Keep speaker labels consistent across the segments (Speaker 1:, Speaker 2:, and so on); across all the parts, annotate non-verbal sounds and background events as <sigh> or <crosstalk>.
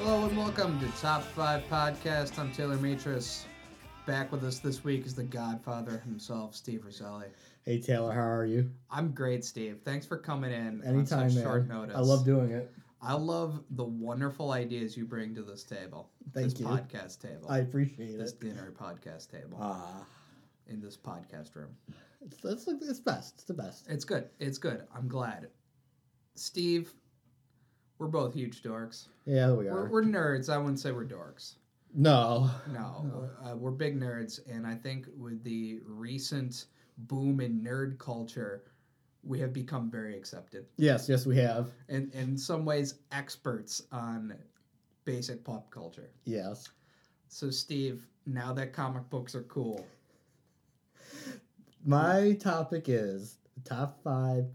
Speaker 1: and welcome to Top 5 Podcast. I'm Taylor Matris. Back with us this week is the godfather himself, Steve Roselli.
Speaker 2: Hey Taylor, how are you?
Speaker 1: I'm great, Steve. Thanks for coming in on
Speaker 2: Anytime,
Speaker 1: such
Speaker 2: man.
Speaker 1: short notice.
Speaker 2: I love doing it.
Speaker 1: I love the wonderful ideas you bring to this table.
Speaker 2: Thank
Speaker 1: this
Speaker 2: you.
Speaker 1: podcast table.
Speaker 2: I appreciate
Speaker 1: this
Speaker 2: it.
Speaker 1: dinner podcast table
Speaker 2: Ah,
Speaker 1: in this podcast room.
Speaker 2: it's, it's like- it's best. It's the best.
Speaker 1: It's good. It's good. I'm glad. Steve, we're both huge dorks.
Speaker 2: Yeah, we
Speaker 1: We're,
Speaker 2: are.
Speaker 1: we're nerds. I wouldn't say we're dorks.
Speaker 2: no,
Speaker 1: No, we're, uh, we're big nerds, and I think with the recent boom in nerd culture, we have become very accepted
Speaker 2: yes, yes, we have.
Speaker 1: and, and in some ways experts on basic pop culture.
Speaker 2: Yes,
Speaker 1: So, Steve, now that comic books are cool,
Speaker 2: my topic is top five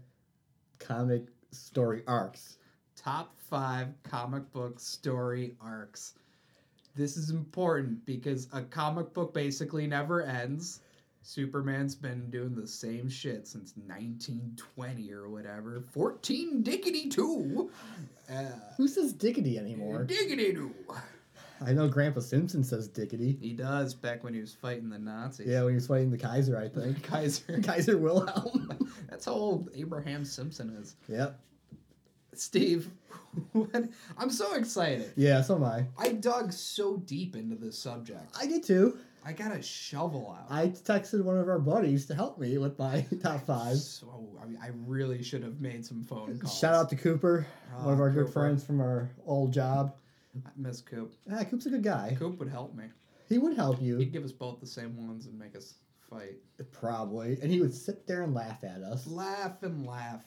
Speaker 2: comic story arcs.
Speaker 1: top five comic book story arcs. This is important because a comic book basically never ends. Superman's been doing the same shit since 1920 or whatever. 14 diggity two. Uh,
Speaker 2: Who says diggity anymore?
Speaker 1: diggity two.
Speaker 2: I know Grandpa Simpson says diggity.
Speaker 1: He does back when he was fighting the Nazis.
Speaker 2: Yeah, when he was fighting the Kaiser, I
Speaker 1: <laughs>
Speaker 2: think. <laughs>
Speaker 1: Kaiser.
Speaker 2: Kaiser Wilhelm.
Speaker 1: <laughs> That's how old Abraham Simpson is.
Speaker 2: yep.
Speaker 1: Steve, <laughs> what? I'm so excited.
Speaker 2: Yeah, so am I.
Speaker 1: I dug so deep into this subject.
Speaker 2: I did too.
Speaker 1: I got a shovel out.
Speaker 2: I texted one of our buddies to help me with my <laughs> top five.
Speaker 1: So I, mean, I really should have made some phone calls.
Speaker 2: Shout out to Cooper, one of
Speaker 1: Ah,
Speaker 2: our
Speaker 1: Cooper.
Speaker 2: good friends from our old job.
Speaker 1: I miss Coop.
Speaker 2: Ah, Coop's a good guy.
Speaker 1: Coop would help me.
Speaker 2: He would help
Speaker 1: He'd
Speaker 2: you,
Speaker 1: give us both the same ones and make us fight.
Speaker 2: probably, and he would sit there and laugh at us.
Speaker 1: Laugh and laugh.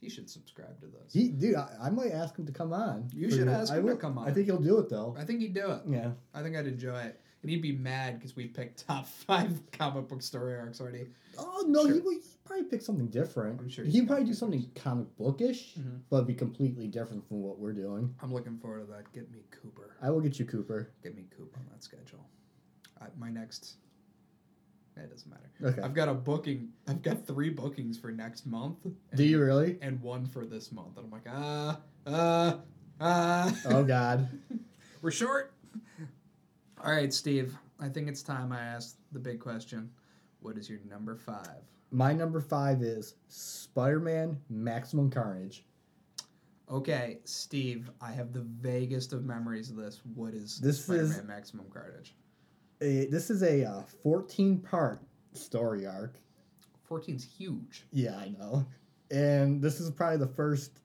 Speaker 1: He should subscribe to those.
Speaker 2: He, dude, I, I might ask him to come on.
Speaker 1: You
Speaker 2: for
Speaker 1: should
Speaker 2: your-
Speaker 1: ask
Speaker 2: I
Speaker 1: him to
Speaker 2: will-
Speaker 1: come on.
Speaker 2: I think he'll do it though.
Speaker 1: I think he'd do it.
Speaker 2: Yeah,
Speaker 1: I think I'd enjoy it. And he'd be mad because we picked top <laughs> five comic book story arcs already.
Speaker 2: Oh no, he
Speaker 1: Sure.
Speaker 2: would he'd probably pick something different.
Speaker 1: I'm sure he's
Speaker 2: he'd
Speaker 1: got
Speaker 2: probably do something comic bookish,
Speaker 1: Mhm.
Speaker 2: but be completely different from what we're doing.
Speaker 1: I'm looking forward to that. Get me Cooper.
Speaker 2: I will get you Cooper.
Speaker 1: Get me Coop on that schedule. I, my next. It doesn't matter.
Speaker 2: Okay.
Speaker 1: I've got a booking. I've got three bookings for next month. and-
Speaker 2: Do you really?
Speaker 1: and one for this month. And I'm like, ah, ah, ah.
Speaker 2: Oh God.
Speaker 1: <laughs>
Speaker 2: <laughs>
Speaker 1: We're short. All right, Steve. I think it's time I asked the big question. What is your number five?
Speaker 2: My number five is Spider-Man: Maximum Carnage.
Speaker 1: Okay, Steve, I have the vaguest of memories of this. What is
Speaker 2: This is-
Speaker 1: Spider-Man Maximum Carnage?
Speaker 2: a, this is a uh, 14 part story arc.
Speaker 1: 14's huge.
Speaker 2: Yeah, I know. And this is probably the first,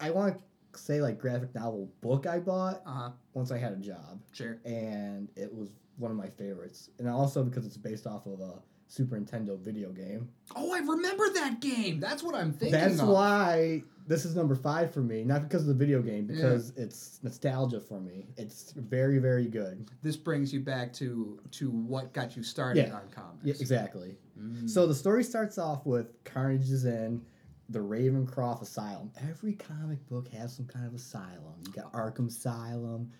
Speaker 2: I want to say, like, graphic novel book I bought
Speaker 1: Uh-huh,
Speaker 2: once I had a job.
Speaker 1: sure.
Speaker 2: And it was one of my favorites. And also because it's based off of a Super Nintendo video game.
Speaker 1: Oh, I remember that game. That's what I'm thinking
Speaker 2: That's
Speaker 1: of.
Speaker 2: why this is number five for me. Not because of the video game, because it's nostalgia for me. It's very, very good.
Speaker 1: This brings you back to to what got you started
Speaker 2: Yeah.
Speaker 1: on comics.
Speaker 2: Yeah, exactly.
Speaker 1: Mm.
Speaker 2: So the story starts off with Carnage is in the Ravencroft Asylum. Every comic book has some kind of asylum. You got Arkham Asylum,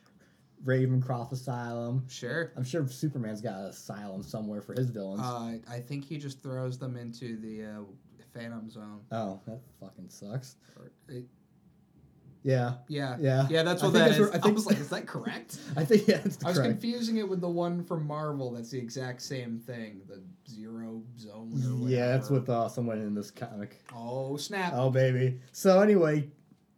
Speaker 2: Ravencroft Asylum.
Speaker 1: sure.
Speaker 2: I'm sure Superman's got an asylum somewhere for his villains.
Speaker 1: Uh, I think he just throws them into the uh, Phantom Zone.
Speaker 2: oh, that fucking sucks.
Speaker 1: Or, it,
Speaker 2: Yeah,
Speaker 1: yeah.
Speaker 2: yeah,
Speaker 1: Yeah, that's
Speaker 2: I
Speaker 1: what
Speaker 2: think
Speaker 1: that
Speaker 2: that's
Speaker 1: is.
Speaker 2: where-
Speaker 1: <laughs>
Speaker 2: I
Speaker 1: I,
Speaker 2: think-
Speaker 1: was like, is that correct?
Speaker 2: <laughs> I think yeah, it's
Speaker 1: I was
Speaker 2: correct.
Speaker 1: confusing it with the one from Marvel that's the exact same thing, the Zero Zone or whatever.
Speaker 2: Yeah, that's with uh, someone in this comic.
Speaker 1: Oh, snap.
Speaker 2: Oh baby. So anyway,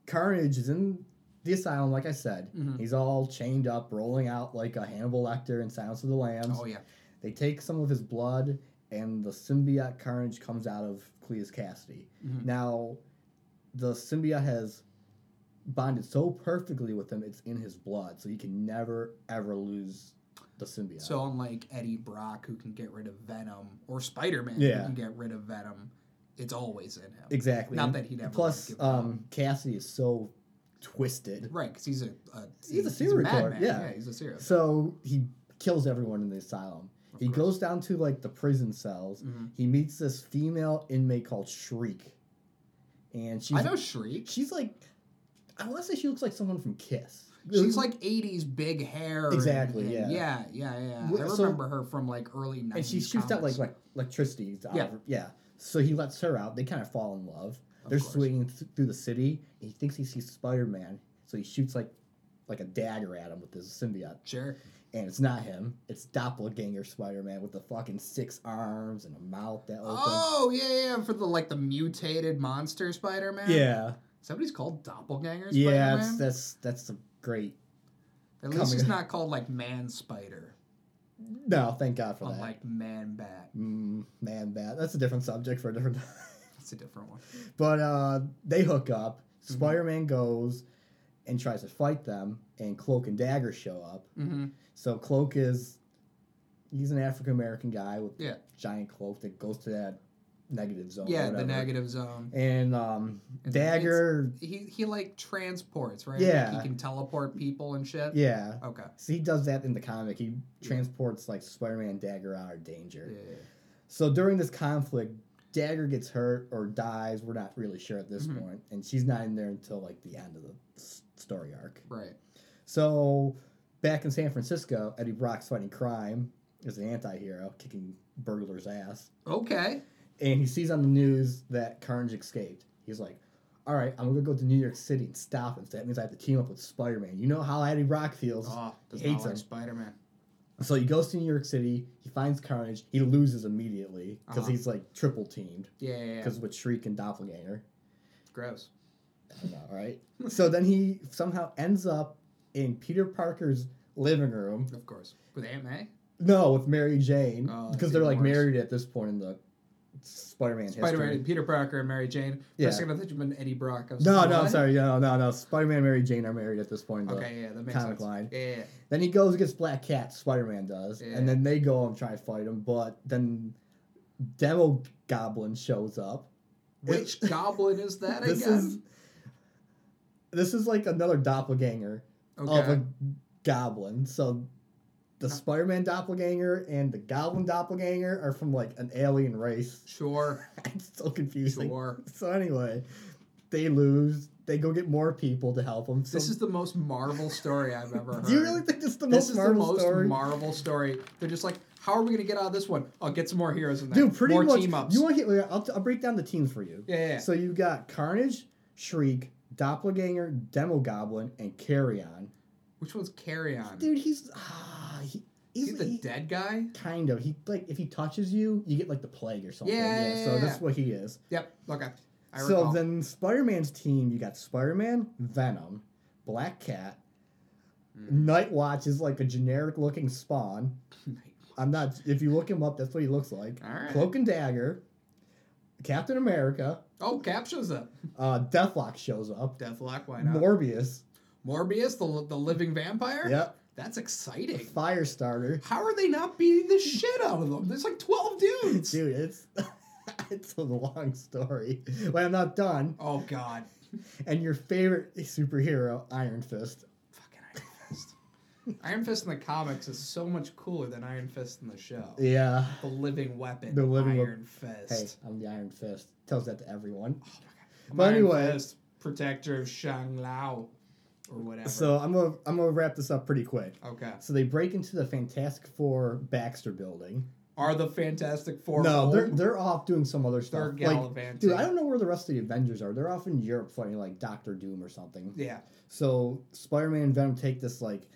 Speaker 2: Carnage is in the asylum, like I said.
Speaker 1: Mhm.
Speaker 2: He's all chained up, rolling out like a Hannibal Lecter in Silence of the Lambs.
Speaker 1: Oh, yeah.
Speaker 2: They take some of his blood, and the symbiote Carnage comes out of Cleus Cassidy.
Speaker 1: Mhm.
Speaker 2: Now, the symbiote has bonded so perfectly with him, it's in his blood, so he can never, ever lose the symbiote.
Speaker 1: So unlike Eddie Brock, who can get rid of Venom, or Spider-Man,
Speaker 2: Yeah.
Speaker 1: who can get rid of Venom, it's always in him.
Speaker 2: exactly.
Speaker 1: Not that he'd ever
Speaker 2: Plus,
Speaker 1: give it up.
Speaker 2: um, Cassidy is so twisted.
Speaker 1: Right, because he's a, a
Speaker 2: a serial killer,
Speaker 1: madman.
Speaker 2: yeah.
Speaker 1: he's a serial.
Speaker 2: So he kills everyone in the asylum.
Speaker 1: Of
Speaker 2: He
Speaker 1: course.
Speaker 2: goes down to like the prison cells.
Speaker 1: Mhm.
Speaker 2: He meets this female inmate called Shriek, and she's
Speaker 1: I know Shriek.
Speaker 2: She's like, I want to say she looks like someone from Kiss.
Speaker 1: She's like '80s big hair. and-
Speaker 2: Exactly,
Speaker 1: and-
Speaker 2: yeah.
Speaker 1: Yeah. Yeah. Yeah.
Speaker 2: Wh-
Speaker 1: I
Speaker 2: so-
Speaker 1: remember her from like early '90s.
Speaker 2: and she shoots out like
Speaker 1: comics.
Speaker 2: like electricity. out of
Speaker 1: Yeah.
Speaker 2: her- yeah. So he lets her out. They kind of fall in love.
Speaker 1: Of
Speaker 2: They're
Speaker 1: course.
Speaker 2: swinging th- through the city. And he thinks he sees Spider Man, so he shoots like like a dagger at him with his symbiote.
Speaker 1: Sure.
Speaker 2: And it's not him. It's doppelganger Spider-Man with the fucking six arms and a mouth that opens.
Speaker 1: Oh yeah, yeah, yeah, for the like the mutated monster Spider-Man.
Speaker 2: yeah,
Speaker 1: Somebody's called doppelganger.
Speaker 2: yeah. That's
Speaker 1: Spider-Man?
Speaker 2: that's that's a great.
Speaker 1: At least
Speaker 2: coming.
Speaker 1: it's not called like Man Spider,
Speaker 2: No, thank God for that.
Speaker 1: unlike Man Bat.
Speaker 2: Mm, man, bad. That's a different subject for a different <laughs> time.
Speaker 1: That's a different one.
Speaker 2: But uh, they hook up.
Speaker 1: Mm-hmm.
Speaker 2: Spider Man goes and tries to fight them, and Cloak and Dagger show up.
Speaker 1: Mm-hmm.
Speaker 2: So Cloak is he's an African American guy with
Speaker 1: Yeah.
Speaker 2: giant cloak that goes to that negative zone. or
Speaker 1: Yeah, the
Speaker 2: Oh, whatever.
Speaker 1: negative zone.
Speaker 2: And um,
Speaker 1: And
Speaker 2: Dagger,
Speaker 1: He he like transports, right?
Speaker 2: Yeah.
Speaker 1: Like he can teleport people and shit.
Speaker 2: yeah.
Speaker 1: Okay.
Speaker 2: So he does that in the comic. He transports like Spider Man and Dagger out of danger.
Speaker 1: Yeah. yeah, yeah.
Speaker 2: So during this conflict, Dagger gets hurt or dies. We're not really sure at this
Speaker 1: Mhm.
Speaker 2: point, and she's not in there until like the end of the s- story arc.
Speaker 1: Right.
Speaker 2: So back in San Francisco, Eddie Brock's fighting crime as an anti-hero, kicking burglars' ass,
Speaker 1: Okay.
Speaker 2: and he sees on the news that Carnage escaped. He's like. All right, I'm gonna go to New York City and stop him. So that means I have to team up with Spider-Man. You know how Eddie Brock feels.
Speaker 1: Oh, does
Speaker 2: Hates
Speaker 1: not like
Speaker 2: him.
Speaker 1: Spider-Man.
Speaker 2: So he goes to New York City. He finds Carnage. He loses immediately because
Speaker 1: Uh-huh.
Speaker 2: he's like triple teamed
Speaker 1: Yeah. yeah, yeah.
Speaker 2: because with Shriek and Doppelganger.
Speaker 1: Gross.
Speaker 2: I know,
Speaker 1: <laughs>
Speaker 2: right? so then he somehow ends up in Peter Parker's living room.
Speaker 1: Of course. With Aunt May.
Speaker 2: No, with Mary Jane
Speaker 1: Oh, that's
Speaker 2: because they're
Speaker 1: even
Speaker 2: like
Speaker 1: worse.
Speaker 2: married at this point in the Spider-Man
Speaker 1: Spider-Man,
Speaker 2: history.
Speaker 1: Peter Parker, and Mary Jane. For
Speaker 2: Yeah.
Speaker 1: a second, I thought you meant Eddie Brock. I was
Speaker 2: No,
Speaker 1: like,
Speaker 2: no, I'm
Speaker 1: what?
Speaker 2: sorry, no, no, no. Spider-Man and Mary Jane are married at this point. in the-
Speaker 1: Okay, yeah, that makes
Speaker 2: comic
Speaker 1: sense.
Speaker 2: line.
Speaker 1: Yeah, yeah, yeah.
Speaker 2: Then he goes against Black Cat. Spider-Man does,
Speaker 1: Yeah.
Speaker 2: and then they go and try to fight him, but then Demo Goblin shows up. <laughs>
Speaker 1: Which goblin is that
Speaker 2: this
Speaker 1: again?
Speaker 2: is this is like another doppelganger
Speaker 1: okay.
Speaker 2: of a goblin. So the
Speaker 1: Huh.
Speaker 2: Spider-Man doppelganger and the Goblin doppelganger are from like an alien race. <laughs>
Speaker 1: Sure,
Speaker 2: it's so confusing.
Speaker 1: sure.
Speaker 2: So anyway, they lose. They go get more people to help them. So
Speaker 1: This is the most Marvel story I've ever heard.
Speaker 2: <laughs> do you really think this is the
Speaker 1: this
Speaker 2: most
Speaker 1: is
Speaker 2: Marvel
Speaker 1: the most
Speaker 2: story?
Speaker 1: Marvel story. They're just like, how are we gonna get out of this one? Oh, get some more heroes in there.
Speaker 2: Dude, pretty
Speaker 1: more
Speaker 2: much.
Speaker 1: team ups.
Speaker 2: You want to get? I'll, I'll break down the teams for you.
Speaker 1: yeah, yeah, yeah.
Speaker 2: So you got Carnage, Shriek, Doppelganger, Demo Goblin, and Carrion.
Speaker 1: Which one's Carry On?
Speaker 2: Dude, he's ah, he,
Speaker 1: is
Speaker 2: he's
Speaker 1: he the
Speaker 2: he-
Speaker 1: dead guy?
Speaker 2: kind of. He like if he touches you, you get like the plague or something.
Speaker 1: Yeah, yeah,
Speaker 2: so
Speaker 1: yeah,
Speaker 2: that's
Speaker 1: yeah.
Speaker 2: what he is.
Speaker 1: Yep. Okay. I
Speaker 2: so
Speaker 1: recall.
Speaker 2: then Spider-Man's team, you got Spider-Man, Venom, Black Cat,
Speaker 1: Mm.
Speaker 2: Night Watch is like a generic
Speaker 1: <laughs>
Speaker 2: looking spawn. I'm not if you look him up, that's what he looks like.
Speaker 1: All right.
Speaker 2: Cloak and Dagger, Captain America,
Speaker 1: oh, Cap shows <laughs> up.
Speaker 2: uh Deathlock shows up,
Speaker 1: Deathlock. Why not?
Speaker 2: Morbius,
Speaker 1: Morbius, the the living vampire.
Speaker 2: yep,
Speaker 1: That's exciting.
Speaker 2: Firestarter.
Speaker 1: How are they not beating the shit out of them? There's like twelve dudes.
Speaker 2: Dude, it's <laughs> it's a long story. But I'm not done.
Speaker 1: Oh God.
Speaker 2: and your favorite superhero, Iron Fist.
Speaker 1: Fucking Iron Fist. Iron Fist in the comics is so much cooler than Iron Fist in the show.
Speaker 2: Yeah.
Speaker 1: The living weapon.
Speaker 2: The living wep-
Speaker 1: Iron
Speaker 2: Hey,
Speaker 1: Fist.
Speaker 2: I'm the Iron Fist. Tells that to everyone.
Speaker 1: Oh my God.
Speaker 2: But
Speaker 1: Iron
Speaker 2: anyway-
Speaker 1: Fist, protector of Shang Lao or whatever.
Speaker 2: So I'm gonna I'm gonna wrap this up pretty quick.
Speaker 1: okay.
Speaker 2: So they break into the Fantastic Four Baxter Building.
Speaker 1: Are the Fantastic Four
Speaker 2: no,
Speaker 1: old?
Speaker 2: they're they're off doing some other
Speaker 1: They're
Speaker 2: stuff. Like,
Speaker 1: gallivanting.
Speaker 2: dude, I don't know where the rest of the Avengers are. They're off in Europe fighting like Doctor Doom or something.
Speaker 1: Yeah.
Speaker 2: So Spider-Man and Venom take this like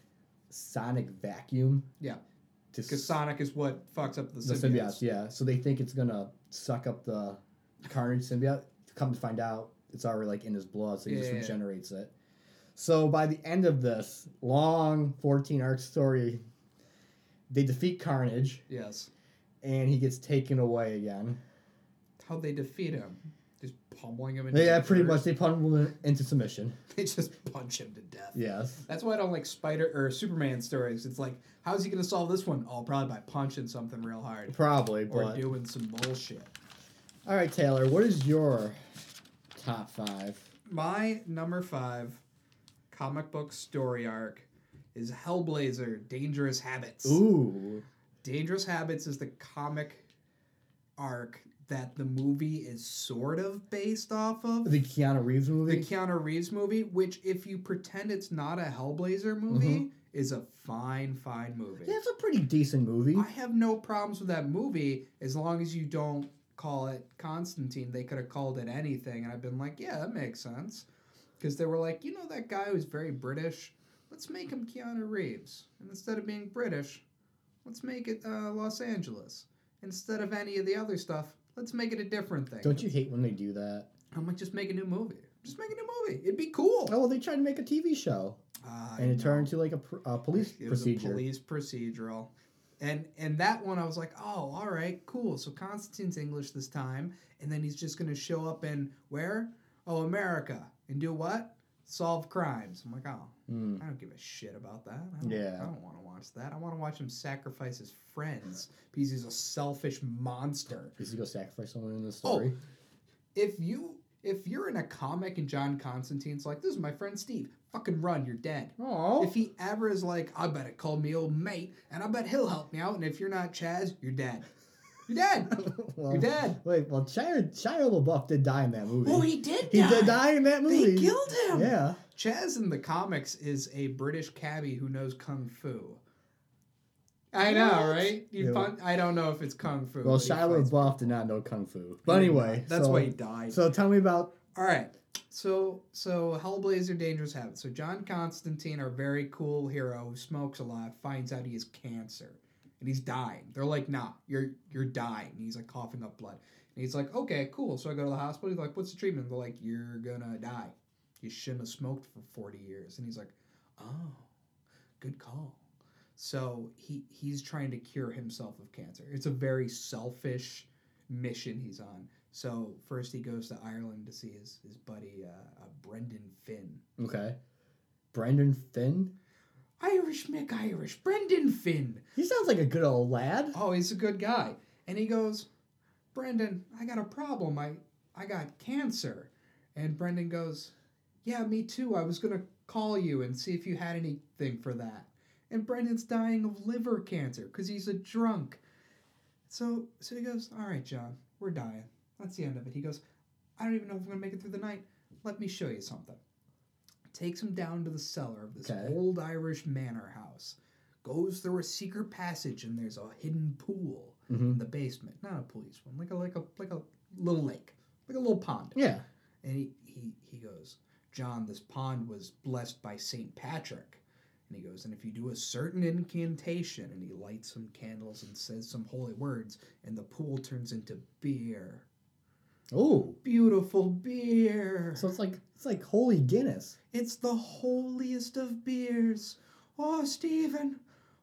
Speaker 2: sonic vacuum.
Speaker 1: Yeah.
Speaker 2: To
Speaker 1: Because
Speaker 2: s-
Speaker 1: Sonic is what fucks up the
Speaker 2: the
Speaker 1: symbiotes.
Speaker 2: symbiote, yeah. So they think it's gonna suck up the Carnage symbiote. Come to find out, it's already like in his blood, so he just
Speaker 1: Yeah.
Speaker 2: regenerates it. So by the end of this long fourteen arc story, they defeat Carnage,
Speaker 1: Yes.
Speaker 2: and he gets taken away again.
Speaker 1: How'd they defeat him? Just pummeling him into
Speaker 2: Yeah,
Speaker 1: the
Speaker 2: pretty
Speaker 1: dirt?
Speaker 2: much they pummel him into submission.
Speaker 1: <laughs> They just punch him to death.
Speaker 2: Yes.
Speaker 1: That's why I don't like Spider or Superman stories. It's like, how's he gonna solve this one? Oh, probably by punching something real hard
Speaker 2: <laughs> Probably,
Speaker 1: or
Speaker 2: but
Speaker 1: doing some bullshit.
Speaker 2: all right, Taylor. What is your top five?
Speaker 1: My number five comic book story arc is Hellblazer: Dangerous Habits.
Speaker 2: Ooh,
Speaker 1: Dangerous Habits is the comic arc that the movie is sort of based off of.
Speaker 2: the Keanu Reeves
Speaker 1: the
Speaker 2: movie.
Speaker 1: Keanu Reeves movie, which if you pretend it's not a Hellblazer movie, is a fine, fine movie.
Speaker 2: Mm-hmm. yeah, it's a pretty decent movie.
Speaker 1: I have no problems with that movie as long as you don't call it Constantine. They could have called it anything, and I've been like, yeah, that makes sense, because they were like, you know, that guy who's very British, let's make him Keanu Reeves. And instead of being British, let's make it uh, Los Angeles. Instead of any of the other stuff, let's make it a different thing.
Speaker 2: Don't you hate when they do that?
Speaker 1: I'm like, just make a new movie. Just make a new movie. It'd be cool.
Speaker 2: Oh, well, they tried to make a TV show,
Speaker 1: Ah, I
Speaker 2: and it
Speaker 1: know.
Speaker 2: turned into like a, pr- a police
Speaker 1: it was
Speaker 2: procedure.
Speaker 1: a police procedural. And and that one I was like, oh, all right, cool. So Constantine's English this time, and then he's just gonna show up in where? Oh, America, and do what? Solve crimes. I'm like, oh,
Speaker 2: Mm.
Speaker 1: I don't give a shit about that. I don't,
Speaker 2: Yeah.
Speaker 1: I don't want to watch that. I want to watch him sacrifice his friends because he's a selfish monster.
Speaker 2: Is he gonna sacrifice someone
Speaker 1: Oh.
Speaker 2: in the story?
Speaker 1: If you if you're in a comic and John Constantine's like, this is my friend Steve, fucking run, you're dead.
Speaker 2: Oh,
Speaker 1: If he ever is like, I bet it called me old mate, and I bet he'll help me out, and if you're not Chaz, you're dead. You're <laughs> dead. <laughs>
Speaker 2: well,
Speaker 1: You're dead.
Speaker 2: Wait, well, Shia, Shia LaBeouf did die in that movie.
Speaker 1: Oh, he did
Speaker 2: He
Speaker 1: die.
Speaker 2: did die in that movie.
Speaker 1: They killed him.
Speaker 2: Yeah.
Speaker 1: Chaz in the comics is a British cabbie who knows kung fu. I know,
Speaker 2: What?
Speaker 1: right? You
Speaker 2: Yeah.
Speaker 1: pun- I don't know if it's kung fu.
Speaker 2: Well,
Speaker 1: but he
Speaker 2: Shia
Speaker 1: fights-
Speaker 2: LaBeouf did not know kung fu. But anyway,
Speaker 1: that's
Speaker 2: so,
Speaker 1: why he died.
Speaker 2: So tell me about
Speaker 1: All right. So so Hellblazer Dangerous Habits. So John Constantine, our very cool hero who smokes a lot, finds out he has cancer. And he's dying. They're like, nah, you're you're dying. And he's like coughing up blood. And he's like, okay, cool. So I go to the hospital. He's like, what's the treatment? They're like, you're gonna die. You shouldn't have smoked for 40 years. And he's like, oh, good call. So he he's trying to cure himself of cancer. It's a very selfish mission he's on. So first he goes to Ireland to see his his buddy uh, uh, Brendan Finn,
Speaker 2: okay, Brendan Finn.
Speaker 1: Irish Mick Irish, Brendan Finn.
Speaker 2: He sounds like a good old lad.
Speaker 1: Oh, he's a good guy. And he goes, Brendan, I got a problem. I I got cancer. And Brendan goes, Yeah, me too. I was gonna call you and see if you had anything for that. And Brendan's dying of liver cancer because he's a drunk. So so he goes, All right, John, we're dying. That's the end of it. He goes, I don't even know if I'm gonna make it through the night. Let me show you something. Takes him down to the cellar of this
Speaker 2: Okay.
Speaker 1: old Irish manor house. Goes through a secret passage and there's a hidden pool
Speaker 2: hmm
Speaker 1: in the basement. Not a police one, like a like a like a little lake, like a little pond.
Speaker 2: Yeah.
Speaker 1: And he, he, he goes, John, this pond was blessed by St. Patrick. And he goes, and if you do a certain incantation, and he lights some candles and says some holy words, and the pool turns into beer.
Speaker 2: Oh,
Speaker 1: Beautiful beer.
Speaker 2: so it's like it's like holy Guinness.
Speaker 1: It's the holiest of beers. Oh, Stephen.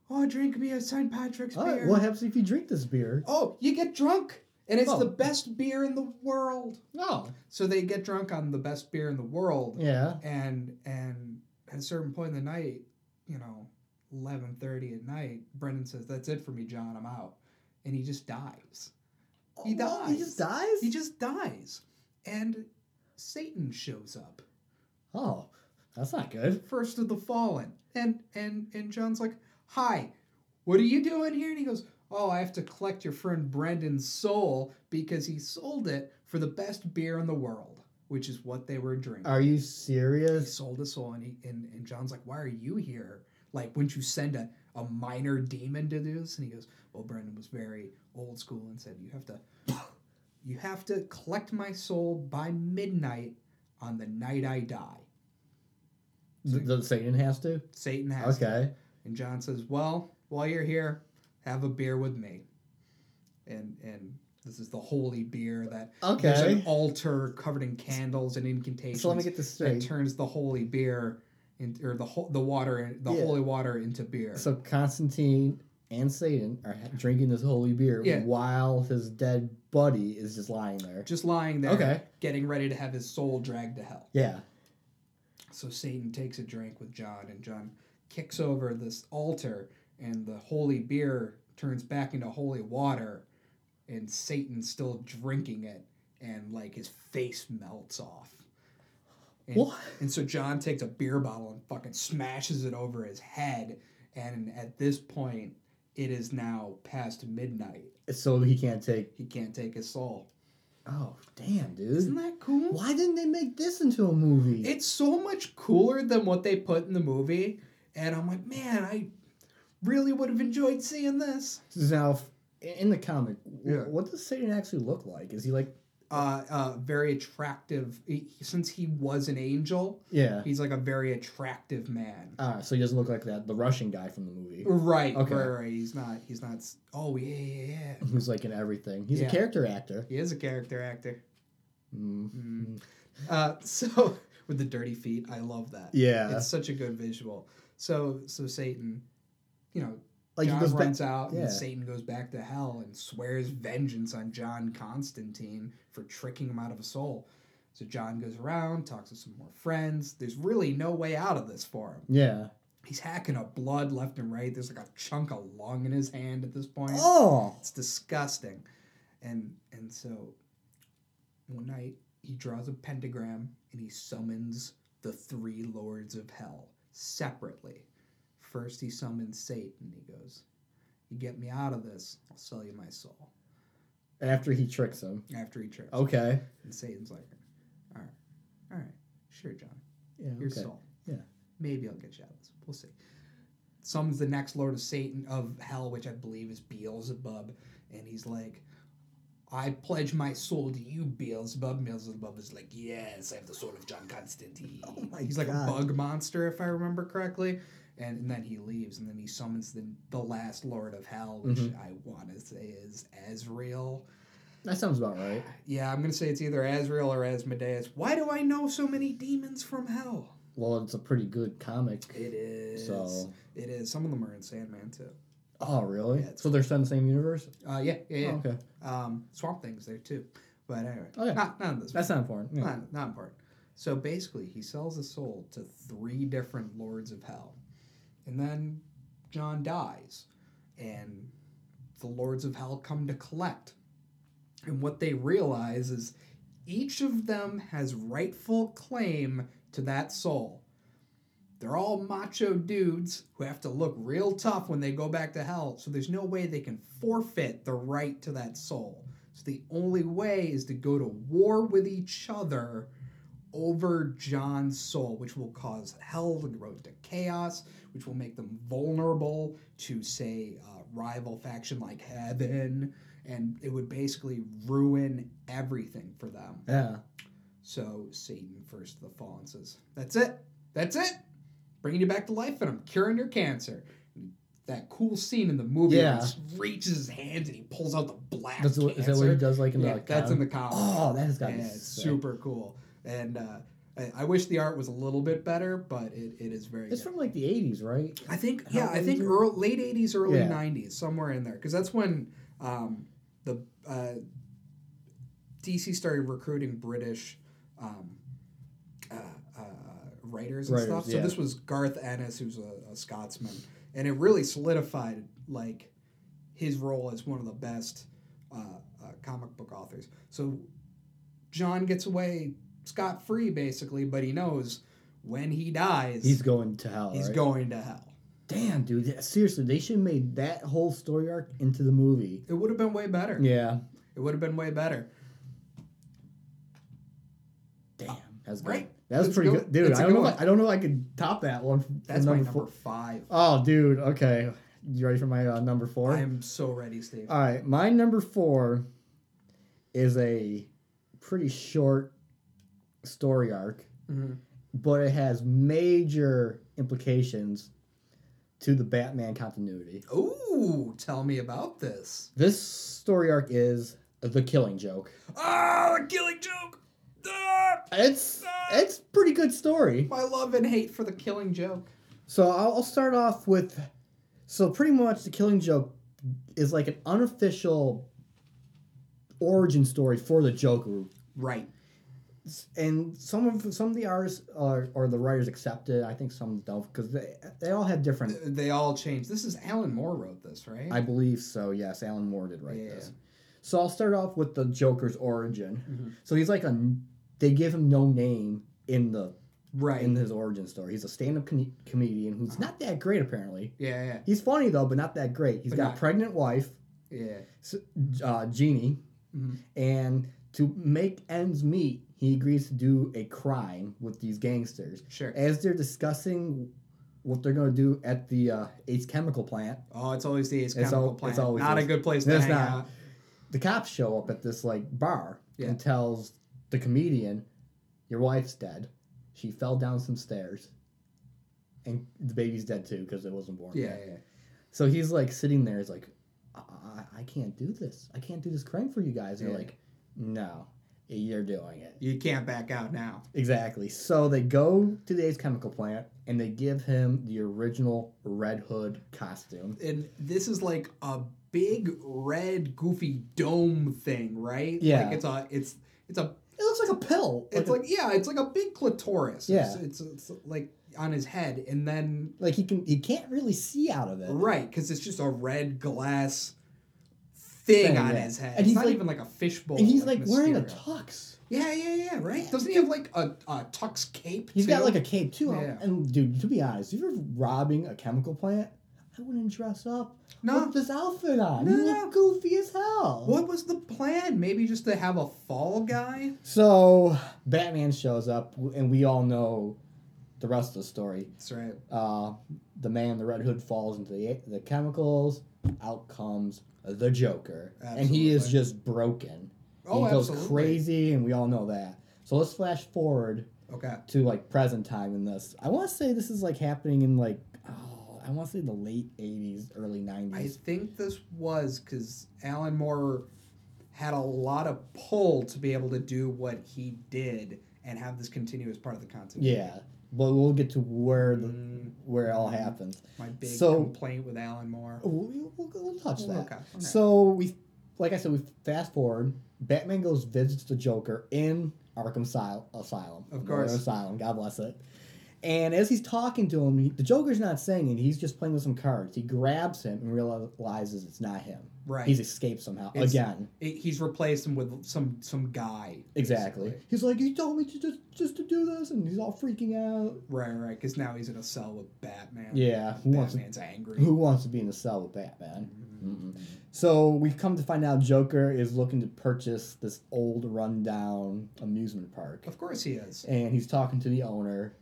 Speaker 1: Oh, drink me a St. Patrick's
Speaker 2: All right,
Speaker 1: beer.
Speaker 2: what happens if you drink this beer?
Speaker 1: Oh, you get drunk, and it's
Speaker 2: Oh.
Speaker 1: the best beer in the world.
Speaker 2: No.
Speaker 1: So they get drunk on the best beer in the world,
Speaker 2: Oh, Yeah.
Speaker 1: and and at a certain point in the night, you know, eleven thirty at night, Brendan says, "That's it for me, John. I'm out," and he just dies. He
Speaker 2: Oh, He just
Speaker 1: dies.
Speaker 2: dies.
Speaker 1: He just dies, and Satan shows up,
Speaker 2: oh, that's not good.
Speaker 1: first of the fallen, and and and John's like, "Hi, what are you doing here?" And he goes. Oh, I have to collect your friend Brendan's soul because he sold it for the best beer in the world, which is what they were drinking.
Speaker 2: Are you
Speaker 1: he
Speaker 2: serious?
Speaker 1: sold his soul and, he, and, and john's like why are you here like wouldn't you send a, a minor demon to do this and he goes well brendan was very old school and said you have to you have to collect my soul by midnight on the night i die
Speaker 2: The, the Satan has to.
Speaker 1: satan has to.
Speaker 2: Okay.
Speaker 1: and john says well while you're here have a beer with me and and this is the holy beer that there's an
Speaker 2: Okay.
Speaker 1: altar covered in candles and incantations
Speaker 2: So let me get this
Speaker 1: that
Speaker 2: straight.
Speaker 1: turns the holy beer in, or the ho- the water the
Speaker 2: Yeah.
Speaker 1: holy water into beer.
Speaker 2: So Constantine and Satan are ha- drinking this holy beer
Speaker 1: Yeah.
Speaker 2: while his dead buddy is just lying there.
Speaker 1: just lying there,
Speaker 2: Okay.
Speaker 1: getting ready to have his soul dragged to hell.
Speaker 2: Yeah.
Speaker 1: So Satan takes a drink with John, and John kicks over this altar, and the holy beer turns back into holy water, and Satan's still drinking it, and like his face melts off. And,
Speaker 2: What?
Speaker 1: and so John takes a beer bottle and fucking smashes it over his head, and at this point, it is now past midnight.
Speaker 2: So he can't take.
Speaker 1: He can't take his soul.
Speaker 2: Oh damn,
Speaker 1: Isn't
Speaker 2: dude!
Speaker 1: that cool?
Speaker 2: Why didn't they make this into a movie?
Speaker 1: It's so much cooler than what they put in the movie, and I'm like, man, I really would have enjoyed seeing this.
Speaker 2: now, f- in the comic, w-
Speaker 1: Yeah.
Speaker 2: what does Satan actually look like? Is he like
Speaker 1: uh, uh, very attractive. he- since he was an angel,
Speaker 2: Yeah.
Speaker 1: he's like a very attractive man.
Speaker 2: Ah, so he doesn't look like that the Russian guy from the movie,
Speaker 1: Right,
Speaker 2: Okay.
Speaker 1: right, right. He's not. He's not. s- Oh yeah, yeah, yeah.
Speaker 2: who's like in everything. He's
Speaker 1: Yeah.
Speaker 2: a character actor.
Speaker 1: He is a character actor.
Speaker 2: Mm.
Speaker 1: Mm. Uh, <laughs> so with the dirty feet, I love that.
Speaker 2: Yeah,
Speaker 1: It's such a good visual. So so Satan, you know,
Speaker 2: like
Speaker 1: John
Speaker 2: he goes back.
Speaker 1: runs out
Speaker 2: yeah.
Speaker 1: and Satan goes back to hell and swears vengeance on John Constantine for tricking him out of a soul. So John goes around, talks to some more friends. There's really no way out of this for him.
Speaker 2: Yeah.
Speaker 1: He's hacking up blood left and right. There's like a chunk of lung in his hand at this point.
Speaker 2: Oh.
Speaker 1: It's disgusting. And and so one night he draws a pentagram and he summons the three lords of hell separately. First he summons Satan. He goes, "You get me out of this, I'll sell you my soul."
Speaker 2: After he tricks him.
Speaker 1: After he trips,
Speaker 2: Okay.
Speaker 1: and Satan's like, "All right, all right, sure, John,
Speaker 2: Yeah.
Speaker 1: your
Speaker 2: okay.
Speaker 1: soul.
Speaker 2: Yeah.
Speaker 1: maybe I'll get you out of this. We'll see." Summons the next lord of Satan of hell, which I believe is Beelzebub, and he's like, I pledge my soul to you, Beelzebub. Beelzebub is like, yes, I have the soul of John Constantine.
Speaker 2: <laughs> Oh my
Speaker 1: He's like
Speaker 2: God.
Speaker 1: a bug monster, if I remember correctly. And, and then he leaves, and then he summons the, the last Lord of Hell, which
Speaker 2: Mhm.
Speaker 1: I want to say is Azrael.
Speaker 2: That sounds about right.
Speaker 1: Yeah, I'm going to say it's either Azrael or Asmodeus. Why do I know so many demons from hell?
Speaker 2: Well, it's a pretty good comic.
Speaker 1: It is.
Speaker 2: So.
Speaker 1: It is. Some of them are in Sandman, too.
Speaker 2: Oh, really?
Speaker 1: Yeah, it's-
Speaker 2: so they're still in the same universe?
Speaker 1: Uh, yeah, yeah, yeah.
Speaker 2: Oh, okay.
Speaker 1: Um, Swamp Thing's there, too. But anyway,
Speaker 2: Oh, yeah.
Speaker 1: not, not in this one.
Speaker 2: That's not important. Yeah.
Speaker 1: Not, not important. So basically, he sells his soul to three different lords of hell. And then John dies, and the lords of hell come to collect. And what they realize is each of them has rightful claim to that soul. They're all macho dudes who have to look real tough when they go back to hell, so there's no way they can forfeit the right to that soul. So the only way is to go to war with each other over John's soul, which will cause hell to go to chaos, which will make them vulnerable to, say, a rival faction like Heaven, and it would basically ruin everything for them.
Speaker 2: Yeah.
Speaker 1: So Satan, first of the fallen, says, That's it. That's it. Bringing you back to life, and I'm curing your cancer. That cool scene in the movie
Speaker 2: Yeah.
Speaker 1: where he reaches his hands and he pulls out the black.
Speaker 2: That's what, is that what he
Speaker 1: cancer.
Speaker 2: does like in
Speaker 1: yeah,
Speaker 2: the
Speaker 1: that's in
Speaker 2: comic?
Speaker 1: the comic.
Speaker 2: Oh, that has got to
Speaker 1: yeah,
Speaker 2: be
Speaker 1: it's
Speaker 2: sick.
Speaker 1: super cool. And uh, I, I wish the art was a little bit better, but it, it is very
Speaker 2: It's
Speaker 1: good.
Speaker 2: from like the 80s, right?
Speaker 1: I think,
Speaker 2: How
Speaker 1: yeah, I
Speaker 2: old
Speaker 1: think
Speaker 2: is it?
Speaker 1: early, late 80s, early
Speaker 2: Yeah.
Speaker 1: 90s, somewhere in there. Because that's when um, the uh, DC started recruiting British um, uh, uh, writers and
Speaker 2: Writers,
Speaker 1: stuff. So
Speaker 2: yeah.
Speaker 1: this was Garth Ennis, who's a, a Scotsman. And it really solidified, like, his role as one of the best uh, uh, comic book authors. So John gets away scot free, basically, but he knows when he dies,
Speaker 2: He's going to hell.
Speaker 1: he's
Speaker 2: right?
Speaker 1: going to hell.
Speaker 2: Damn, dude. that- Seriously, they should have made that whole story arc into the movie.
Speaker 1: It would have been way better.
Speaker 2: Yeah.
Speaker 1: It would have been way better.
Speaker 2: Damn. That's good.
Speaker 1: Right?
Speaker 2: That was
Speaker 1: It's
Speaker 2: pretty
Speaker 1: good.
Speaker 2: good, dude.
Speaker 1: It's a
Speaker 2: I don't
Speaker 1: good
Speaker 2: know. If
Speaker 1: one.
Speaker 2: I, I don't know. If I could top that one. from- from
Speaker 1: That's my number
Speaker 2: four.
Speaker 1: five.
Speaker 2: Oh, dude. Okay. You ready for my uh, number four? Uh,
Speaker 1: I am so ready, Steve.
Speaker 2: All right, my number four is a pretty short story arc, mm-hmm.
Speaker 1: Mhm.
Speaker 2: but it has major implications to the Batman continuity.
Speaker 1: Ooh, tell me about this.
Speaker 2: This story arc is the Killing Joke.
Speaker 1: Ah, the Killing Joke. Ah,
Speaker 2: It's it's pretty good story.
Speaker 1: my love and hate for the Killing Joke.
Speaker 2: So I'll, I'll start off with, so pretty much the Killing Joke is like an unofficial origin story for the Joker,
Speaker 1: Right.
Speaker 2: and some of some of the artists or, or the writers accept it. I think some don't because they they all have different.
Speaker 1: They all changed. This is Alan Moore wrote this, right?
Speaker 2: I believe so. Yes, Alan Moore did write
Speaker 1: Yeah.
Speaker 2: this. So I'll start off with the Joker's origin.
Speaker 1: Mhm.
Speaker 2: So he's like a. They give him no name in the
Speaker 1: right.
Speaker 2: in his origin story. He's a stand-up com- comedian who's not that great apparently.
Speaker 1: yeah, yeah,
Speaker 2: He's funny though, but not that great. He's
Speaker 1: But
Speaker 2: got
Speaker 1: not-
Speaker 2: a pregnant wife,
Speaker 1: yeah.
Speaker 2: s- uh, Jeannie,
Speaker 1: Mhm.
Speaker 2: and to make ends meet, he agrees to do a crime with these gangsters.
Speaker 1: Sure.
Speaker 2: as they're discussing what they're going to do at the uh, Ace Chemical plant,
Speaker 1: Oh, it's always the Ace
Speaker 2: It's
Speaker 1: Chemical
Speaker 2: al-
Speaker 1: Plant.
Speaker 2: it's always
Speaker 1: not
Speaker 2: this.
Speaker 1: a good place to
Speaker 2: It's
Speaker 1: hang
Speaker 2: not.
Speaker 1: out.
Speaker 2: the cops show up at this like bar,
Speaker 1: Yeah.
Speaker 2: and tells the comedian, "Your wife's dead. She fell down some stairs, and the baby's dead too because it wasn't born."
Speaker 1: Yeah,
Speaker 2: yet."
Speaker 1: yeah, yeah.
Speaker 2: So he's like sitting there. He's like, I, I, I can't do this. I can't do this crime for you guys. And You're
Speaker 1: Yeah.
Speaker 2: like, no, you're doing it.
Speaker 1: You can't back out now.
Speaker 2: Exactly. So they go to the Ace Chemical Plant and they give him the original Red Hood costume.
Speaker 1: And this is like a big red goofy dome thing, right?
Speaker 2: Yeah.
Speaker 1: Like it's a it's it's a
Speaker 2: It looks like a pill.
Speaker 1: it's
Speaker 2: a-
Speaker 1: like yeah, it's like a big clitoris. It's-
Speaker 2: Yeah.
Speaker 1: It's, it's like on his head and then
Speaker 2: like he can he can't really see out of it.
Speaker 1: right cuz it's just a red glass thing
Speaker 2: Thing,
Speaker 1: on
Speaker 2: yeah.
Speaker 1: his head.
Speaker 2: And
Speaker 1: it's
Speaker 2: he's
Speaker 1: not
Speaker 2: like-
Speaker 1: even like a fishbowl.
Speaker 2: And he's like wearing a
Speaker 1: Mysterio.
Speaker 2: tux.
Speaker 1: Yeah, yeah, yeah, right. Doesn't he have like a, a tux cape?
Speaker 2: He's got
Speaker 1: too?
Speaker 2: like a cape too.
Speaker 1: Yeah.
Speaker 2: And dude, to be honest, if you're robbing a chemical plant, I wouldn't dress up
Speaker 1: No.
Speaker 2: with this outfit on.
Speaker 1: No, no.
Speaker 2: you look goofy as hell.
Speaker 1: What was the plan? Maybe just to have a fall guy?
Speaker 2: So Batman shows up, and we all know the rest of the story.
Speaker 1: That's right.
Speaker 2: Uh, the man, in the Red Hood, falls into the, the chemicals. Out comes the Joker, and he is
Speaker 1: Absolutely.
Speaker 2: just broken.
Speaker 1: Oh,
Speaker 2: he goes
Speaker 1: absolutely.
Speaker 2: crazy, and we all know that. So let's flash forward
Speaker 1: Okay.
Speaker 2: to like present time in this. I want to say this is like happening in like oh, I want to say the late '80s, early
Speaker 1: I
Speaker 2: '90s.
Speaker 1: think this was because Alan Moore had a lot of pull to be able to do what he did and have this continuous part of the continuity.
Speaker 2: yeah, but we'll get to where the,
Speaker 1: Mm,
Speaker 2: where it all happens.
Speaker 1: my big
Speaker 2: So- Oh,
Speaker 1: complaint with Alan Moore.
Speaker 2: We'll, we'll, we'll touch that.
Speaker 1: Okay. okay.
Speaker 2: So we, like I said, we fast forward. Batman goes visits the Joker in Arkham Sil- Asylum.
Speaker 1: Of
Speaker 2: Arkham
Speaker 1: course.
Speaker 2: Asylum. God bless it. And as he's talking to him, he, the Joker's not saying it. He's just playing with some cards. He grabs him and realizes it's not him.
Speaker 1: right.
Speaker 2: He's escaped somehow
Speaker 1: It's-
Speaker 2: again.
Speaker 1: It- he's replaced him with some some guy.
Speaker 2: Exactly.
Speaker 1: basically.
Speaker 2: He's like, you told me to just just to do this, and he's all freaking out.
Speaker 1: Right, right. Because now he's in a cell with Batman.
Speaker 2: Yeah. Who wants to,
Speaker 1: Batman's angry.
Speaker 2: Who wants to be in the cell with Batman? Mm-mm. So we've come to find out Joker is looking to purchase this old rundown amusement park.
Speaker 1: Of course he is.
Speaker 2: And he's talking to the owner.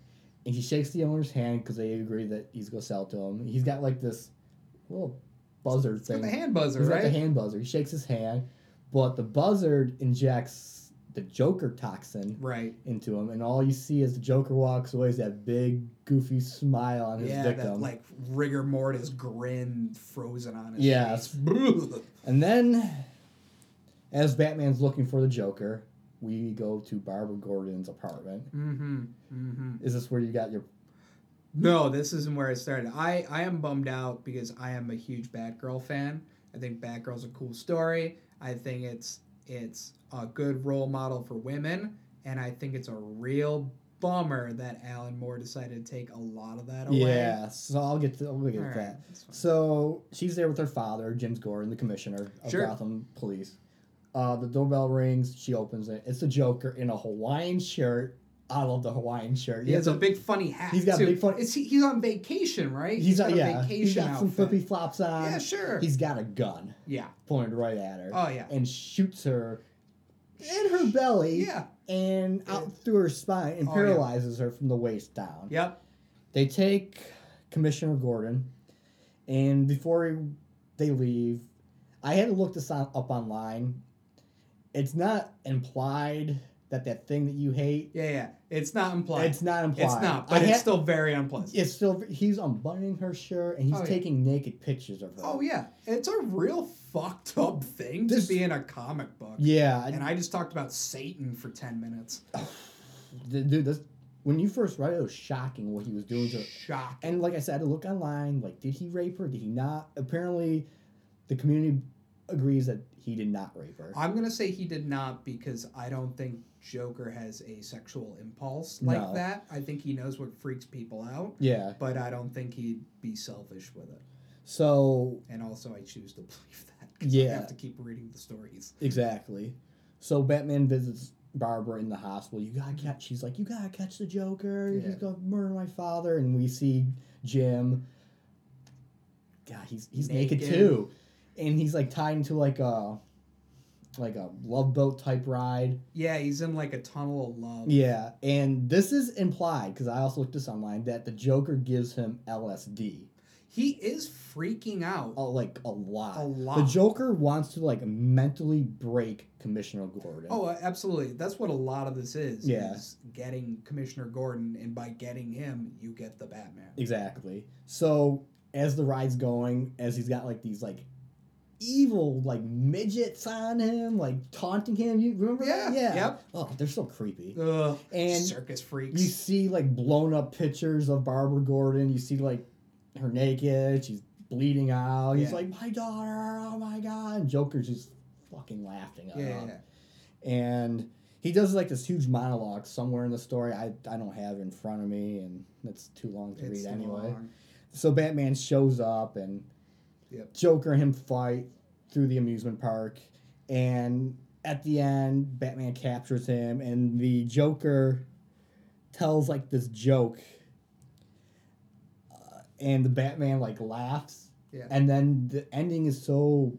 Speaker 2: And he shakes the owner's hand because they agree that he's going to sell to him. He's got like this little buzzard
Speaker 1: He's got
Speaker 2: thing.
Speaker 1: the hand buzzer,
Speaker 2: he's got
Speaker 1: right?
Speaker 2: the hand buzzer. He shakes his hand. But the buzzard injects the Joker toxin
Speaker 1: right.
Speaker 2: into him. And all you see as the Joker walks away is that big, goofy smile on his
Speaker 1: Yeah,
Speaker 2: victim.
Speaker 1: that like rigor mortis grin frozen on his
Speaker 2: Yes.
Speaker 1: face. Bleh.
Speaker 2: And then, as Batman's looking for the Joker, we go to Barbara Gordon's apartment.
Speaker 1: Mm-hmm. Mm-hmm.
Speaker 2: Is this where you got your?
Speaker 1: No, this isn't where it started. I, I am bummed out because I am a huge Batgirl fan. I think Batgirl's a cool story. I think it's it's a good role model for women, and I think it's a real bummer that Alan Moore decided to take a lot of that away.
Speaker 2: Yeah, so I'll get to, we'll get to
Speaker 1: All right,
Speaker 2: that.
Speaker 1: that's fine.
Speaker 2: So she's there with her father, James Gordon, the commissioner of
Speaker 1: Sure.
Speaker 2: Gotham Police. Uh, the doorbell rings. She opens it. It's the Joker in a Hawaiian shirt. I love the Hawaiian shirt.
Speaker 1: He has a big funny hat.
Speaker 2: He's got a
Speaker 1: too.
Speaker 2: big funny-
Speaker 1: Is he, he's on vacation, right?
Speaker 2: He's
Speaker 1: got
Speaker 2: got,
Speaker 1: a
Speaker 2: yeah.
Speaker 1: vacation
Speaker 2: He's got some
Speaker 1: outfit.
Speaker 2: flippy flops on.
Speaker 1: Yeah, sure.
Speaker 2: He's got a gun
Speaker 1: yeah.
Speaker 2: pointed right at her
Speaker 1: Oh yeah.
Speaker 2: and shoots her in her belly.
Speaker 1: Yeah.
Speaker 2: and out
Speaker 1: Yeah.
Speaker 2: through her spine and
Speaker 1: Oh, yeah.
Speaker 2: paralyzes her from the waist down.
Speaker 1: Yep.
Speaker 2: They take Commissioner Gordon, and before he, they leave, I had to look this on- up online. It's not implied that that thing that you hate.
Speaker 1: Yeah, yeah. It's not implied.
Speaker 2: It's not implied.
Speaker 1: It's not,
Speaker 2: I
Speaker 1: but
Speaker 2: had-
Speaker 1: it's still very unpleasant.
Speaker 2: It's still. He's unbuttoning her shirt and he's
Speaker 1: Oh, yeah.
Speaker 2: taking naked pictures of her.
Speaker 1: Oh yeah, it's a real fucked up thing
Speaker 2: This-
Speaker 1: to be in a comic book.
Speaker 2: yeah.
Speaker 1: And I just talked about Satan for ten minutes.
Speaker 2: th- dude, this when you first read it, it was shocking what he was doing to her.
Speaker 1: Shock.
Speaker 2: And like I said, I look online. Like, did he rape her? Did he not? Apparently, the community agrees that he did not rape her.
Speaker 1: I'm gonna say he did not because I don't think Joker has a sexual impulse like
Speaker 2: No.
Speaker 1: that. I think he knows what freaks people out,
Speaker 2: yeah.
Speaker 1: but I don't think he'd be selfish with it.
Speaker 2: So
Speaker 1: And also, I choose to <laughs> believe that. 'cause I
Speaker 2: Yeah.
Speaker 1: have to keep reading the stories.
Speaker 2: exactly. So Batman visits Barbara in the hospital. You gotta catch. She's like, you gotta catch the Joker.
Speaker 1: Yeah.
Speaker 2: He's gonna murder my father. And we see Jim. God, he's he's naked,
Speaker 1: Naked.
Speaker 2: too, and he's like tied into like a like a love boat type ride.
Speaker 1: Yeah, he's in like a tunnel of love.
Speaker 2: Yeah, and this is implied because I also looked this online that the Joker gives him LSD.
Speaker 1: He is freaking out.
Speaker 2: a- Oh, like a lot.
Speaker 1: A lot.
Speaker 2: The Joker wants to like mentally break Commissioner Gordon.
Speaker 1: Oh, uh, absolutely. That's what a lot of this is.
Speaker 2: Yeah.
Speaker 1: Is getting Commissioner Gordon, and by getting him, you get the Batman.
Speaker 2: exactly. So as the ride's going, as he's got like these like evil like midgets on him, like taunting him. You remember that?
Speaker 1: Yeah,
Speaker 2: Yeah.
Speaker 1: yep.
Speaker 2: Oh, they're so creepy.
Speaker 1: Ugh,
Speaker 2: And
Speaker 1: circus freaks.
Speaker 2: You see like blown up pictures of Barbara Gordon. You see like her naked. She's bleeding out. He's
Speaker 1: Yeah.
Speaker 2: like, my daughter. Oh my god. And Joker's just fucking laughing at
Speaker 1: yeah, yeah,
Speaker 2: him.
Speaker 1: yeah.
Speaker 2: and he does like this huge monologue somewhere in the story. I, I don't have it in front of me, and that's too long to
Speaker 1: It's
Speaker 2: read
Speaker 1: too
Speaker 2: anyway.
Speaker 1: long.
Speaker 2: So Batman shows up, and
Speaker 1: Yep.
Speaker 2: Joker and him fight through the amusement park, and at the end, Batman captures him, and the Joker tells like this joke, uh, and the Batman like laughs,
Speaker 1: Yeah.
Speaker 2: and then the ending is so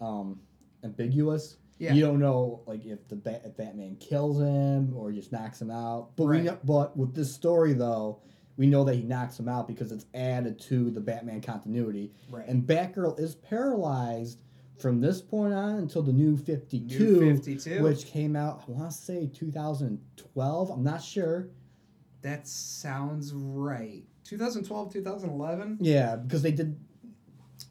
Speaker 2: um, ambiguous
Speaker 1: Yeah.
Speaker 2: you don't know like if the Bat- if Batman kills him or just knocks him out. But
Speaker 1: Right.
Speaker 2: we know, but with this story though, we know that he knocks him out because it's added to the Batman continuity.
Speaker 1: right.
Speaker 2: And Batgirl is paralyzed from this point on until the new Fifty
Speaker 1: New
Speaker 2: Two,
Speaker 1: 52.
Speaker 2: which came out I want to say two thousand twelve. I'm not sure.
Speaker 1: that sounds right. 2012, 2011.
Speaker 2: Yeah, because they did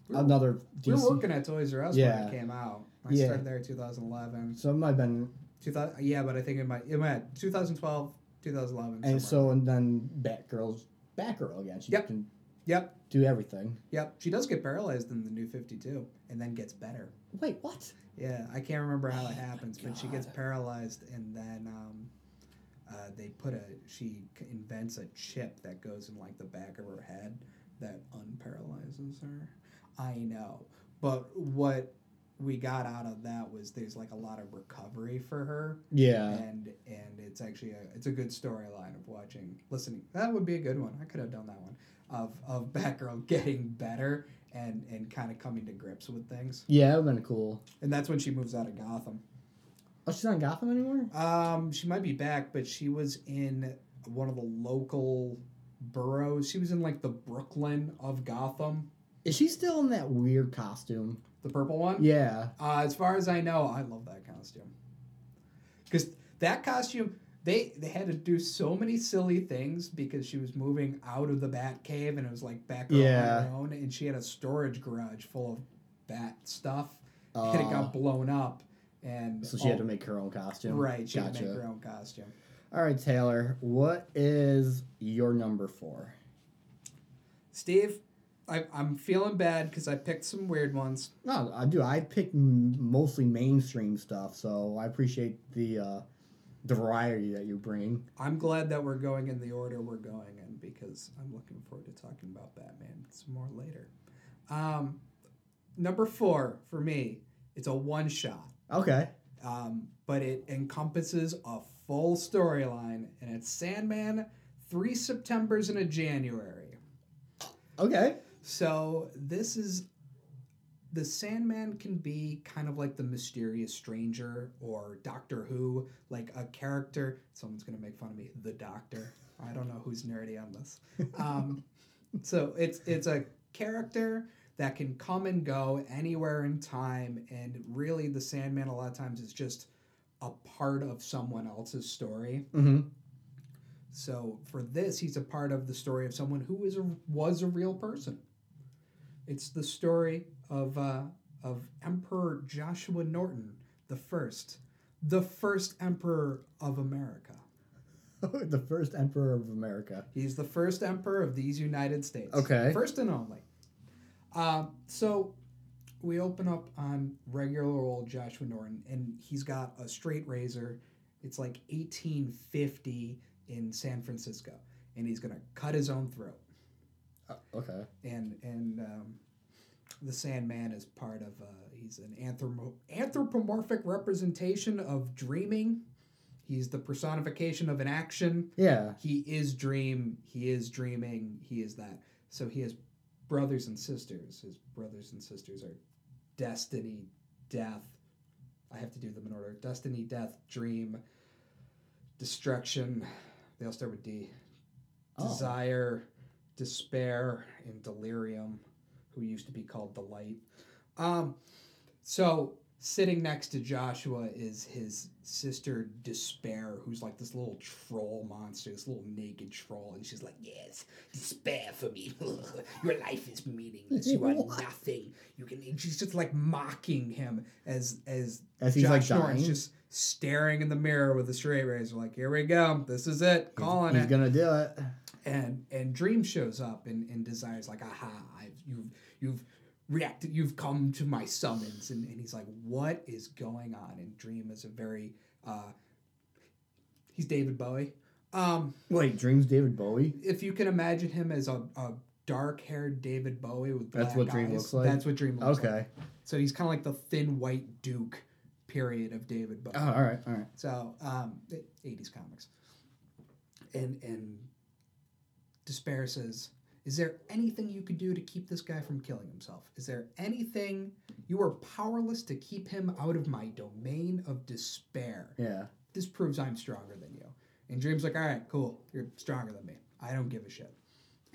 Speaker 1: We were,
Speaker 2: another
Speaker 1: we
Speaker 2: DC.
Speaker 1: were working at Toys R Us when
Speaker 2: Yeah.
Speaker 1: it came out. I
Speaker 2: Yeah.
Speaker 1: started there in 2011.
Speaker 2: so it might have been
Speaker 1: 2000, yeah, but I think it might. It might 2012, 2011. somewhere.
Speaker 2: and so and then Batgirl's Batgirl again. She
Speaker 1: Yep.
Speaker 2: can
Speaker 1: Yep.
Speaker 2: do everything.
Speaker 1: Yep. She does get paralyzed in the new 52, and then gets better.
Speaker 2: Wait, what?
Speaker 1: Yeah, I can't remember how
Speaker 2: Oh my
Speaker 1: it happens, but she gets
Speaker 2: God.
Speaker 1: paralyzed, and then um, uh, they put a she c- invents a chip that goes in like the back of her head that unparalyzes her. I know, but what we got out of that was there's like a lot of recovery for her,
Speaker 2: Yeah.
Speaker 1: and and it's actually a it's a good storyline of watching listening. That would be a good one. I could have done that one of of <laughs> Batgirl getting better and and kind of coming to grips with things.
Speaker 2: Yeah, it would have been cool.
Speaker 1: And that's when she moves out of Gotham.
Speaker 2: Oh, she's not in Gotham anymore?
Speaker 1: Um, she might be back, but she was in one of the local boroughs. She was in like the Brooklyn of Gotham,
Speaker 2: Is she still in that weird costume?
Speaker 1: the purple one.
Speaker 2: Yeah.
Speaker 1: Uh, as far as I know, I love that costume. Because that costume, they they had to do so many silly things because she was moving out of the Bat Cave and it was like back on
Speaker 2: Yeah.
Speaker 1: her own, and she had a storage garage full of bat stuff, and it got
Speaker 2: Uh,
Speaker 1: blown up. And
Speaker 2: Oh, so she had
Speaker 1: all-
Speaker 2: to make her own costume.
Speaker 1: Oh. Right, she had
Speaker 2: Gotcha.
Speaker 1: to make her own costume.
Speaker 2: All right, Taylor. What is your number four?
Speaker 1: Steve, I, I'm feeling bad because I picked some weird ones.
Speaker 2: No, I do. I pick m- mostly mainstream stuff, so I appreciate the uh, the variety that you bring.
Speaker 1: I'm glad that we're going in the order we're going in because I'm looking forward to talking about Batman some more later. Um, number four for me, it's a one shot,
Speaker 2: Okay.
Speaker 1: um, but it encompasses a full storyline, and it's Sandman, three September's and a January.
Speaker 2: Okay.
Speaker 1: So this is the Sandman can be kind of like the mysterious stranger or Doctor Who, like a character. Someone's gonna make fun of me. The Doctor. I don't know who's nerdy on this. Um, so it's it's a character that can come and go anywhere in time, and really the Sandman a lot of times is just a part of someone else's story.
Speaker 2: Mm-hmm. <laughs>
Speaker 1: So for this, he's a part of the story of someone who is a, was a real person. It's the story of uh, of Emperor Joshua Norton the first, the first emperor of America.
Speaker 2: the first emperor of America.
Speaker 1: He's the first emperor of these United States.
Speaker 2: Okay.
Speaker 1: first and only. Um, so we open up on regular old Joshua Norton, and he's got a straight razor. It's like 1850 in San Francisco, and he's gonna cut his own throat.
Speaker 2: Uh, okay.
Speaker 1: And and um, the Sandman is part of. Uh, he's an anthropo- anthropomorphic representation of dreaming. He's the personification of an action
Speaker 2: Yeah.
Speaker 1: he is dream he is dreaming he is that so he has brothers and sisters his brothers and sisters are destiny death i have to do them in order destiny death dream destruction they all start with d
Speaker 2: Oh.
Speaker 1: desire Despair and Delirium, who used to be called the Light. Um, so sitting next to Joshua is his sister Despair, who's like this little troll monster, this little naked troll, and she's like, "Yes, despair for me. <laughs> Your life is meaningless. You
Speaker 2: <laughs>
Speaker 1: are
Speaker 2: What?
Speaker 1: nothing. You can." and she's just like mocking him as as
Speaker 2: As he's
Speaker 1: Josh
Speaker 2: like dying,
Speaker 1: Norton's just staring in the mirror with a straight razor, like, "Here we go. This is it. Calling
Speaker 2: he's
Speaker 1: it."
Speaker 2: gonna do it.
Speaker 1: and and dream shows up and and desires like aha i've you've you've reacted you've come to my summons and, and he's like what is going on and dream is a very uh he's david bowie um
Speaker 2: Wait, Dream's David Bowie.
Speaker 1: if you can imagine him as a, a dark-haired david bowie with black
Speaker 2: That's what Dream
Speaker 1: eyes,
Speaker 2: looks like?
Speaker 1: that's what dream looks like
Speaker 2: Okay.
Speaker 1: so he's kind of like the thin white duke period of david bowie
Speaker 2: Oh, all right, all right.
Speaker 1: so, um, the 80s comics. And and Despair says, "Is there anything you could do to keep this guy from killing himself? Is there anything you are powerless to keep him out of my domain of despair?
Speaker 2: Yeah.
Speaker 1: This proves I'm stronger than you." And Dream's like, "All right, cool. You're stronger than me. I don't give a shit." <laughs>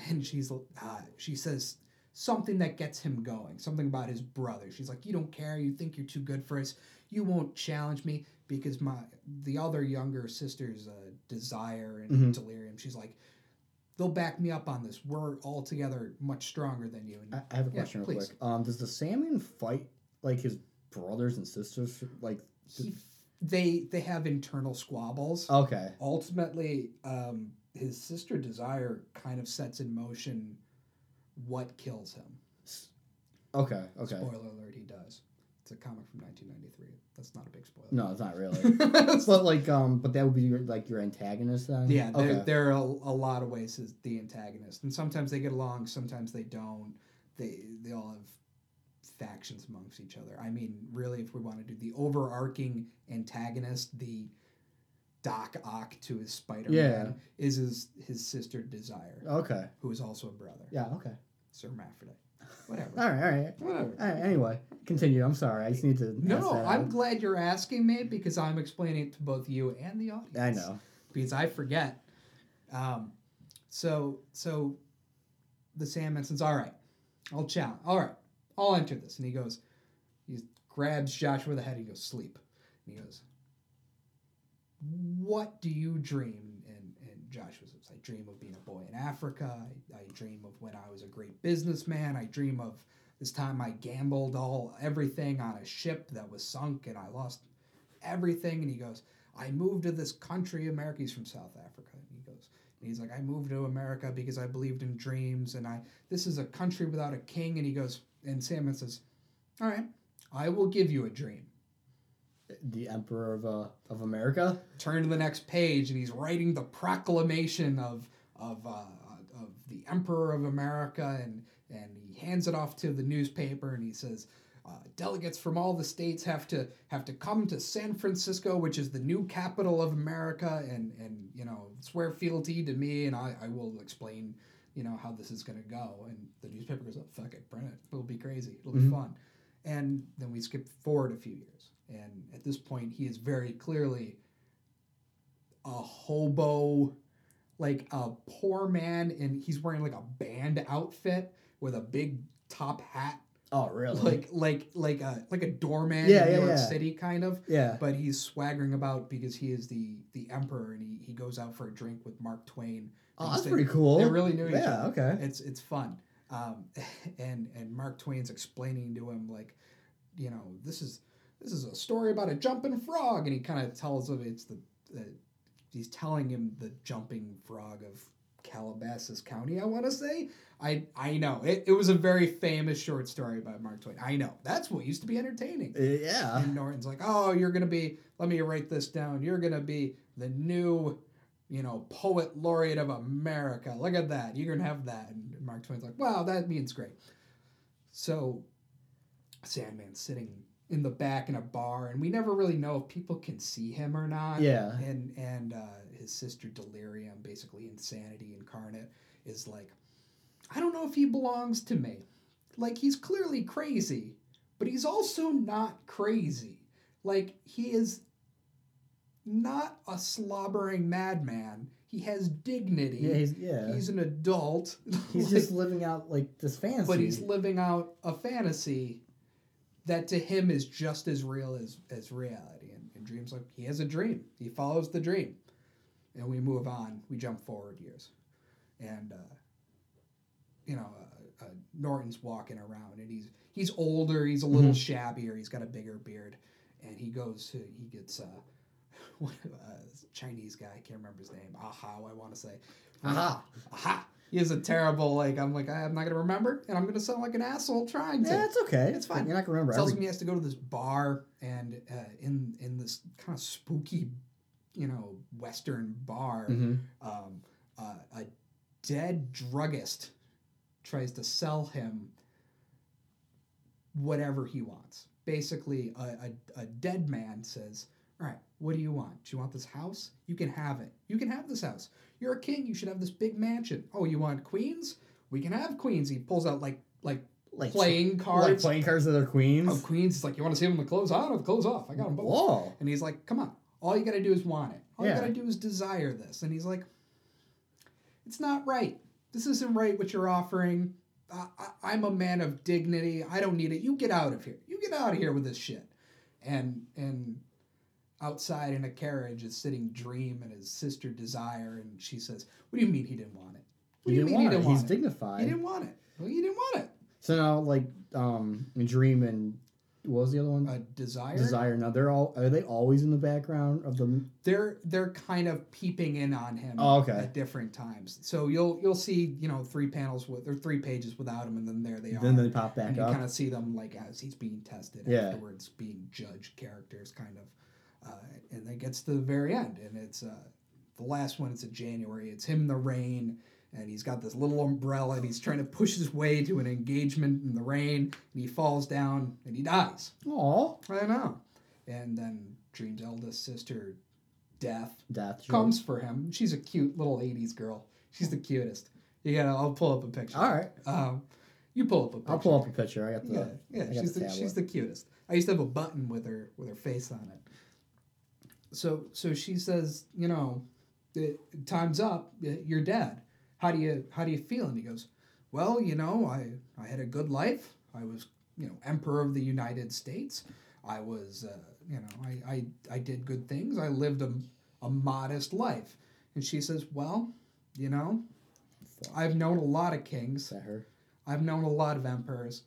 Speaker 1: And she's uh, she says something that gets him going, something about his brother. She's like, "You don't care. You think you're too good for us. You won't challenge me because my the other younger sister's uh, desire and
Speaker 2: Mhm.
Speaker 1: delirium." She's like, "They'll back me up on this. We're all together much stronger than you."
Speaker 2: I,
Speaker 1: And
Speaker 2: I have a
Speaker 1: Yeah,
Speaker 2: question real
Speaker 1: please.
Speaker 2: quick. Um, does the salmon fight like his brothers and sisters? Like,
Speaker 1: he, they they have internal squabbles.
Speaker 2: okay,
Speaker 1: ultimately um, his sister desire kind of sets in motion what kills him
Speaker 2: okay, okay.
Speaker 1: spoiler alert he does it's a comic from 1993 that's not a big spoiler <laughs>
Speaker 2: No, it's not really.
Speaker 1: no.
Speaker 2: but like, um, but that would be your, like your antagonist then.
Speaker 1: yeah there,
Speaker 2: Okay.
Speaker 1: there are a, a lot of ways is the antagonist and sometimes they get along sometimes they don't they they all have factions amongst each other i mean really if we want to do the overarching antagonist the doc ock to his spider-man
Speaker 2: Yeah.
Speaker 1: is his, his sister desire
Speaker 2: Okay.
Speaker 1: who is also a brother.
Speaker 2: Yeah. Okay.
Speaker 1: Sir Maffrey.
Speaker 2: <laughs>
Speaker 1: Whatever.
Speaker 2: All right. All right.
Speaker 1: Whatever.
Speaker 2: All right. Anyway, continue. I'm sorry. I just need to.
Speaker 1: No,
Speaker 2: pass
Speaker 1: no,
Speaker 2: that
Speaker 1: I'm
Speaker 2: on.
Speaker 1: glad you're asking me because I'm explaining it to both you and the audience.
Speaker 2: I know.
Speaker 1: Because I forget. Um, so so the Sandman says, All right, I'll challenge. All right, I'll enter this. And he goes, he grabs Joshua by the head and he goes, Sleep. And he goes, What do you dream? And, and Joshua says, I dream of being a boy in Africa. I, I dream of when I was a great businessman. I dream of this time I gambled all everything on a ship that was sunk and I lost everything. And he goes, I moved to this country, America. He's from South Africa. And he goes, and he's like, I moved to America because I believed in dreams and I this is a country without a king. And he goes, and Sandman says, All right, I will give you a dream.
Speaker 2: The Emperor of uh, of America.
Speaker 1: Turn to the next page and he's writing the proclamation of of uh, of the Emperor of America and and he hands it off to the newspaper and he says uh, delegates from all the states have to have to come to San Francisco, which is the new capital of America, and and you know swear fealty to me, and I, I will explain you know how this is going to go. And the newspaper goes, oh, fuck it, print it. It'll be crazy. It'll
Speaker 2: Mhm.
Speaker 1: be fun. And then we skip forward a few years, and at this point, he is very clearly a hobo, like a poor man, and he's wearing like a band outfit with a big top hat
Speaker 2: Oh, really?
Speaker 1: like like like a like a doorman in
Speaker 2: Yeah,
Speaker 1: New
Speaker 2: yeah,
Speaker 1: York
Speaker 2: yeah.
Speaker 1: City kind of.
Speaker 2: yeah.
Speaker 1: But he's swaggering about because he is the the emperor and he, he goes out for a drink with Mark Twain.
Speaker 2: Oh,
Speaker 1: Because
Speaker 2: that's
Speaker 1: they-
Speaker 2: pretty cool.
Speaker 1: They really knew each
Speaker 2: Yeah.
Speaker 1: other.
Speaker 2: Okay.
Speaker 1: It's it's fun. Um, <laughs> and and Mark Twain's explaining to him like, you know, this is this is a story about a jumping frog, and he kind of tells him it's the, the he's telling him the jumping frog of Calabasas County. I want to say I I know it, it was a very famous short story by Mark Twain. I know that's what used to be entertaining.
Speaker 2: Uh, yeah.
Speaker 1: And Norton's like, oh, you're going to be, let me write this down. You're going to be the new, you know, poet laureate of America. Look at that. You're going to have that. And Mark Twain's like, wow, that means great. So Sandman's sitting in the back in a bar, and we never really know if people can see him or not
Speaker 2: Yeah.
Speaker 1: and and uh, his sister delirium basically insanity incarnate is like i don't know if he belongs to me like he's clearly crazy but he's also not crazy like he is not a slobbering madman He has dignity.
Speaker 2: Yeah, he's yeah. He's,
Speaker 1: He's an adult. <laughs> Like,
Speaker 2: just living out like this fantasy.
Speaker 1: but he's living out a fantasy that to him is just as real as, as reality. And, and dreams like he has a dream. He follows the dream. And we move on. We jump forward years. And uh, you know, uh, uh, Norton's walking around and he's he's older, he's a little shabbier, he's got a bigger beard, and he goes to he gets uh, <laughs> what, uh Chinese guy, I can't remember his name. Aha, I want to say.
Speaker 2: Aha.
Speaker 1: Aha. He is a terrible like I'm like I'm not gonna remember and I'm gonna sound like an asshole trying to.
Speaker 2: Yeah, it's okay.
Speaker 1: It's fine.
Speaker 2: You're not gonna remember
Speaker 1: tells
Speaker 2: every-
Speaker 1: him he has to go to this bar and uh, in in this kind of spooky, you know, western bar.
Speaker 2: Mhm.
Speaker 1: Um, uh, a dead druggist tries to sell him whatever he wants. Basically, a, a, a dead man says, All right, what do you want? Do you want this house? You can have it. You can have this house. You're a king. You should have this big mansion. Oh, you want queens? We can have queens. He pulls out like like
Speaker 2: Like
Speaker 1: playing
Speaker 2: Like
Speaker 1: cards Oh,
Speaker 2: playing cards of their queens.
Speaker 1: of queens. It's like, You want to see them with clothes on or with clothes off? I got them both.
Speaker 2: Whoa.
Speaker 1: And he's like, come on. All you got to do is want it. All
Speaker 2: Yeah.
Speaker 1: you got to do is desire this. And he's like, it's not right. This isn't right what you're offering. I, I, I'm a man of dignity. I don't need it. You get out of here. You get out of here with this shit. And and outside in a carriage is sitting Dream and his sister Desire, and she says, "What do you mean he didn't want it? What
Speaker 2: He
Speaker 1: do you
Speaker 2: didn't
Speaker 1: mean
Speaker 2: want
Speaker 1: he
Speaker 2: it.
Speaker 1: didn't
Speaker 2: He's
Speaker 1: want it? He
Speaker 2: dignified.
Speaker 1: didn't want it. Well, you didn't want it.
Speaker 2: So now, like, um, Dream and what was the other one?
Speaker 1: A Uh, desire.
Speaker 2: Desire. Now they're all are they always in the background of the?
Speaker 1: they're they're kind of peeping in on him
Speaker 2: Oh, okay.
Speaker 1: at different times. So you'll you'll see you know three panels with or three pages without him, and then there they are.
Speaker 2: Then they pop back
Speaker 1: and you
Speaker 2: up.
Speaker 1: kind of see them like as he's being tested
Speaker 2: Yeah.
Speaker 1: afterwards, being judged characters, kind of. Uh, and then gets to the very end, and it's uh, the last one. It's in January. It's him in the rain, and he's got this little umbrella, and he's trying to push his way to an engagement in the rain, and he falls down and he dies.
Speaker 2: Aw,
Speaker 1: I know. And then Dream's eldest sister, Death,
Speaker 2: death. sure.
Speaker 1: comes for him. She's a cute little 80s girl. She's the cutest. You gotta, I'll pull up a picture.
Speaker 2: All right,
Speaker 1: Um, you pull up a picture.
Speaker 2: I'll pull up a picture. I got the.
Speaker 1: Yeah, yeah.
Speaker 2: I got
Speaker 1: She's
Speaker 2: the
Speaker 1: the, she's the cutest. I used to have a button with her with her face on it. So so she says, you know, "Eh, time's up. Eh, You're dead. How do you how do you feel? And he goes, well, you know, I I had a good life. I was you know emperor of the United States. I was uh, you know I, I I did good things. I lived a a modest life. And she says, well, you know, I've known a lot of kings.
Speaker 2: Is that her?
Speaker 1: I've known a lot of emperors,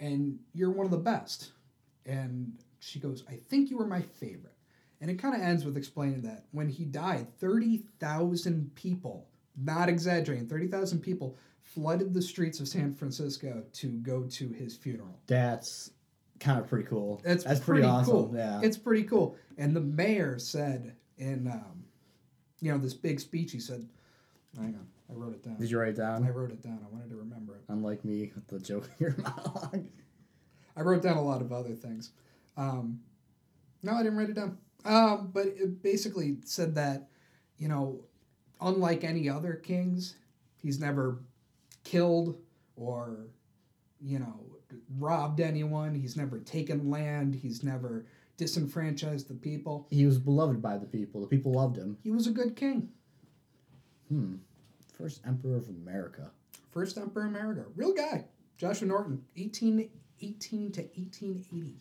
Speaker 1: and you're one of the best. And she goes, I think you were my favorite. And it kind of ends with explaining that when he died, 30,000 people, not exaggerating, 30,000 people flooded the streets of San Francisco to go to his funeral.
Speaker 2: That's kind of pretty cool.
Speaker 1: That's,
Speaker 2: that's pretty, awesome.
Speaker 1: cool.
Speaker 2: Yeah.
Speaker 1: It's pretty cool. And the mayor said in, um, you know, this big speech, he said, hang on, I wrote it down.
Speaker 2: Did you write it
Speaker 1: I
Speaker 2: down?
Speaker 1: wrote it down. I wanted to remember it.
Speaker 2: Unlike me with the joke in your <laughs> monologue.
Speaker 1: I wrote down a lot of other things. Um, no, I didn't write it down. Um, but it basically said that, you know, unlike any other kings, he's never killed or, you know, robbed anyone. He's never taken land. He's never disenfranchised the people.
Speaker 2: He was beloved by the people. The people loved him.
Speaker 1: He was a good king.
Speaker 2: Hmm. First emperor of America.
Speaker 1: First Emperor of America. Real guy. Joshua Norton, 1818 to 1880.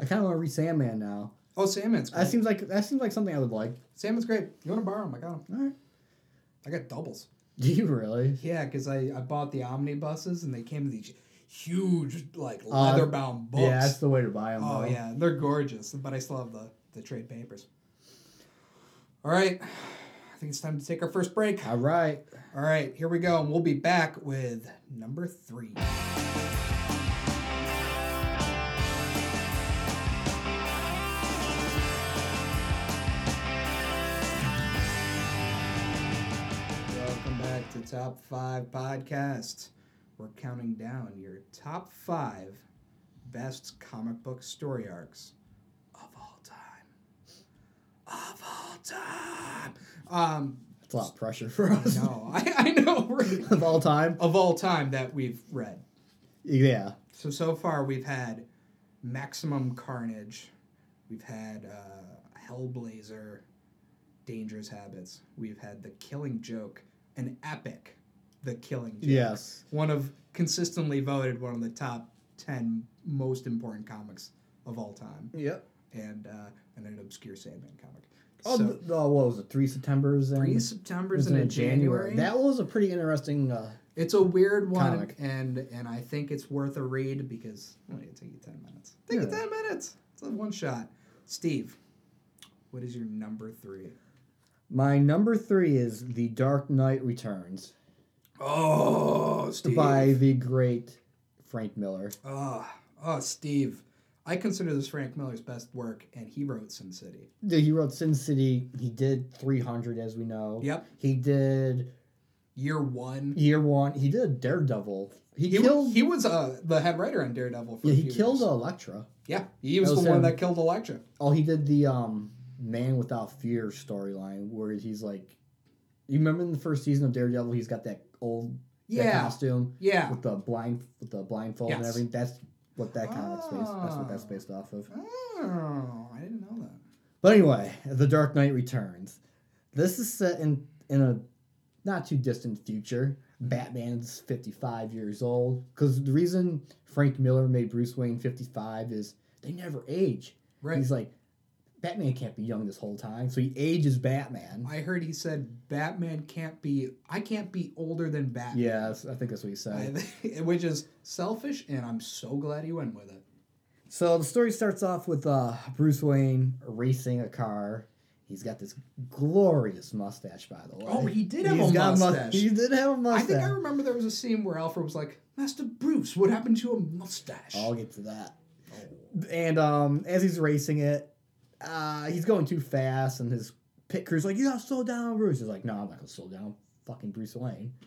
Speaker 2: I kind of want to read Sandman now.
Speaker 1: Oh, Salmon's
Speaker 2: That
Speaker 1: great.
Speaker 2: seems like that seems like something I would like. <laughs>
Speaker 1: Salmon's great. You want to borrow him? I got him.
Speaker 2: All right.
Speaker 1: I got doubles.
Speaker 2: Do you really?
Speaker 1: Yeah, because I, I bought the omnibuses and they came in these huge like
Speaker 2: Oh, I-
Speaker 1: leather bound books.
Speaker 2: Yeah, that's the way to buy them.
Speaker 1: oh
Speaker 2: though.
Speaker 1: yeah, they're gorgeous. But I still have the the trade papers. All right, I think it's time to take our first break.
Speaker 2: All right.
Speaker 1: All right, here we go, and we'll be back with number three. Welcome back to Top Five Podcast. We're counting down your top five best comic book story arcs of all time. Of all time. Um,
Speaker 2: It's a lot of
Speaker 1: <laughs>
Speaker 2: pressure for us.
Speaker 1: no, I, I know right?
Speaker 2: of all time.
Speaker 1: of all time that we've read.
Speaker 2: Yeah.
Speaker 1: So so far we've had Maximum Carnage, we've had uh, Hellblazer, dangerous habits, we've had the Killing Joke, an epic, the Killing Joke.
Speaker 2: Yes.
Speaker 1: One of consistently voted one of the top ten most important comics of all time,
Speaker 2: Yep.
Speaker 1: and uh, and an obscure Sandman comic.
Speaker 2: Oh,
Speaker 1: so,
Speaker 2: th- oh, what was it? Three September's and
Speaker 1: three September's
Speaker 2: was
Speaker 1: and
Speaker 2: in
Speaker 1: a January.
Speaker 2: That was a pretty interesting. Uh,
Speaker 1: It's a weird one,
Speaker 2: Comic.
Speaker 1: and and I think it's worth a read because well, it take you ten minutes. Take you
Speaker 2: Yeah.
Speaker 1: ten minutes. It's a one shot. Steve, what is your number three?
Speaker 2: my number three is The Dark Knight Returns
Speaker 1: Oh, Steve.
Speaker 2: by the great Frank Miller.
Speaker 1: Oh, oh, Steve. I consider this Frank Miller's best work, and he wrote Sin City.
Speaker 2: Dude, He wrote Sin City. He did 300, as we know.
Speaker 1: Yep.
Speaker 2: He did
Speaker 1: Year one.
Speaker 2: Year One. He did Daredevil. He,
Speaker 1: He, wa-
Speaker 2: killed.
Speaker 1: he was uh, the head writer on Daredevil. For
Speaker 2: yeah,
Speaker 1: a
Speaker 2: he
Speaker 1: few
Speaker 2: killed
Speaker 1: years.
Speaker 2: Elektra.
Speaker 1: Yeah, he was,
Speaker 2: That was
Speaker 1: the one
Speaker 2: him.
Speaker 1: that killed Elektra.
Speaker 2: Oh, he did the um Man Without Fear storyline where he's like, you remember in the first season of Daredevil, he's got that old that
Speaker 1: Yeah,
Speaker 2: costume
Speaker 1: yeah.
Speaker 2: with the blind with the blindfold and
Speaker 1: Yes.
Speaker 2: everything. That's what that comic's based. That's what that's
Speaker 1: Ah.
Speaker 2: based off of.
Speaker 1: Oh, I didn't know that.
Speaker 2: But anyway, The Dark Knight Returns. This is set in in a not too distant future. Batman's 55 years old because the reason Frank Miller made Bruce Wayne 55 is they never age.
Speaker 1: Right.
Speaker 2: He's like, Batman can't be young this whole time, so he ages Batman.
Speaker 1: I heard he said Batman can't be. I can't be older than Batman.
Speaker 2: yeah, that's- I think that's what he said.
Speaker 1: I- <laughs> which is selfish, and I'm so glad he went with it.
Speaker 2: So the story starts off with uh, Bruce Wayne racing a car. He's got this glorious mustache, by the way.
Speaker 1: Oh, he did have
Speaker 2: He's
Speaker 1: a
Speaker 2: got must-
Speaker 1: mustache.
Speaker 2: he did have a mustache.
Speaker 1: I think I remember there was a scene where Alfred was like, "Master Bruce, what happened to your mustache?"
Speaker 2: I'll get to that. And um, as he's racing it, uh, he's going too fast, and his pit crew's like, "You gotta slow down, Bruce." He's like, "No, I'm not gonna slow down, fucking Bruce Wayne." <laughs>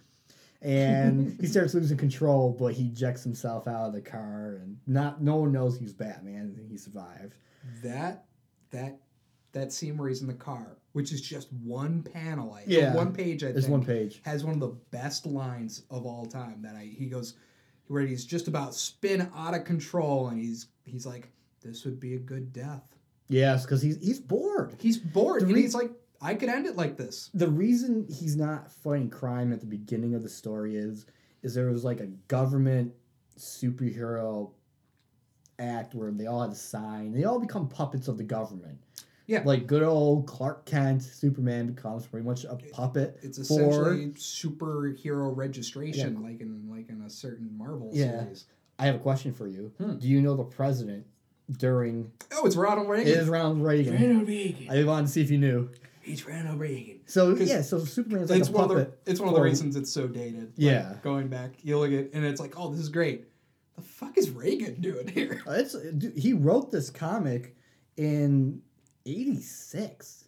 Speaker 2: And he starts losing control, but he ejects himself out of the car, and not no one knows he's Batman, and he survived.
Speaker 1: That that that scene where he's in the car, which is just one panel, I
Speaker 2: Yeah.
Speaker 1: one page, I
Speaker 2: There's
Speaker 1: think,
Speaker 2: one page.
Speaker 1: has one of the best lines of all time. That I he goes where he's just about spin out of control, and he's he's like, "This would be a good death."
Speaker 2: Yes, because he's he's bored.
Speaker 1: He's bored,
Speaker 2: The
Speaker 1: and
Speaker 2: re-
Speaker 1: he's like, "I could end it like this."
Speaker 2: The reason he's not fighting crime at the beginning of the story is is there was like a government superhero act where they all had to sign. They all become puppets of the government.
Speaker 1: Yeah.
Speaker 2: Like good old Clark Kent, Superman becomes pretty much a puppet.
Speaker 1: It's
Speaker 2: for-
Speaker 1: essentially superhero registration, like in like in a certain Marvel
Speaker 2: Yeah.
Speaker 1: series.
Speaker 2: I have a question for you.
Speaker 1: Hmm.
Speaker 2: Do you know the president during
Speaker 1: Oh, it's Ronald
Speaker 2: it
Speaker 1: Reagan.
Speaker 2: is Ronald Reagan?
Speaker 1: Ronald Reagan.
Speaker 2: I wanted to see if you knew.
Speaker 1: He's Ronald Reagan.
Speaker 2: So
Speaker 1: 'Cause
Speaker 2: yeah, so Superman's
Speaker 1: It's,
Speaker 2: like a
Speaker 1: one
Speaker 2: puppet.
Speaker 1: of the it's one of the
Speaker 2: for-
Speaker 1: reasons it's so dated. Like,
Speaker 2: Yeah.
Speaker 1: going back, you look at and it's like, oh, this is great. The fuck is Reagan doing here? <laughs>
Speaker 2: Uh, It's dude, he wrote this comic in '86.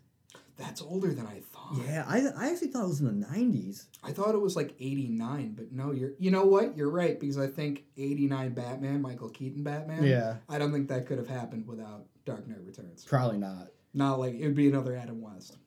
Speaker 1: That's older than I thought.
Speaker 2: Yeah, I, I actually thought it was in the '90s.
Speaker 1: I thought it was like eighty nine, but no, you're you know what? You're right because I think eighty nine Batman, Michael Keaton Batman. I don't think that could have happened without Dark Knight Returns.
Speaker 2: probably not.
Speaker 1: Not like it would be another Adam West.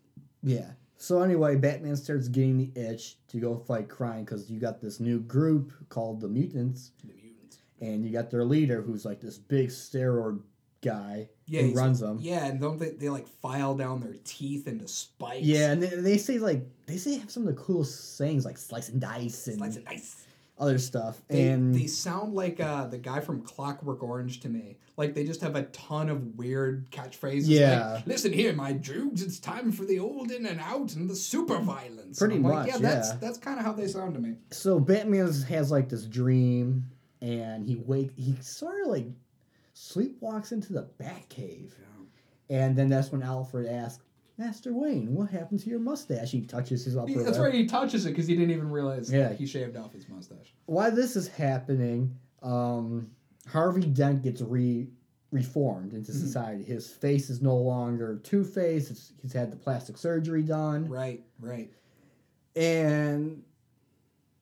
Speaker 2: Yeah. So anyway, Batman starts getting the itch to go fight crime because you got this new group called the Mutants,
Speaker 1: The mutants.
Speaker 2: and you got their leader who's like this big steroid guy
Speaker 1: Yeah,
Speaker 2: who
Speaker 1: he's-
Speaker 2: runs them. Yeah,
Speaker 1: yeah, and don't they, they like file down their teeth into spikes?
Speaker 2: and they, they say like they say they have some of the coolest sayings like slice and dice and
Speaker 1: Slice of dice.
Speaker 2: other stuff.
Speaker 1: They,
Speaker 2: and
Speaker 1: they sound like uh, the guy from Clockwork Orange to me. Like they just have a ton of weird catchphrases.
Speaker 2: Yeah.
Speaker 1: Like, Listen here, my droogs, it's time for the old in and out and the super violence.
Speaker 2: Pretty
Speaker 1: And I'm
Speaker 2: much,
Speaker 1: yeah, that's
Speaker 2: yeah.
Speaker 1: that's kind of how they sound to me.
Speaker 2: so Batman has like this dream, and he wake he sort of like sleepwalks into the Batcave, and then that's when Alfred asks Master Wayne, "What happened to your mustache?" He touches his upper
Speaker 1: He- that's
Speaker 2: lip.
Speaker 1: right. He touches it because he didn't even realize
Speaker 2: Yeah.
Speaker 1: he shaved off his mustache.
Speaker 2: While this is happening, um, Harvey Dent gets re reformed into
Speaker 1: Mhm.
Speaker 2: society. His face is no longer Two Face. He's had the plastic surgery done.
Speaker 1: Right, right.
Speaker 2: And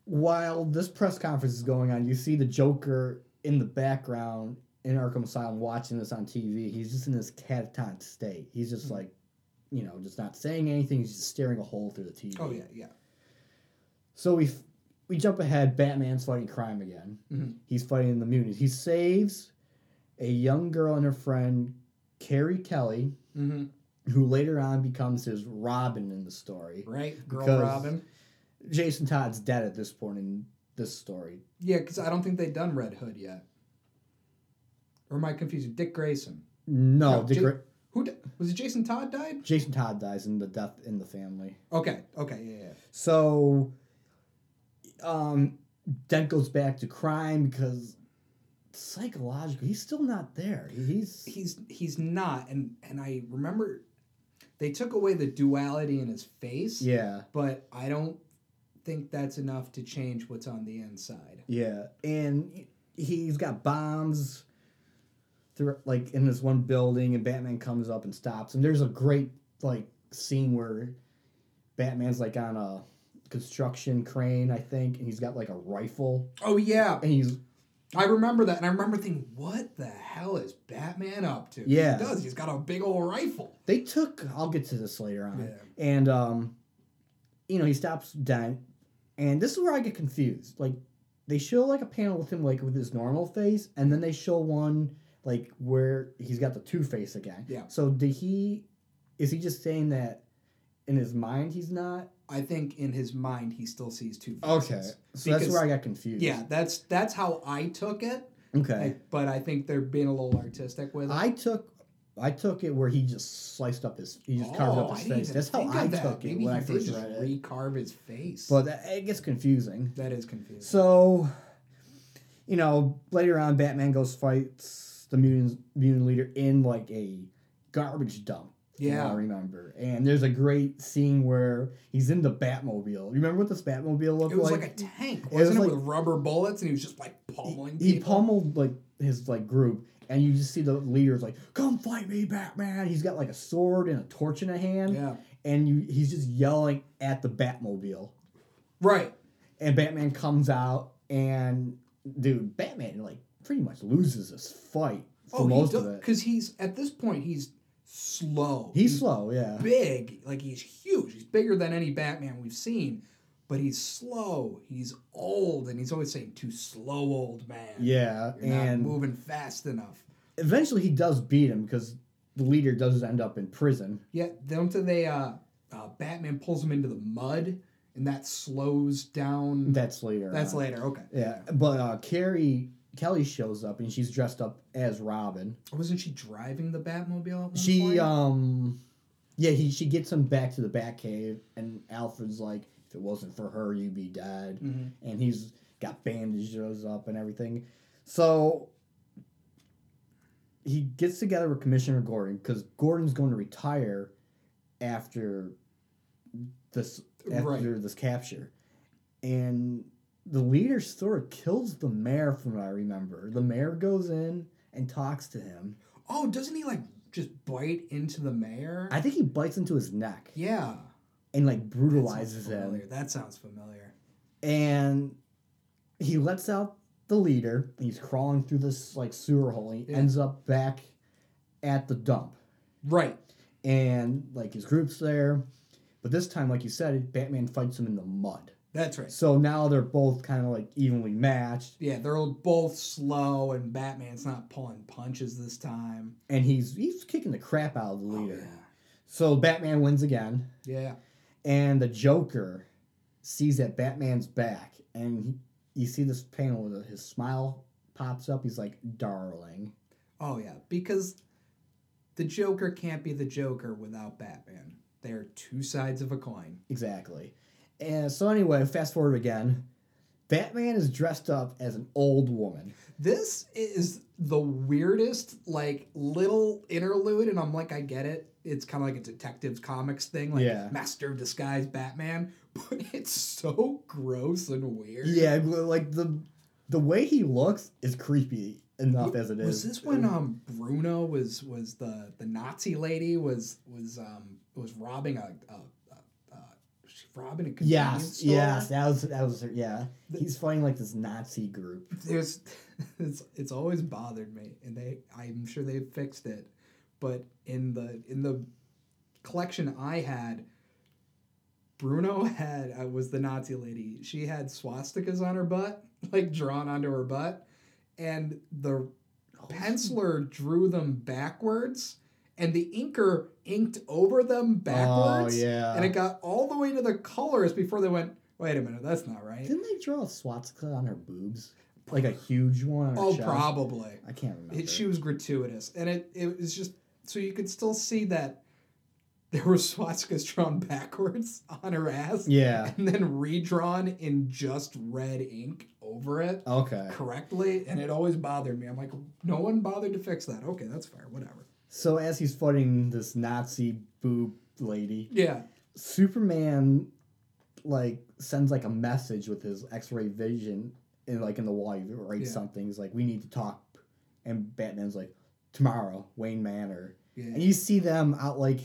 Speaker 2: while this press conference is going on, you see the Joker in the background in Arkham Asylum watching this on TV. He's just in this catatonic state. He's just
Speaker 1: Mhm.
Speaker 2: like, you know, just not saying anything. He's just staring a hole through the TV.
Speaker 1: Oh yeah, yeah.
Speaker 2: So we f- we jump ahead. Batman's fighting crime again.
Speaker 1: Mhm.
Speaker 2: He's fighting the mutants. He saves a young girl and her friend, Carrie Kelly,
Speaker 1: hmm
Speaker 2: who later on becomes his Robin in the story.
Speaker 1: right? Girl
Speaker 2: Because-
Speaker 1: Robin.
Speaker 2: Jason Todd's dead at this point in this story.
Speaker 1: Yeah, because I don't think they've done Red Hood yet. Or am I confusing? Dick Grayson.
Speaker 2: No,
Speaker 1: No,
Speaker 2: the
Speaker 1: Ja-
Speaker 2: gra-
Speaker 1: Who di- was it? Jason Todd died.
Speaker 2: Jason Todd dies in the death in the family.
Speaker 1: Okay. Okay. Yeah. yeah.
Speaker 2: So, um, Dent goes back to crime because psychologically he's still not there. He's
Speaker 1: He's he's not, and and I remember they took away the duality in his face.
Speaker 2: yeah.
Speaker 1: But I don't think that's enough to change what's on the inside.
Speaker 2: Yeah, and he's got bombs, through, like in this one building, and Batman comes up and stops. And there's a great like scene where Batman's like on a construction crane, I think, and he's got like a rifle,
Speaker 1: Oh yeah,
Speaker 2: and he's
Speaker 1: I remember that, and I remember thinking, what the hell is Batman up to?
Speaker 2: Yeah.
Speaker 1: He does. He's got a big old rifle.
Speaker 2: they took. I'll get to this later on,
Speaker 1: Yeah.
Speaker 2: and um, you know he stops Dent, and this is where I get confused. Like they show like a panel with him like with his normal face, and then they show one like where he's got the two face again.
Speaker 1: Yeah.
Speaker 2: So did he? Is he just saying that in his mind he's not?
Speaker 1: I think in his mind he still sees two faces.
Speaker 2: Okay. So that's
Speaker 1: Because-
Speaker 2: where I got confused.
Speaker 1: Yeah, that's that's how I took it.
Speaker 2: Okay.
Speaker 1: I- but I think they're being a little artistic with it.
Speaker 2: I took. I took it where he just sliced up his, he just carved
Speaker 1: Oh,
Speaker 2: up
Speaker 1: I
Speaker 2: his
Speaker 1: didn't
Speaker 2: face.
Speaker 1: even
Speaker 2: That's how
Speaker 1: think of
Speaker 2: I
Speaker 1: that.
Speaker 2: took it
Speaker 1: Maybe
Speaker 2: when
Speaker 1: he
Speaker 2: I
Speaker 1: did
Speaker 2: first
Speaker 1: just
Speaker 2: read it.
Speaker 1: recarve his face.
Speaker 2: But that, it gets confusing.
Speaker 1: that is confusing.
Speaker 2: So, you know, later on, Batman goes fights the mutant mutant leader in like a garbage dump. from what
Speaker 1: Yeah.
Speaker 2: I remember. And there's a great scene where he's in the Batmobile. You remember what this Batmobile looked
Speaker 1: it was
Speaker 2: like?
Speaker 1: like, a tank,
Speaker 2: was
Speaker 1: wasn't it,
Speaker 2: like-
Speaker 1: with rubber bullets, and he was just like pummeling
Speaker 2: he, he
Speaker 1: people.
Speaker 2: pummeled like his like group, and you just see the leader's like, "Come fight me, Batman!" He's got like a sword and a torch in a hand,
Speaker 1: Yeah,
Speaker 2: and you he's just yelling at the Batmobile.
Speaker 1: right.
Speaker 2: and Batman comes out and dude, Batman like pretty much loses this fight for
Speaker 1: oh,
Speaker 2: most
Speaker 1: he
Speaker 2: of it.
Speaker 1: because he's at this point he's slow.
Speaker 2: He's slow, yeah.
Speaker 1: big. Like he's huge. He's bigger than any Batman we've seen. But he's slow. He's old, and he's always saying, "Too slow, old man."
Speaker 2: Yeah,
Speaker 1: you're
Speaker 2: and
Speaker 1: not moving fast enough.
Speaker 2: eventually he does beat him because the leader does end up in prison.
Speaker 1: Yeah, don't they? Uh, uh, Batman pulls him into the mud, and that slows down.
Speaker 2: That's later.
Speaker 1: That's
Speaker 2: on.
Speaker 1: later. Okay.
Speaker 2: Yeah, but uh, Carrie Kelly shows up and she's dressed up as Robin.
Speaker 1: Wasn't she driving the Batmobile? At one
Speaker 2: She
Speaker 1: point?
Speaker 2: um, yeah, he she gets him back to the Batcave, and Alfred's like, if it wasn't for her, you'd be dead.
Speaker 1: Mhm.
Speaker 2: and he's got bandages up and everything. So he gets together with Commissioner Gordon because Gordon's going to retire after this after
Speaker 1: Right.
Speaker 2: this capture, and the leader sort of kills the mayor from what I remember. The mayor goes in and talks to him.
Speaker 1: Oh, doesn't he like just bite into the mayor?
Speaker 2: I think he bites into his neck
Speaker 1: yeah.
Speaker 2: and like
Speaker 1: That sounds
Speaker 2: brutalizes him.
Speaker 1: familiar. That sounds familiar.
Speaker 2: and he lets out the leader. He's crawling through this like sewer hole. He
Speaker 1: Yeah.
Speaker 2: ends up back at the dump,
Speaker 1: Right.
Speaker 2: and like his group's there, but this time, like you said, Batman fights him in the mud.
Speaker 1: That's right.
Speaker 2: So now they're both kind of like evenly matched,
Speaker 1: Yeah, they're both slow, and Batman's not pulling punches this time.
Speaker 2: and he's he's kicking the crap out of the
Speaker 1: Oh,
Speaker 2: leader.
Speaker 1: yeah.
Speaker 2: So Batman wins again,
Speaker 1: Yeah.
Speaker 2: and the Joker sees that Batman's back, and he, you see this panel where his smile pops up. He's like, "Darling."
Speaker 1: Oh yeah, because the Joker can't be the Joker without Batman. They're two sides of a coin.
Speaker 2: Exactly. And so anyway, fast forward again. Batman is dressed up as an old woman.
Speaker 1: This is the weirdest, like, little interlude, and I'm like, I get it. It's kind of like a detectives comics thing, like
Speaker 2: Yeah.
Speaker 1: Master of Disguise Batman, <laughs> but it's so gross and weird. <laughs>
Speaker 2: Yeah, like the the way he looks is creepy enough as it is.
Speaker 1: Was this when um Bruno was was the the Nazi lady was was um was robbing a, a, a, a she robbing a convenience
Speaker 2: Yes,
Speaker 1: store?
Speaker 2: yes, that was that was yeah. He's fighting like this Nazi group.
Speaker 1: <laughs> there's it's it's always bothered me and they i'm sure they fixed it but in the in the collection i had bruno <laughs> had uh, was the nazi lady she had swastikas on her butt <laughs> like drawn onto her
Speaker 2: Oh,
Speaker 1: butt and the penciler drew them backwards and the inker inked over them backwards.
Speaker 2: Oh, yeah.
Speaker 1: And it got all the way to the colors before they went, wait a minute, that's not right.
Speaker 2: Didn't they draw a swastika on her boobs? Like a huge one? On her
Speaker 1: Oh,
Speaker 2: chest?
Speaker 1: probably.
Speaker 2: I can't remember.
Speaker 1: It, she was gratuitous. And it, it was just, so you could still see that there were <laughs> swastikas drawn backwards on her ass
Speaker 2: yeah.
Speaker 1: and then redrawn in just red ink over it.
Speaker 2: Okay.
Speaker 1: correctly, and it always bothered me. I'm like, no one bothered to fix that. Okay, that's fair. Whatever.
Speaker 2: So as he's fighting this Nazi boob lady,
Speaker 1: Yeah.
Speaker 2: Superman like sends like a message with his X-ray vision and like in the wall he writes
Speaker 1: Yeah.
Speaker 2: something. He's like, "We need to talk," and Batman's like, "Tomorrow, Wayne Manor." And
Speaker 1: Yeah.
Speaker 2: you see them out like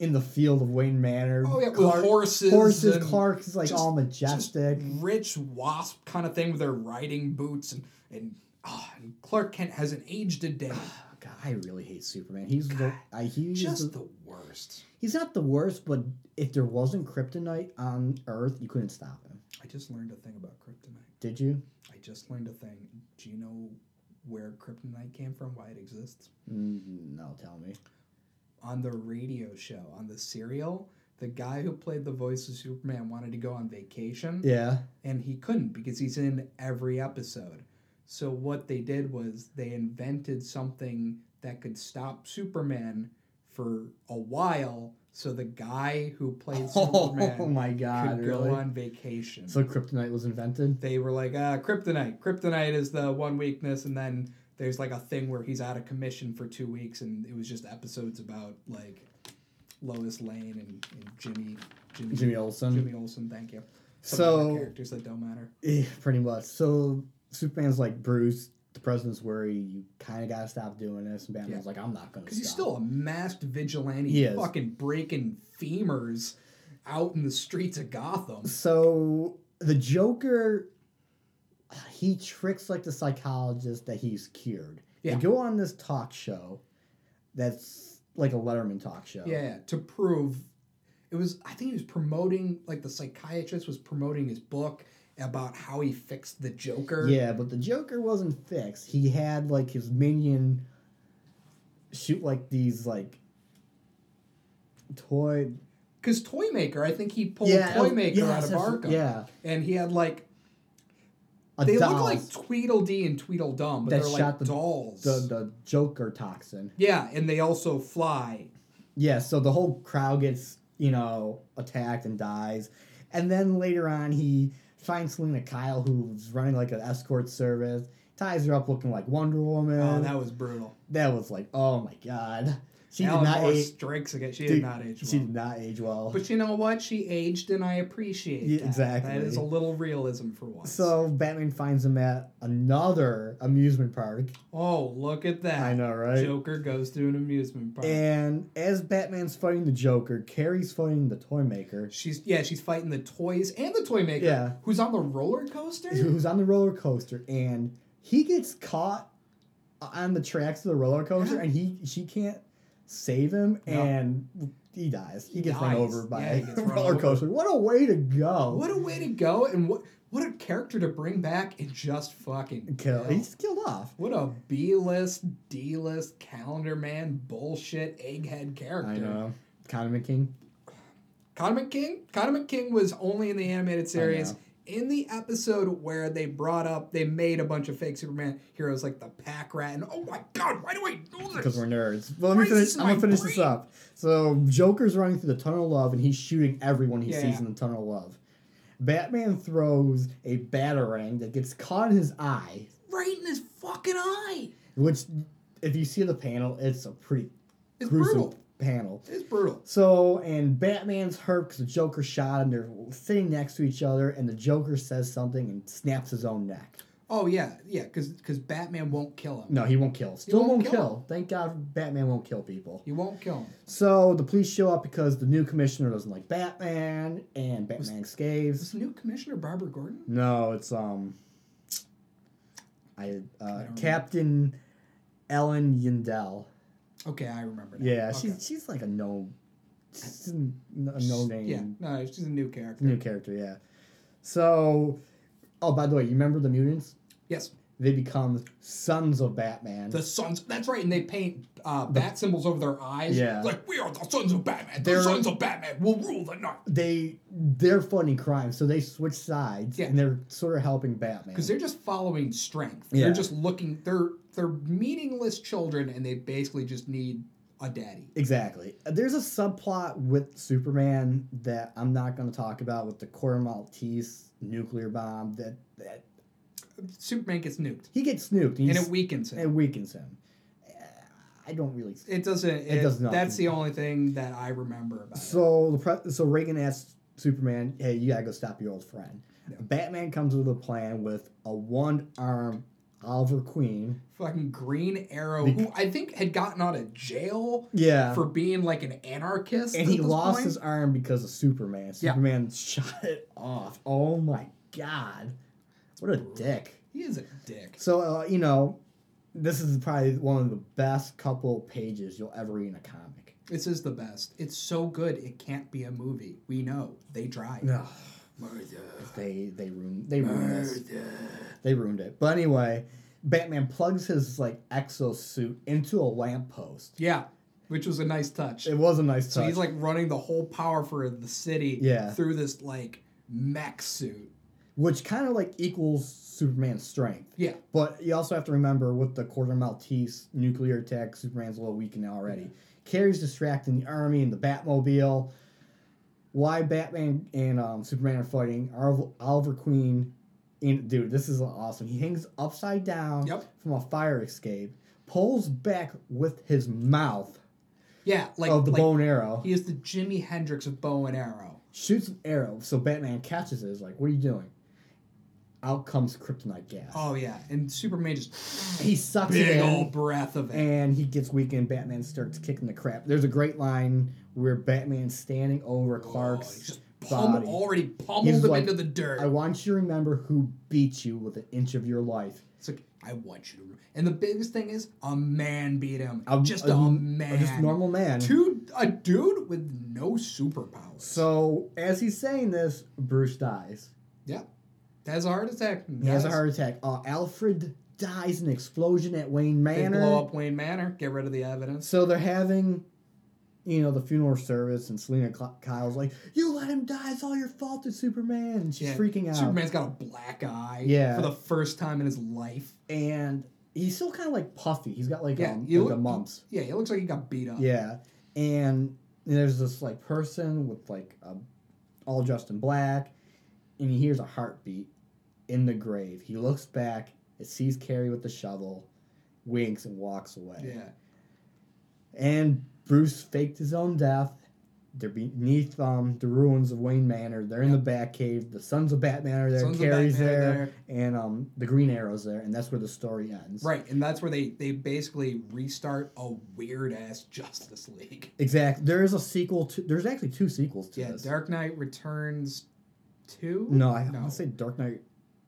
Speaker 2: in the field of Wayne Manor.
Speaker 1: Oh yeah, with
Speaker 2: Clark-
Speaker 1: horses.
Speaker 2: horses.
Speaker 1: and
Speaker 2: Clark is like
Speaker 1: just-
Speaker 2: all
Speaker 1: just
Speaker 2: majestic.
Speaker 1: Rich wasp kind of thing with their riding boots and and, oh, and Clark Kent hasn't aged a
Speaker 2: <sighs>
Speaker 1: day.
Speaker 2: <sighs> God, I really hate Superman. He's the,
Speaker 1: God,
Speaker 2: I, he's
Speaker 1: Just
Speaker 2: the,
Speaker 1: the worst.
Speaker 2: he's not the worst, but if there wasn't kryptonite on Earth, you couldn't stop him.
Speaker 1: I just learned a thing about kryptonite.
Speaker 2: Did you?
Speaker 1: I just learned a thing. Do you know where kryptonite came from? Why it exists?
Speaker 2: Mm, no, tell me.
Speaker 1: on the radio show, on the serial, the guy who played the voice of Superman wanted to go on vacation
Speaker 2: Yeah.
Speaker 1: and he couldn't because he's in every episode. So what they did was they invented something that could stop Superman for a while so the guy who played
Speaker 2: <laughs> Oh
Speaker 1: Superman
Speaker 2: my God!
Speaker 1: could go
Speaker 2: Really?
Speaker 1: on vacation.
Speaker 2: So kryptonite was invented.
Speaker 1: they were like, ah, kryptonite. Kryptonite is the one weakness and then there's like a thing where he's out of commission for two weeks and it was just episodes about like Lois Lane and, and Jimmy Jimmy
Speaker 2: Jimmy Olsen.
Speaker 1: Jimmy Olsen, thank you. Some other
Speaker 2: so
Speaker 1: characters that don't matter.
Speaker 2: eh, pretty much. So Superman's like Bruce. The president's worried. You kind of gotta stop doing this. And Batman's like, I'm not gonna.
Speaker 1: Because he's
Speaker 2: stop."
Speaker 1: still a masked vigilante,
Speaker 2: He is.
Speaker 1: fucking breaking femurs out in the streets of Gotham.
Speaker 2: So the Joker, he tricks like the psychologist that he's cured.
Speaker 1: Yeah.
Speaker 2: They go on this talk show, that's like a Letterman talk show.
Speaker 1: Yeah, to prove it was. I think he was promoting, like the psychiatrist was promoting his book about how he fixed the Joker.
Speaker 2: Yeah, but the Joker wasn't fixed. He had like his minion shoot like these like toy.
Speaker 1: because Toymaker, I think he pulled
Speaker 2: yeah,
Speaker 1: Toymaker
Speaker 2: yes,
Speaker 1: out of
Speaker 2: yes,
Speaker 1: Arkham.
Speaker 2: Yeah,
Speaker 1: and he had like
Speaker 2: a
Speaker 1: they look
Speaker 2: doll,
Speaker 1: like Tweedledee and Tweedledum, but
Speaker 2: That
Speaker 1: they're like
Speaker 2: shot the-
Speaker 1: dolls.
Speaker 2: the the Joker toxin.
Speaker 1: yeah, and they also fly.
Speaker 2: Yeah, so the whole crowd gets, you know, attacked and dies. And then later on, he finds Selena Kyle, who's running like an escort service, ties her up looking like Wonder Woman.
Speaker 1: Oh,
Speaker 2: that,
Speaker 1: that was brutal.
Speaker 2: was like, oh my god. She
Speaker 1: Alan
Speaker 2: did not
Speaker 1: Moore
Speaker 2: age.
Speaker 1: strikes again. She did
Speaker 2: Dude,
Speaker 1: not age well.
Speaker 2: She did not age well.
Speaker 1: But you know what? She aged, and I appreciate
Speaker 2: Yeah,
Speaker 1: that.
Speaker 2: exactly.
Speaker 1: That is a little realism for once.
Speaker 2: so Batman finds him at another amusement park.
Speaker 1: oh, look at that.
Speaker 2: I know, right?
Speaker 1: Joker goes to an amusement park.
Speaker 2: And as Batman's fighting the Joker, Carrie's fighting the toy maker,
Speaker 1: she's yeah, she's fighting the toys and the toy maker,
Speaker 2: Yeah.
Speaker 1: who's on the roller coaster.
Speaker 2: who's on the roller coaster, and he gets caught on the tracks of the roller coaster,
Speaker 1: Yeah.
Speaker 2: and he she can't save him,
Speaker 1: No.
Speaker 2: and he dies. He, gets run
Speaker 1: dies.
Speaker 2: over by
Speaker 1: Yeah, he
Speaker 2: <laughs>
Speaker 1: gets
Speaker 2: a
Speaker 1: run
Speaker 2: roller
Speaker 1: over.
Speaker 2: coaster. What a way to go!
Speaker 1: What a way to go, and what what a character to bring back and just fucking
Speaker 2: kill! He's killed off.
Speaker 1: What a B list, D list, calendar man, bullshit, egghead character.
Speaker 2: I know. Condiment King.
Speaker 1: Condiment King? Condiment King was only in the animated series.
Speaker 2: know.
Speaker 1: In the episode where they brought up, they made a bunch of fake Superman heroes like the Pack Rat, and oh my god, why do I know
Speaker 2: Because
Speaker 1: this?
Speaker 2: we're nerds. But let
Speaker 1: Why
Speaker 2: me
Speaker 1: is this
Speaker 2: finish.
Speaker 1: in
Speaker 2: I'm gonna
Speaker 1: my
Speaker 2: finish this
Speaker 1: brain?
Speaker 2: up. So Joker's running through the tunnel of love, and he's shooting everyone he
Speaker 1: Yeah.
Speaker 2: sees in the tunnel of love. Batman throws a batarang that gets caught in his eye,
Speaker 1: Right in his fucking eye.
Speaker 2: Which, if you see the panel, it's a pretty
Speaker 1: It's
Speaker 2: gruesome
Speaker 1: brutal.
Speaker 2: panel.
Speaker 1: It's brutal.
Speaker 2: So, and Batman's hurt because the Joker shot him. They're sitting next to each other, and the Joker says something and snaps his own neck.
Speaker 1: Oh yeah, yeah, because Batman won't kill him.
Speaker 2: No, he won't kill. Still
Speaker 1: won't
Speaker 2: won't,
Speaker 1: kill.
Speaker 2: kill. Thank God Batman won't kill people.
Speaker 1: He won't kill him.
Speaker 2: So, the police show up because the new commissioner doesn't like Batman, and Batman
Speaker 1: Is
Speaker 2: escapes.
Speaker 1: this new commissioner Barbara Gordon?
Speaker 2: No, it's, um, I, uh,
Speaker 1: remember.
Speaker 2: Captain Ellen Yindell.
Speaker 1: Okay, I remember. Now.
Speaker 2: Yeah,
Speaker 1: okay.
Speaker 2: she's she's like a no, she's n- a no name
Speaker 1: Yeah, no, she's a new character.
Speaker 2: new character. Yeah. So, oh, by the way, you remember the mutants?
Speaker 1: Yes.
Speaker 2: they become sons of Batman.
Speaker 1: The sons. That's right. And they paint uh, bat symbols over their eyes.
Speaker 2: Yeah.
Speaker 1: Like we are the sons of Batman.
Speaker 2: They're-
Speaker 1: the sons of Batman will rule the night.
Speaker 2: they they're funding crime, so they switch sides
Speaker 1: Yeah.
Speaker 2: and they're sort of helping Batman.
Speaker 1: Because they're just following strength.
Speaker 2: Yeah.
Speaker 1: They're just looking. They're they're meaningless children, and they basically just need a daddy.
Speaker 2: Exactly. There's a subplot with Superman that I'm not going to talk about with the Corn Maltese nuclear bomb that, that
Speaker 1: Superman gets nuked,
Speaker 2: he gets snooped and,
Speaker 1: and
Speaker 2: he's-
Speaker 1: it weakens him.
Speaker 2: it weakens him. Uh, I don't really.
Speaker 1: It doesn't. It,
Speaker 2: does nothing.
Speaker 1: That's the only thing that I remember about it.
Speaker 2: So the pre- so Reagan asks Superman, "Hey, you gotta go stop your old friend."
Speaker 1: Yeah.
Speaker 2: Batman comes with a plan with a one arm Oliver Queen.
Speaker 1: Fucking Green Arrow,
Speaker 2: The-
Speaker 1: who I think had gotten out of jail
Speaker 2: Yeah.
Speaker 1: for being like an anarchist,
Speaker 2: and
Speaker 1: at
Speaker 2: he
Speaker 1: this
Speaker 2: lost
Speaker 1: point.
Speaker 2: his arm because of Superman.
Speaker 1: Yeah.
Speaker 2: Superman <laughs> shot it off. Oh my god. What a dick.
Speaker 1: He is a dick.
Speaker 2: So, uh, you know, this is probably one of the best couple pages you'll ever read in a comic.
Speaker 1: This is the best. It's so good. It can't be a movie. We know they tried.
Speaker 2: No.
Speaker 1: Murder.
Speaker 2: They they ruined they ruined this.
Speaker 1: Murder.
Speaker 2: They ruined it. But anyway, Batman plugs his like exosuit into a lamppost.
Speaker 1: Yeah, which was a nice touch.
Speaker 2: It was a nice touch.
Speaker 1: So he's like running the whole power for the city
Speaker 2: Yeah.
Speaker 1: through this like mech suit.
Speaker 2: which kind of like equals Superman's strength.
Speaker 1: Yeah.
Speaker 2: But you also have to remember with the quarter Maltese nuclear attack, Superman's a little weakened already. Carrie's distracting the army and the Batmobile. Why Batman and um, Superman are fighting? Oliver, Oliver Queen, and dude, this is awesome. He hangs upside down
Speaker 1: Yep.
Speaker 2: from a fire escape, pulls back with his mouth
Speaker 1: Yeah, like,
Speaker 2: of the
Speaker 1: like
Speaker 2: bone arrow,
Speaker 1: he is the Jimi Hendrix of bow and arrow.
Speaker 2: shoots an arrow. So Batman catches it. Is like, what are you doing? Out comes kryptonite gas.
Speaker 1: Oh yeah, and Superman just
Speaker 2: He sucks it
Speaker 1: big
Speaker 2: in,
Speaker 1: old breath of it.
Speaker 2: and he gets weakened. Batman starts kicking the crap. There's a great line where Batman's standing over
Speaker 1: Oh, he
Speaker 2: Clark's
Speaker 1: just pummel,
Speaker 2: body.
Speaker 1: already pummeled
Speaker 2: He's
Speaker 1: him
Speaker 2: like,
Speaker 1: into the dirt.
Speaker 2: I want you to remember who beat you with an inch of your life.
Speaker 1: it's like I want you to. Remember. And the biggest thing is a man beat him.
Speaker 2: A-
Speaker 1: just
Speaker 2: a-
Speaker 1: a,
Speaker 2: a
Speaker 1: man.
Speaker 2: Just normal man.
Speaker 1: Dude, a dude with no superpowers.
Speaker 2: So as he's saying this, Bruce dies.
Speaker 1: yeah, has a heart attack.
Speaker 2: He has a heart attack. Uh, Alfred dies in an explosion at Wayne
Speaker 1: They
Speaker 2: Manor.
Speaker 1: blow up Wayne Manor. Get rid of the evidence.
Speaker 2: So they're having, you know, the funeral service, and Selena Cl- Kyle's like, "You let him die. It's all your fault, it's Superman." And she's
Speaker 1: Yeah,
Speaker 2: freaking out.
Speaker 1: Superman's got a black eye.
Speaker 2: Yeah.
Speaker 1: For the first time in his life.
Speaker 2: and he's still kind of like puffy. He's got like
Speaker 1: Yeah,
Speaker 2: um,
Speaker 1: you
Speaker 2: like a
Speaker 1: look-
Speaker 2: mumps.
Speaker 1: Yeah, it looks like he got beat up.
Speaker 2: Yeah, and there's this like person with like a, all dressed in black, and he hears a heartbeat in the grave. He looks back, it sees Carrie with the shovel, winks and walks away.
Speaker 1: Yeah.
Speaker 2: And Bruce faked his own death. They're beneath um, the ruins of Wayne Manor. They're in the Batcave. The Sons of Batman are there.
Speaker 1: Sons of
Speaker 2: Carrie's
Speaker 1: Batman are
Speaker 2: there, and um, the Green Arrow's there, and that's where the story ends.
Speaker 1: Right, and that's where they they basically restart a weird ass Justice League.
Speaker 2: Exactly. There is a sequel to. There's actually two sequels to
Speaker 1: Yeah,
Speaker 2: this.
Speaker 1: Dark Knight Returns two.
Speaker 2: no, I want
Speaker 1: no,
Speaker 2: to say Dark Knight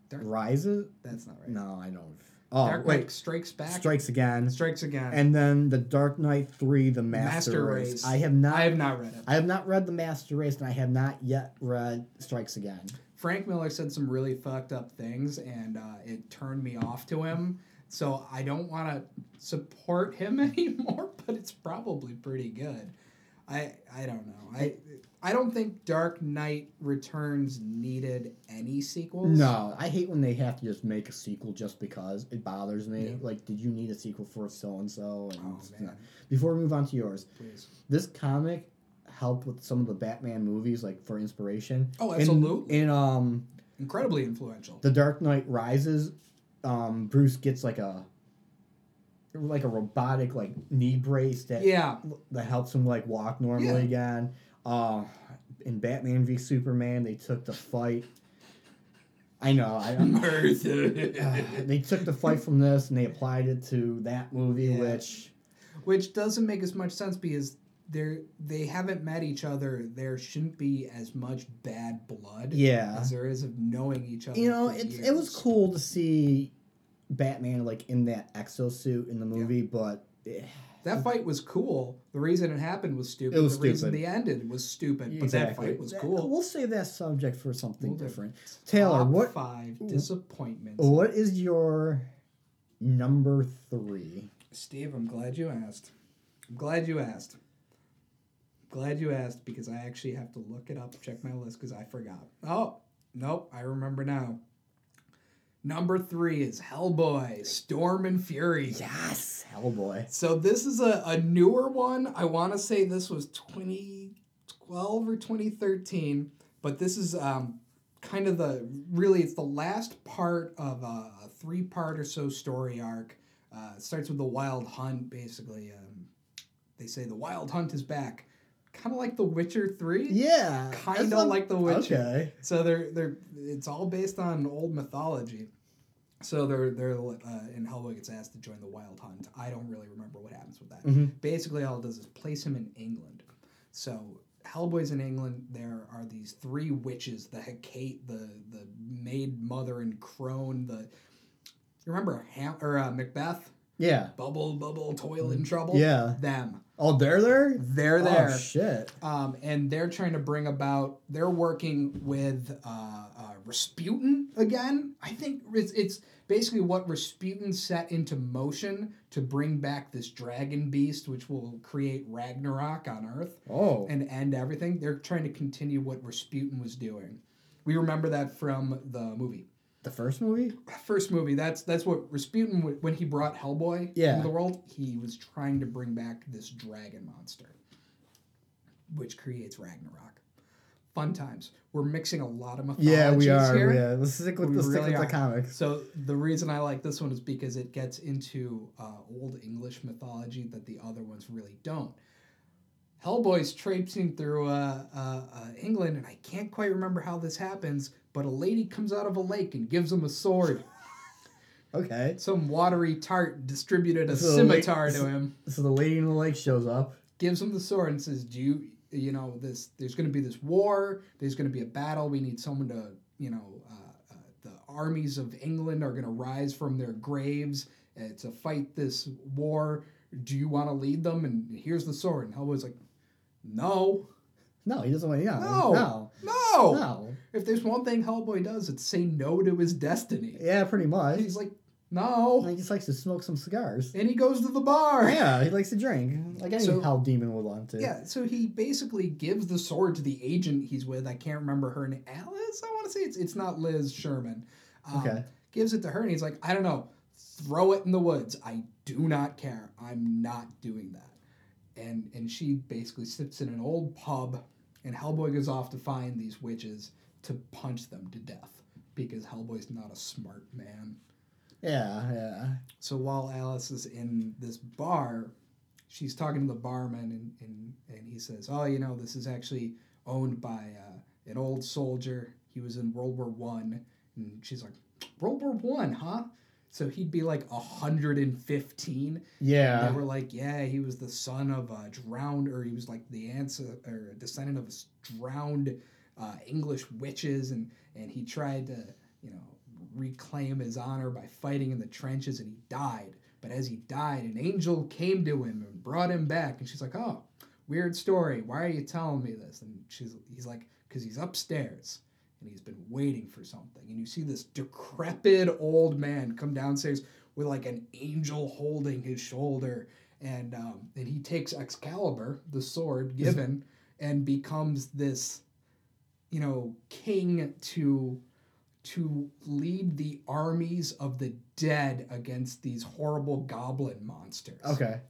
Speaker 1: Dark-
Speaker 2: Rises.
Speaker 1: that's not right.
Speaker 2: No, I don't. Oh,
Speaker 1: Dark Knight
Speaker 2: wait.
Speaker 1: Strikes Back.
Speaker 2: Strikes again,
Speaker 1: Strikes again.
Speaker 2: and then the Dark Knight Three, the Master,
Speaker 1: Master
Speaker 2: Race.
Speaker 1: Race.
Speaker 2: I have not.
Speaker 1: I have not read it.
Speaker 2: I have not read the Master Race, and I have not yet read Strikes Again.
Speaker 1: Frank Miller said some really fucked up things, and uh, it turned me off to him. So I don't want to support him <laughs> anymore. But it's probably pretty good. I I don't know. I I don't think Dark Knight Returns needed any sequels.
Speaker 2: No, I hate when they have to just make a sequel just because it bothers me.
Speaker 1: Yeah.
Speaker 2: Like, did you need a sequel for so and so?
Speaker 1: Oh
Speaker 2: And
Speaker 1: man,
Speaker 2: before we move on to yours,
Speaker 1: please.
Speaker 2: this comic helped with some of the Batman movies, like for inspiration.
Speaker 1: Oh,
Speaker 2: In-
Speaker 1: absolutely.
Speaker 2: In, um,
Speaker 1: Incredibly influential.
Speaker 2: The Dark Knight Rises, um, Bruce gets like a like a robotic like knee brace that
Speaker 1: Yeah,
Speaker 2: that helps him like walk normally
Speaker 1: Yeah.
Speaker 2: again. Uh, in Batman v Superman, they took the fight. I know. I, I'm, <laughs> uh, they took the fight from this and they applied it to that movie,
Speaker 1: Yeah.
Speaker 2: which
Speaker 1: which doesn't make as much sense because they they haven't met each other. There shouldn't be as much bad blood.
Speaker 2: yeah,
Speaker 1: as there is of knowing each other.
Speaker 2: you know,
Speaker 1: for
Speaker 2: it it was
Speaker 1: years.
Speaker 2: cool to see Batman like in that exosuit in the movie, but eh,
Speaker 1: That fight was cool. The reason it happened was stupid.
Speaker 2: It was
Speaker 1: the reason
Speaker 2: stupid.
Speaker 1: they ended was stupid. But that fight was
Speaker 2: That-
Speaker 1: cool.
Speaker 2: We'll save that subject for something
Speaker 1: We'll do.
Speaker 2: different. Taylor,
Speaker 1: Top
Speaker 2: what
Speaker 1: five disappointments?
Speaker 2: what is your number three.
Speaker 1: Steve, I'm glad you asked. I'm glad you asked. glad you asked because I actually have to look it up, check my list because I forgot. Oh, nope, I remember now. Number three is Hellboy, Storm and Fury.
Speaker 2: Yes, Hellboy.
Speaker 1: So this is a, a newer one. I want to say this was 2012 or 2013, but this is um, kind of the really it's the last part of a, a three part or so story arc. Uh, it starts with the Wild Hunt, basically. Um, they say the Wild Hunt is back, kind of like The Witcher Three.
Speaker 2: Yeah,
Speaker 1: Kinda
Speaker 2: that's not-
Speaker 1: like The Witcher.
Speaker 2: Okay,
Speaker 1: So they're they're it's all based on old mythology. So they're they're uh, and Hellboy gets asked to join the Wild Hunt. I don't really remember what happens with that.
Speaker 2: Mhm.
Speaker 1: Basically, all it does is place him in England. So Hellboy's in England. There are these three witches: the Hecate, the the maid mother, and Crone. The you remember Ham or uh, Macbeth?
Speaker 2: yeah.
Speaker 1: Bubble, bubble, toil and trouble.
Speaker 2: Yeah.
Speaker 1: them.
Speaker 2: Oh, they're there.
Speaker 1: They're there
Speaker 2: Oh shit.
Speaker 1: um, and they're trying to bring about. They're working with uh, uh, Rasputin again. I think it's, it's basically what Rasputin set into motion to bring back this dragon beast, which will create Ragnarok on Earth
Speaker 2: Oh,
Speaker 1: and end everything. They're trying to continue what Rasputin was doing. We remember that from the movie,
Speaker 2: the first movie.
Speaker 1: first movie. That's that's what Rasputin w- when he brought Hellboy
Speaker 2: Yeah.
Speaker 1: into the world. He was trying to bring back this dragon monster, which creates Ragnarok. Fun times. We're mixing a lot of mythologies
Speaker 2: Yeah, we are.
Speaker 1: here.
Speaker 2: Yeah, let's stick with
Speaker 1: We
Speaker 2: the stick
Speaker 1: really
Speaker 2: with the
Speaker 1: are.
Speaker 2: comics.
Speaker 1: So the reason I like this one is because it gets into uh, old English mythology that the other ones really don't. Hellboy's traipsing through uh, uh, uh, England, and I can't quite remember how this happens, but a lady comes out of a lake and gives him a sword.
Speaker 2: Okay,
Speaker 1: Some watery tart distributed a
Speaker 2: So,
Speaker 1: scimitar
Speaker 2: like,
Speaker 1: to him,
Speaker 2: so the lady in the lake shows up.
Speaker 1: gives him the sword, and says, "Do you, you know, this? There's going to be this war. There's going to be a battle. We need someone to, you know, uh, uh, the armies of England are going to rise from their graves uh, to fight this war. Do you want to lead them? And here's the sword." And Hellboy's like, "No,
Speaker 2: No, he doesn't want. Yeah,
Speaker 1: No. Oh.
Speaker 2: no,
Speaker 1: no.
Speaker 2: no.
Speaker 1: If there's one thing Hellboy does, it's say no to his destiny."
Speaker 2: Yeah, pretty much.
Speaker 1: And he's like, "No,"
Speaker 2: He just likes to smoke
Speaker 1: <laughs>
Speaker 2: some cigars.
Speaker 1: and he goes to the bar.
Speaker 2: Yeah, he likes to drink. Like any
Speaker 1: So-
Speaker 2: hell demon would want to.
Speaker 1: Yeah, so he basically gives the sword to the agent he's with. I can't remember her name. Alice, I want to say it's it's not Liz Sherman. Um,
Speaker 2: Okay.
Speaker 1: Gives it to her, and he's like, I don't know, throw it in the woods. I do not care. I'm not doing that. And and she basically sits in an old pub, and Hellboy goes off to find these witches to punch them to death because Hellboy's not a smart man.
Speaker 2: Yeah, yeah.
Speaker 1: So while Alice is in this bar, she's talking to the barman, and, and, and he says, "Oh, you know, this is actually owned by uh, an old soldier. He was in World War One." And she's like, "World War One, huh?" So he'd be like hundred and fifteen.
Speaker 2: Yeah.
Speaker 1: They were like, "Yeah, he was the son of a drowned, or he was like the answer or descendant of a s- drowned uh, English witches, and and he tried to, you know." reclaim his honor by fighting in the trenches and he died. But as he died, an angel came to him and brought him back. And she's like, Oh, weird story. Why are you telling me this? And she's he's like, Because he's upstairs and he's been waiting for something. And you see this decrepit old man come downstairs with like an angel holding his shoulder. And um, and he takes Excalibur, the sword given, and becomes this, you know, king to to lead the armies of the dead against these horrible goblin monsters.
Speaker 2: Okay.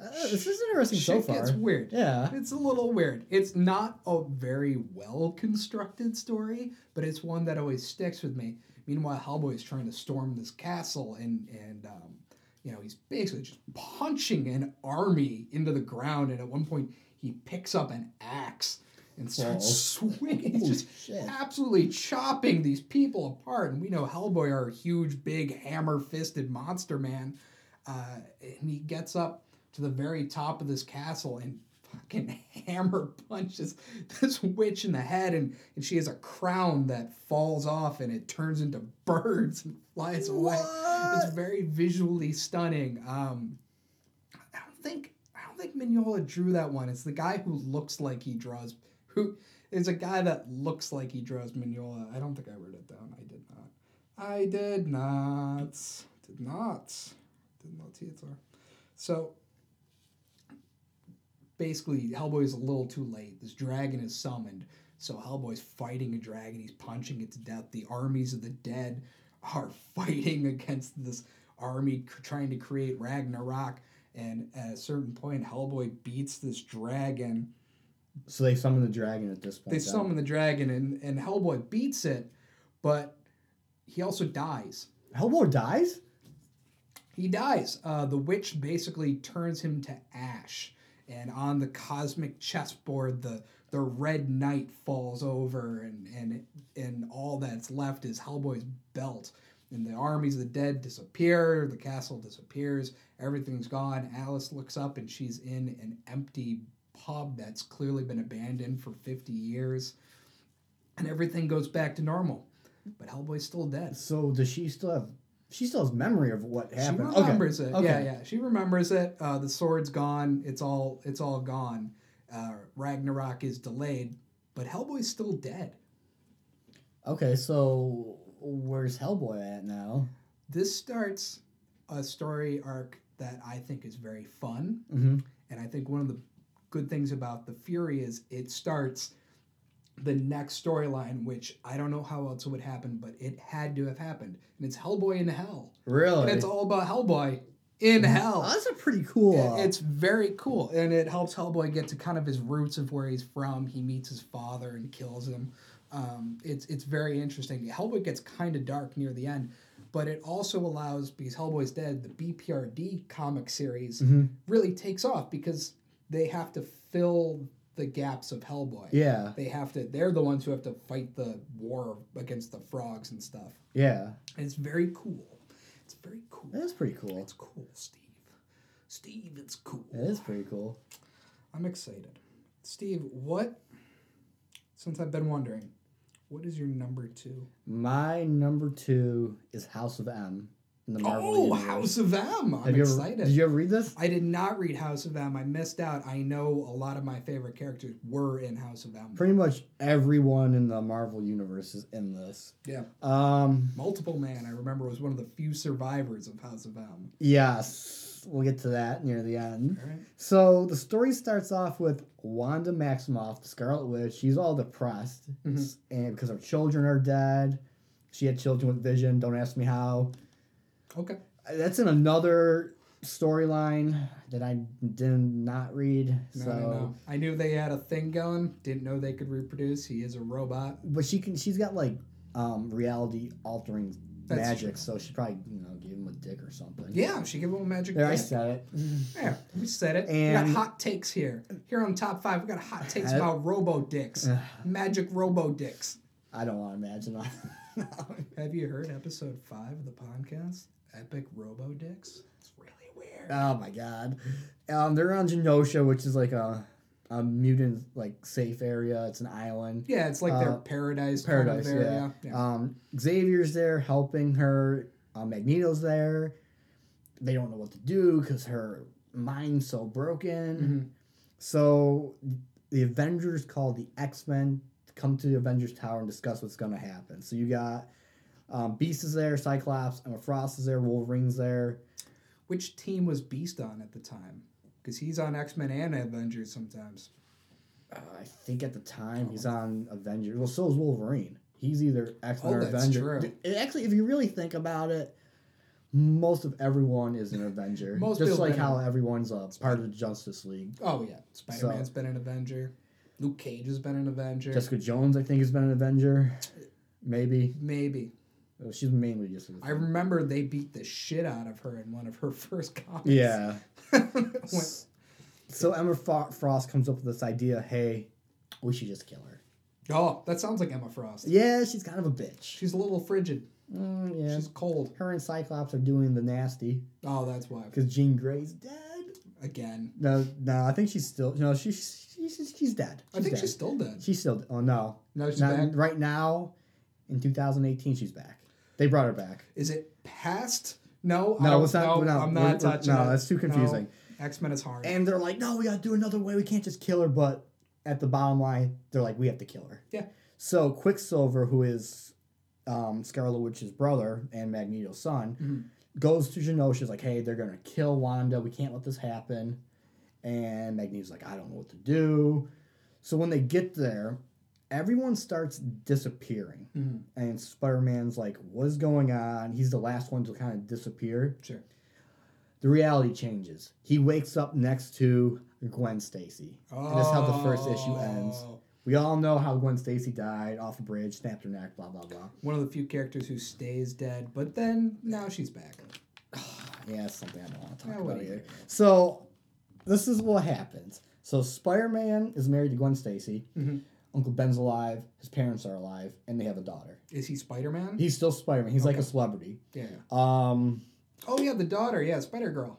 Speaker 2: Uh, this is interesting so
Speaker 1: Shit
Speaker 2: far.
Speaker 1: gets weird.
Speaker 2: Yeah.
Speaker 1: It's a little weird. It's not a very well constructed story, but it's one that always sticks with me. Meanwhile, Hellboy is trying to storm this castle, and and um, you know he's basically just punching an army into the ground. And at one point, he picks up an axe and starts swinging. He's
Speaker 2: Oh. Holy
Speaker 1: just
Speaker 2: shit.
Speaker 1: absolutely chopping these people apart. And we know Hellboy are a huge, big, hammer fisted monster man. Uh, and he gets up to the very top of this castle and fucking <laughs> hammer punches this witch in the head. And, and she has a crown that falls off and it turns into <laughs> birds and flies away. It's
Speaker 2: What?
Speaker 1: very visually stunning. Um, I don't think I don't think Mignola drew that one. It's the guy who looks like he draws. Who is a guy that looks like he draws Mignola? I don't think I wrote it down. I did not. I did not. Did not. Did not see it there. So basically, Hellboy's a little too late. This dragon is summoned. So Hellboy's fighting a dragon. He's punching it to death. The armies of the dead are <laughs> fighting against this army c- trying to create Ragnarok. And at a certain point, Hellboy beats this dragon
Speaker 2: So they summon the dragon at this point.
Speaker 1: they
Speaker 2: then.
Speaker 1: summon the dragon and, and Hellboy beats it, but he also dies.
Speaker 2: Hellboy dies.
Speaker 1: He dies. Uh, the witch basically turns him to ash, and on the cosmic chessboard, the the red knight falls over, and and and all that's left is Hellboy's belt. And the armies of the dead disappear. The castle disappears. Everything's gone. Alice looks up, and she's in an empty pub that's clearly been abandoned for fifty years, and everything goes back to normal. But Hellboy's still dead.
Speaker 2: So does she still have? She still has memory of what happened.
Speaker 1: She remembers it.
Speaker 2: Okay.
Speaker 1: Yeah, yeah. She remembers it. Uh, the sword's gone. It's all it's all gone. Uh, Ragnarok is delayed, but Hellboy's still dead.
Speaker 2: Okay. Okay. So where's Hellboy at now?
Speaker 1: This starts a story arc that I think is very fun,
Speaker 2: Mm-hmm.
Speaker 1: and I think one of the good things about the Fury is it starts the next storyline, which I don't know how else it would happen, but it had to have happened, and it's Hellboy in Hell, and
Speaker 2: Really?
Speaker 1: it's all about Hellboy in Hell.
Speaker 2: Oh, that's a pretty cool.
Speaker 1: Yeah,
Speaker 2: uh,
Speaker 1: it's very cool, and it helps Hellboy get to kind of his roots of where he's from. He meets his father and kills him. Um, it's it's very interesting. Hellboy gets kind of dark near the end, but it also allows because Hellboy's dead. The BPRD comic series
Speaker 2: Mhm.
Speaker 1: really takes off because they have to fill the gaps of Hellboy.
Speaker 2: uh, yeah.
Speaker 1: They have to. They're the ones who have to fight the war against the frogs and stuff.
Speaker 2: Yeah.
Speaker 1: And it's very cool. It's very cool.
Speaker 2: That's pretty cool.
Speaker 1: It's cool, Steve. Steve, it's cool.
Speaker 2: That is pretty cool.
Speaker 1: I'm excited. Steve, what, since I've been wondering, what is your number two?
Speaker 2: My number two is House of M in the Marvel
Speaker 1: oh,
Speaker 2: universe.
Speaker 1: House of M. I'm
Speaker 2: Have you ever,
Speaker 1: excited.
Speaker 2: Did you ever read this?
Speaker 1: I did not read House of M. I missed out. I know a lot of my favorite characters were in House of M.
Speaker 2: Pretty much everyone in the Marvel universe is in this.
Speaker 1: Yeah.
Speaker 2: Um.
Speaker 1: Multiple Man, I remember, was one of the few survivors of House of M.
Speaker 2: Yes, we'll get to that near the end.
Speaker 1: All right.
Speaker 2: So the story starts off with Wanda Maximoff, the Scarlet Witch. She's all depressed,
Speaker 1: Mhm.
Speaker 2: and because her children are dead, she had children with Vision. Don't ask me how.
Speaker 1: Okay.
Speaker 2: Uh, That's in another storyline that I did not read.
Speaker 1: No,
Speaker 2: so,
Speaker 1: no, no. I knew they had a thing going. Didn't know they could reproduce. He is a robot.
Speaker 2: but she can. She's got like um, reality altering
Speaker 1: That's
Speaker 2: magic,
Speaker 1: true.
Speaker 2: so she probably you know gave him a dick or something.
Speaker 1: Yeah, she gave him a magic.
Speaker 2: There, I
Speaker 1: dick.
Speaker 2: said it.
Speaker 1: Yeah, we said it.
Speaker 2: And-
Speaker 1: we got hot takes here. Here on top five, we got hot takes about robo dicks, magic robo dicks. <laughs>
Speaker 2: I don't want to imagine.
Speaker 1: Have you heard episode five of the podcast? Epic robo dicks. It's really weird.
Speaker 2: <laughs> Oh my god. Um, they're on Genosha, which is like a, a mutant like safe area. It's an island.
Speaker 1: Yeah, it's like their
Speaker 2: Uh,
Speaker 1: paradise,
Speaker 2: Paradise,
Speaker 1: kind of
Speaker 2: yeah.
Speaker 1: area. Yeah.
Speaker 2: Um, Xavier's there helping her. Uh, Magneto's there. They don't know what to do because her mind's so broken.
Speaker 1: Mhm.
Speaker 2: So the Avengers call the X Men to come to the Avengers Tower and discuss what's going to happen. So you got um, Beast is there, Cyclops, Emma Frost is there, Wolverine's there.
Speaker 1: Which team was Beast on at the time? Because he's on X Men and Avengers sometimes.
Speaker 2: Uh, I think at the time
Speaker 1: Oh.
Speaker 2: he's on Avengers. Well, so is Wolverine. He's either X Men
Speaker 1: Oh,
Speaker 2: or
Speaker 1: that's
Speaker 2: Avenger.
Speaker 1: true.
Speaker 2: D- Actually, if you really think about it, most of everyone is an Avenger.
Speaker 1: <laughs> Most
Speaker 2: just
Speaker 1: people
Speaker 2: like
Speaker 1: been
Speaker 2: how everyone's a part of the Justice League.
Speaker 1: Oh yeah, Spider Man's been an Avenger. Luke Cage has been an Avenger.
Speaker 2: Jessica Jones, I think, has been an Avenger. Maybe
Speaker 1: Maybe
Speaker 2: Oh, she's mainly just.
Speaker 1: <laughs> I remember they beat the shit out of her in one of her <laughs> first comics.
Speaker 2: yeah.
Speaker 1: <laughs> When-
Speaker 2: So Emma Fro- Frost comes up with this idea. Hey, we should just kill her.
Speaker 1: Oh, that sounds like Emma Frost.
Speaker 2: Yeah, she's kind of a bitch.
Speaker 1: She's a little frigid.
Speaker 2: Mm, yeah.
Speaker 1: She's cold.
Speaker 2: her and Cyclops are doing the nasty
Speaker 1: Oh, that's why.
Speaker 2: because Jean Grey's dead.
Speaker 1: Again,
Speaker 2: No, no, I think she's still no. She's she's she's dead. She's
Speaker 1: I think
Speaker 2: dead.
Speaker 1: she's still dead.
Speaker 2: she's still. Oh no,
Speaker 1: No, she's
Speaker 2: Not-
Speaker 1: back.
Speaker 2: right now. In 2018, she's back. They brought her back.
Speaker 1: Is it past? No, I
Speaker 2: No,
Speaker 1: don't-
Speaker 2: it's not.
Speaker 1: No,
Speaker 2: no,
Speaker 1: I'm
Speaker 2: we're-
Speaker 1: not
Speaker 2: we're-
Speaker 1: touching.
Speaker 2: No, that's too confusing.
Speaker 1: X Men is hard.
Speaker 2: And they're like, no, we gotta do another way. We can't just kill her. But at the bottom line, they're like, we have to kill her.
Speaker 1: Yeah.
Speaker 2: So Quicksilver, who is um, Scarlet Witch's brother and Magneto's son,
Speaker 1: Mhm.
Speaker 2: goes to Genosha's like, hey, they're going to kill Wanda. We can't let this happen. And Magneto's like, I don't know what to do. So when they get there, everyone starts disappearing.
Speaker 1: Mhm.
Speaker 2: And Spider Man's like, what is going on? He's the last one to kind of disappear
Speaker 1: Sure.
Speaker 2: the reality changes. He wakes up next to Gwen Stacy.
Speaker 1: Oh.
Speaker 2: And that's how the first issue ends. We all know how Gwen Stacy died off a bridge, snapped her neck, blah, blah, blah.
Speaker 1: One of the few characters who stays dead, but then now she's back.
Speaker 2: Yeah, it's something I don't want to talk
Speaker 1: Yeah, what
Speaker 2: about
Speaker 1: do you
Speaker 2: either.
Speaker 1: do?
Speaker 2: So, this is what happens. So, Spider Man is married to Gwen Stacy.
Speaker 1: Mhm.
Speaker 2: Uncle Ben's alive. His parents are alive. And they have a daughter.
Speaker 1: Is he Spider Man?
Speaker 2: He's still Spider Man. He's like a celebrity.
Speaker 1: Yeah.
Speaker 2: Um,
Speaker 1: Oh yeah, the daughter. Yeah, Spider Girl.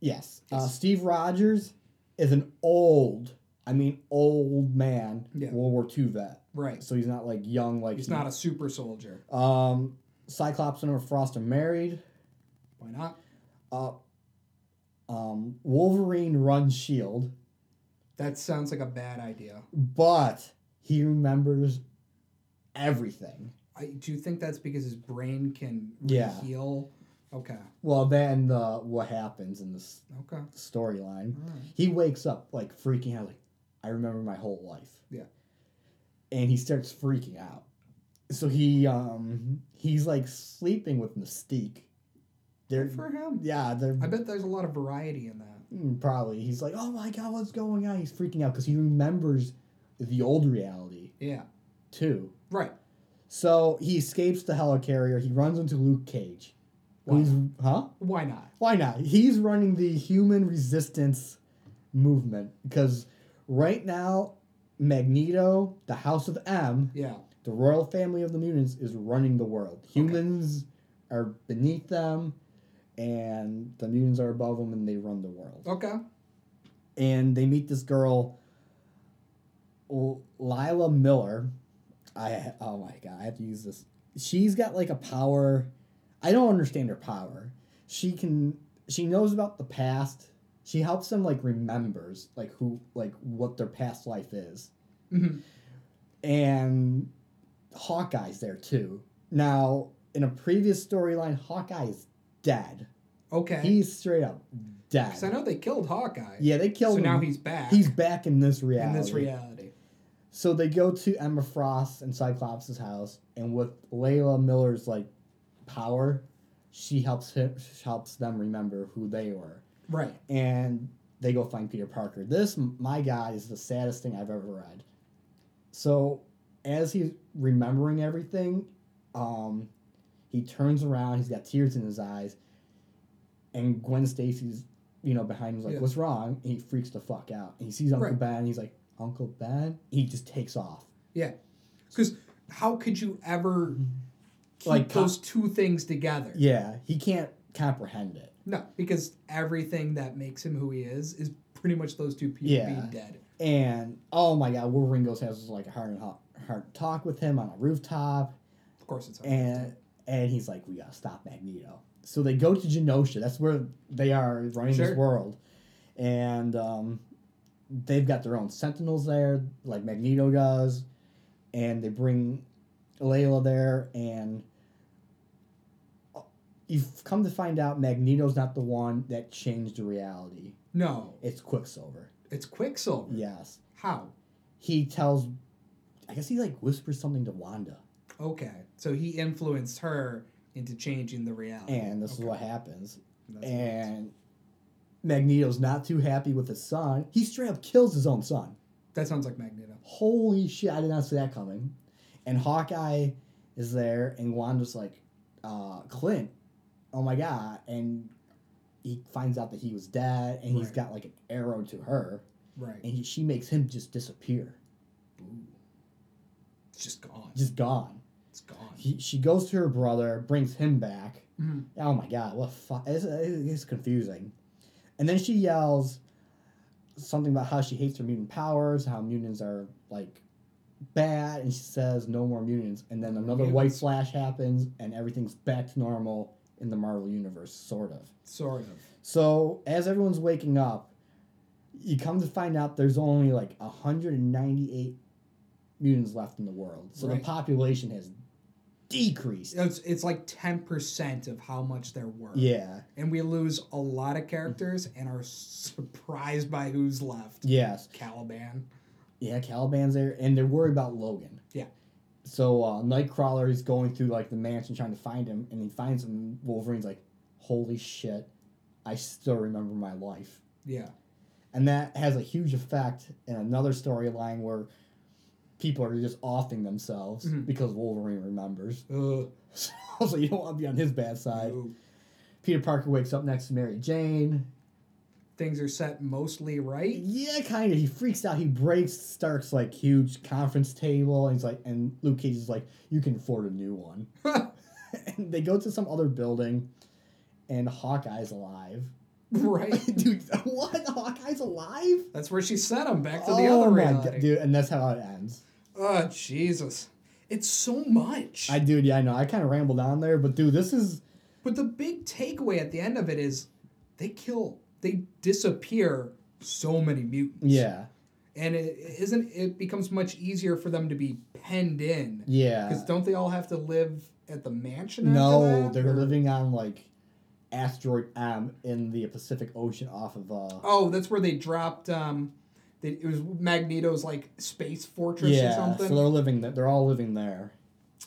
Speaker 2: yes. Uh,
Speaker 1: Yes.
Speaker 2: Steve Rogers is an old, I mean, old man,
Speaker 1: Yeah.
Speaker 2: World War II vet.
Speaker 1: Right.
Speaker 2: so he's not like young like
Speaker 1: He's not a super soldier.
Speaker 2: um cyclops and frost are married
Speaker 1: Why not?
Speaker 2: uh um wolverine runs shield
Speaker 1: That sounds like a bad idea.
Speaker 2: but he remembers everything
Speaker 1: I do you think that's because his brain can
Speaker 2: Yeah.
Speaker 1: heal. Okay.
Speaker 2: well then uh, what happens in this
Speaker 1: Okay. All
Speaker 2: storyline
Speaker 1: right.
Speaker 2: he wakes up like freaking out like i remember my whole life
Speaker 1: Yeah.
Speaker 2: and he starts freaking out so he um he's like sleeping with mystique they're
Speaker 1: Good for him.
Speaker 2: yeah they're
Speaker 1: I bet there's a lot of variety in that.
Speaker 2: Mm, Probably. He's like, oh my god, what's going on? He's freaking out because he remembers the old reality
Speaker 1: Yeah.
Speaker 2: too.
Speaker 1: Right.
Speaker 2: So he escapes the helicarrier. He runs into Luke Cage.
Speaker 1: Why
Speaker 2: Who's, huh?
Speaker 1: Why not?
Speaker 2: Why not? He's running the human resistance movement because right now, Magneto, the House of M,
Speaker 1: Yeah.
Speaker 2: the royal family of the mutants, is running the world. Humans are beneath them, and the mutants are above them, and they run the world
Speaker 1: Okay.
Speaker 2: and they meet this girl, L- Lila Miller. I oh my god, I have to use this. She's got like a power. I don't understand her power. She can. She knows about the past. She helps them like remembers like who like what their past life is,
Speaker 1: Mhm.
Speaker 2: and Hawkeye's there too. Now in a previous storyline, Hawkeye is dead.
Speaker 1: Okay.
Speaker 2: He's straight up dead.
Speaker 1: Because I know they killed Hawkeye.
Speaker 2: Yeah, they killed
Speaker 1: So
Speaker 2: him.
Speaker 1: now he's back.
Speaker 2: He's back in this
Speaker 1: in
Speaker 2: reality.
Speaker 1: this reality.
Speaker 2: So they go to Emma Frost and Cyclops' house, and with Layla Miller's like power, she helps him, helps them remember who they were,
Speaker 1: Right.
Speaker 2: and they go find Peter Parker. This, my God, is the saddest thing I've ever read. So as he's remembering everything, um, he turns around. He's got tears in his eyes, and Gwen Stacy's, you know, behind him. Is like,
Speaker 1: Yeah.
Speaker 2: "What's wrong?" And he freaks the fuck out. And he sees Uncle
Speaker 1: Right.
Speaker 2: Ben. And he's like, "Uncle Ben." He just takes off.
Speaker 1: Because how could you ever keep
Speaker 2: Like, co-
Speaker 1: those two things together?
Speaker 2: Yeah, he can't comprehend it.
Speaker 1: No, because everything that makes him who he is is pretty much those two people
Speaker 2: Yeah.
Speaker 1: being dead.
Speaker 2: And oh my God, Wolverine goes has like a heart and heart, heart talk with him on a rooftop,
Speaker 1: Of course, it's
Speaker 2: and and he's like, "We gotta stop Magneto." So they go to Genosha. That's where they are running
Speaker 1: Sure.
Speaker 2: this world, and um, they've got their own Sentinels there, like Magneto does, and they bring Layla there, and uh, you've come to find out Magneto's not the one that changed the reality.
Speaker 1: no,
Speaker 2: It's Quicksilver.
Speaker 1: it's Quicksilver.
Speaker 2: Yes.
Speaker 1: How?
Speaker 2: He tells, I guess he like whispers something to Wanda,
Speaker 1: Okay, so he influenced her into changing the reality.
Speaker 2: and this
Speaker 1: Okay.
Speaker 2: is what happens.
Speaker 1: That's
Speaker 2: and Magneto's not too happy with his son. He straight up kills his own son.
Speaker 1: that sounds like Magneto.
Speaker 2: Holy shit, I did not see that coming. And Hawkeye is there, and Wanda's like, uh, Clint, oh my god. And he finds out that he was dead, and he's
Speaker 1: Right.
Speaker 2: got like an arrow to her,
Speaker 1: Right.
Speaker 2: and he, she makes him just disappear,
Speaker 1: Ooh. It's just gone.
Speaker 2: just gone.
Speaker 1: It's gone.
Speaker 2: He, she goes to her brother, brings him back.
Speaker 1: Mhm.
Speaker 2: Oh my god, what fu- it's, it's confusing. And then she yells something about how she hates her mutant powers, how mutants are like bad, and she says no more mutants. And then another white
Speaker 1: Mutants.
Speaker 2: flash happens, and everything's back to normal in the Marvel universe, sort of.
Speaker 1: Sort of.
Speaker 2: So as everyone's waking up, you come to find out there's only like 198 mutants left in the world. So
Speaker 1: Right.
Speaker 2: the population has decreased.
Speaker 1: It's, it's like 10% of how much there were.
Speaker 2: Yeah.
Speaker 1: And we lose a lot of characters and are surprised by who's left.
Speaker 2: Yes.
Speaker 1: Caliban.
Speaker 2: Yeah, Caliban's there, and they're worried about Logan.
Speaker 1: Yeah.
Speaker 2: So uh, Nightcrawler is going through like the mansion trying to find him, and he finds him. Wolverine's like, "Holy shit, I still remember my life,"
Speaker 1: Yeah.
Speaker 2: and that has a huge effect in another storyline where people are just offing themselves
Speaker 1: Mhm.
Speaker 2: because Wolverine remembers. <laughs>
Speaker 1: Ugh.
Speaker 2: so you don't want to be on his bad side.
Speaker 1: Ooh.
Speaker 2: Peter Parker wakes up next to Mary Jane.
Speaker 1: Things are set mostly
Speaker 2: <laughs>
Speaker 1: right.
Speaker 2: Yeah, kind of. He freaks out. He breaks Stark's like huge conference table, and he's like, and Luke Cage is like, "You can afford a new one." <laughs> and they go to some other building, and Hawkeye's alive. <laughs>
Speaker 1: right.
Speaker 2: dude, what? Hawkeye's alive?
Speaker 1: That's where she sent him back to the other reality.
Speaker 2: Oh god, dude! And that's how it ends.
Speaker 1: Oh Jesus, it's so much.
Speaker 2: I dude, yeah, I know. I kind of rambled on there, but dude, this is
Speaker 1: but the big takeaway at the end of it is, they kill, they disappear so many mutants.
Speaker 2: yeah,
Speaker 1: and it isn't. It becomes much easier for them to be penned in because
Speaker 2: yeah.
Speaker 1: don't they all have to live at the mansion?
Speaker 2: No,
Speaker 1: after that?
Speaker 2: they're
Speaker 1: Or-
Speaker 2: living on like asteroid M in the Pacific Ocean off of uh.
Speaker 1: Oh, that's where they dropped. Um, they, it was Magneto's like space fortress or
Speaker 2: yeah,
Speaker 1: something.
Speaker 2: so they're living. th- They're all living there.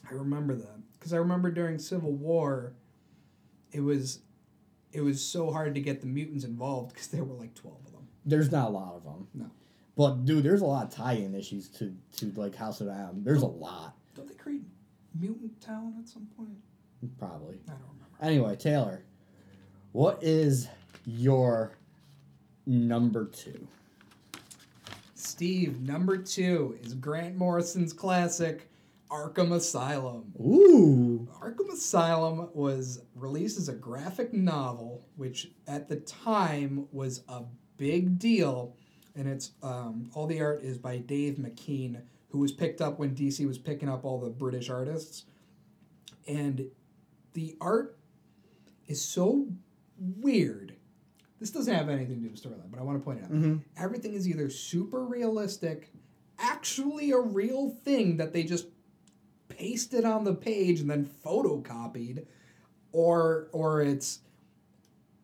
Speaker 1: I remember that because I remember during Civil War, it was, it was so hard to get the mutants involved because there were like twelve of them.
Speaker 2: There's not a lot of them.
Speaker 1: No.
Speaker 2: But dude, there's a lot of tie-in issues to to like House of M. There's a lot,
Speaker 1: Don't they create mutant town at some point?
Speaker 2: probably.
Speaker 1: I don't remember.
Speaker 2: Anyway, Taylor, what is your number two?
Speaker 1: Steve number two is Grant Morrison's classic, Arkham Asylum.
Speaker 2: Ooh.
Speaker 1: Arkham Asylum was released as a graphic novel, which at the time was a big deal, and it's um, all the art is by Dave McKean, who was picked up when DC was picking up all the British artists, and the art is so weird. This doesn't have anything to do with storyline, but I want to point it out.
Speaker 2: Mhm.
Speaker 1: Everything is either super realistic, actually a real thing that they just pasted on the page and then photocopied or or it's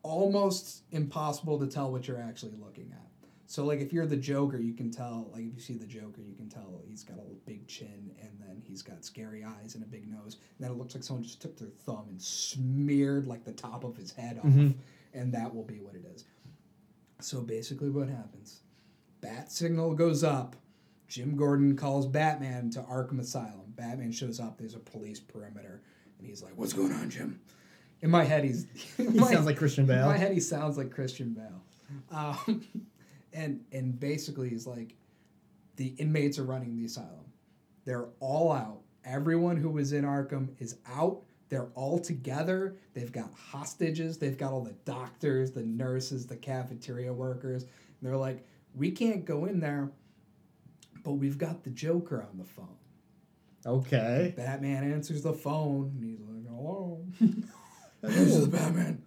Speaker 1: almost impossible to tell what you're actually looking at so like if you're the joker you can tell like if you see the joker you can tell he's got a big chin and then he's got scary eyes and a big nose and then it looks like someone just took their thumb and smeared like the top of his head off
Speaker 2: Mhm.
Speaker 1: and that will be what it is so basically what happens bat signal goes up Jim Gordon calls Batman to Arkham Asylum. Batman shows up. There's a police perimeter, and he's like, "What's going on, Jim?" In my head, he's <laughs> in
Speaker 2: He
Speaker 1: my-
Speaker 2: sounds like Christian
Speaker 1: in my
Speaker 2: Bale.
Speaker 1: head, he sounds like Christian Bale. Um, <laughs> and and basically, he's like, the inmates are running the asylum. They're all out. Everyone who was in Arkham is out. They're all together. They've got hostages. They've got all the doctors, the nurses, the cafeteria workers. And they're like, we can't go in there, but we've got the Joker on the phone.
Speaker 2: Okay.
Speaker 1: Batman answers the phone and he's like, "Hello." <laughs> this is Batman.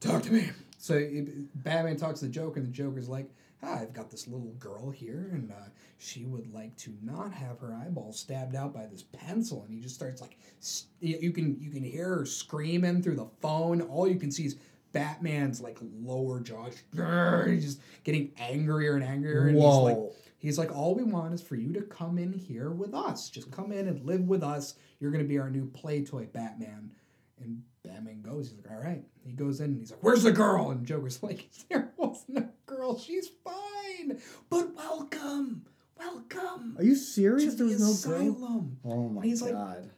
Speaker 1: Talk to me. So it, Batman talks to the Joker, and the Joker's like, "Hi, I've got this little girl here, and uh, she would like to not have her eyeball stabbed out by this pencil." And he just starts like, s- you you can you can hear her screaming through the phone. All you can see is Batman's like lower jaw, he's just getting angrier and angrier, and he's like
Speaker 2: Whoa.
Speaker 1: He's like, all we want is for you to come in here with us. Just come in and live with us. You're gonna be our new play toy, Batman. And Batman goes. He's like, all right. He goes in and he's like, where's the girl? And Joker's <laughs> like, there wasn't a girl. She's fine. But welcome, welcome
Speaker 2: Are you
Speaker 1: to
Speaker 2: serious?
Speaker 1: the
Speaker 2: There's no
Speaker 1: asylum.
Speaker 2: girl. Oh my
Speaker 1: He's like-
Speaker 2: god.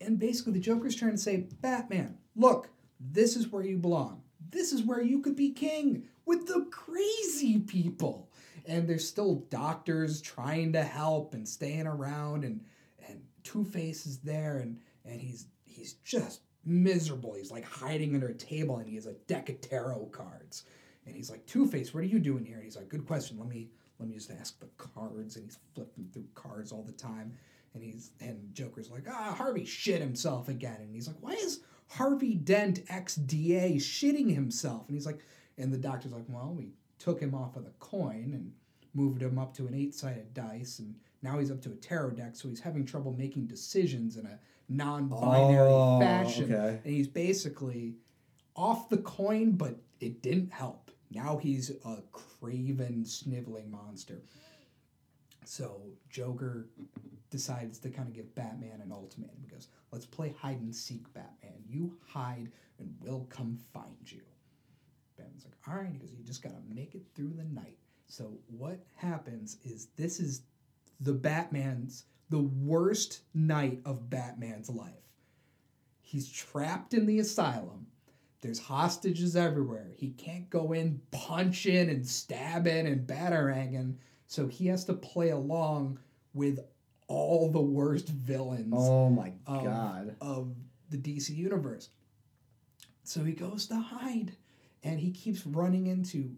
Speaker 1: And basically, the Joker's trying to say, Batman, look, this is where you belong. This is where you could be king with the crazy people. And there's still doctors trying to help and staying around, and and Two Face is there, and and he's he's just miserable. He's like hiding under a table, and he has a deck of tarot cards. And he's like, Two Face, what are you doing here? And he's like, Good question. Let me let me just ask the cards. And he's flipping through cards all the time. And he's and Joker's like, ah, Harvey shit himself again. And he's like, why is Harvey Dent XDA shitting himself? And he's like, and the doctor's like, well, we took him off of the coin and moved him up to an eight sided dice, and Now he's up to a tarot deck, so he's having trouble making decisions in a non-binary
Speaker 3: Oh,
Speaker 1: fashion.
Speaker 3: okay.
Speaker 1: And he's basically off the coin, but it didn't help. Now he's a craven, sniveling monster. So Joker decides to kind of give Batman an ultimatum. He goes, "Let's play hide and seek, Batman. You hide, and we'll come find you." Batman's like, "All right." He goes, "You just gotta make it through the night." So what happens is this is the Batman's the worst night of Batman's life. He's trapped in the asylum. There's hostages everywhere. He can't go in punching and stabbing and bataranging. So he has to play along with all the worst villains
Speaker 2: Oh my
Speaker 1: Um,
Speaker 2: god.
Speaker 1: of the DC universe. So he goes to hide and he keeps running into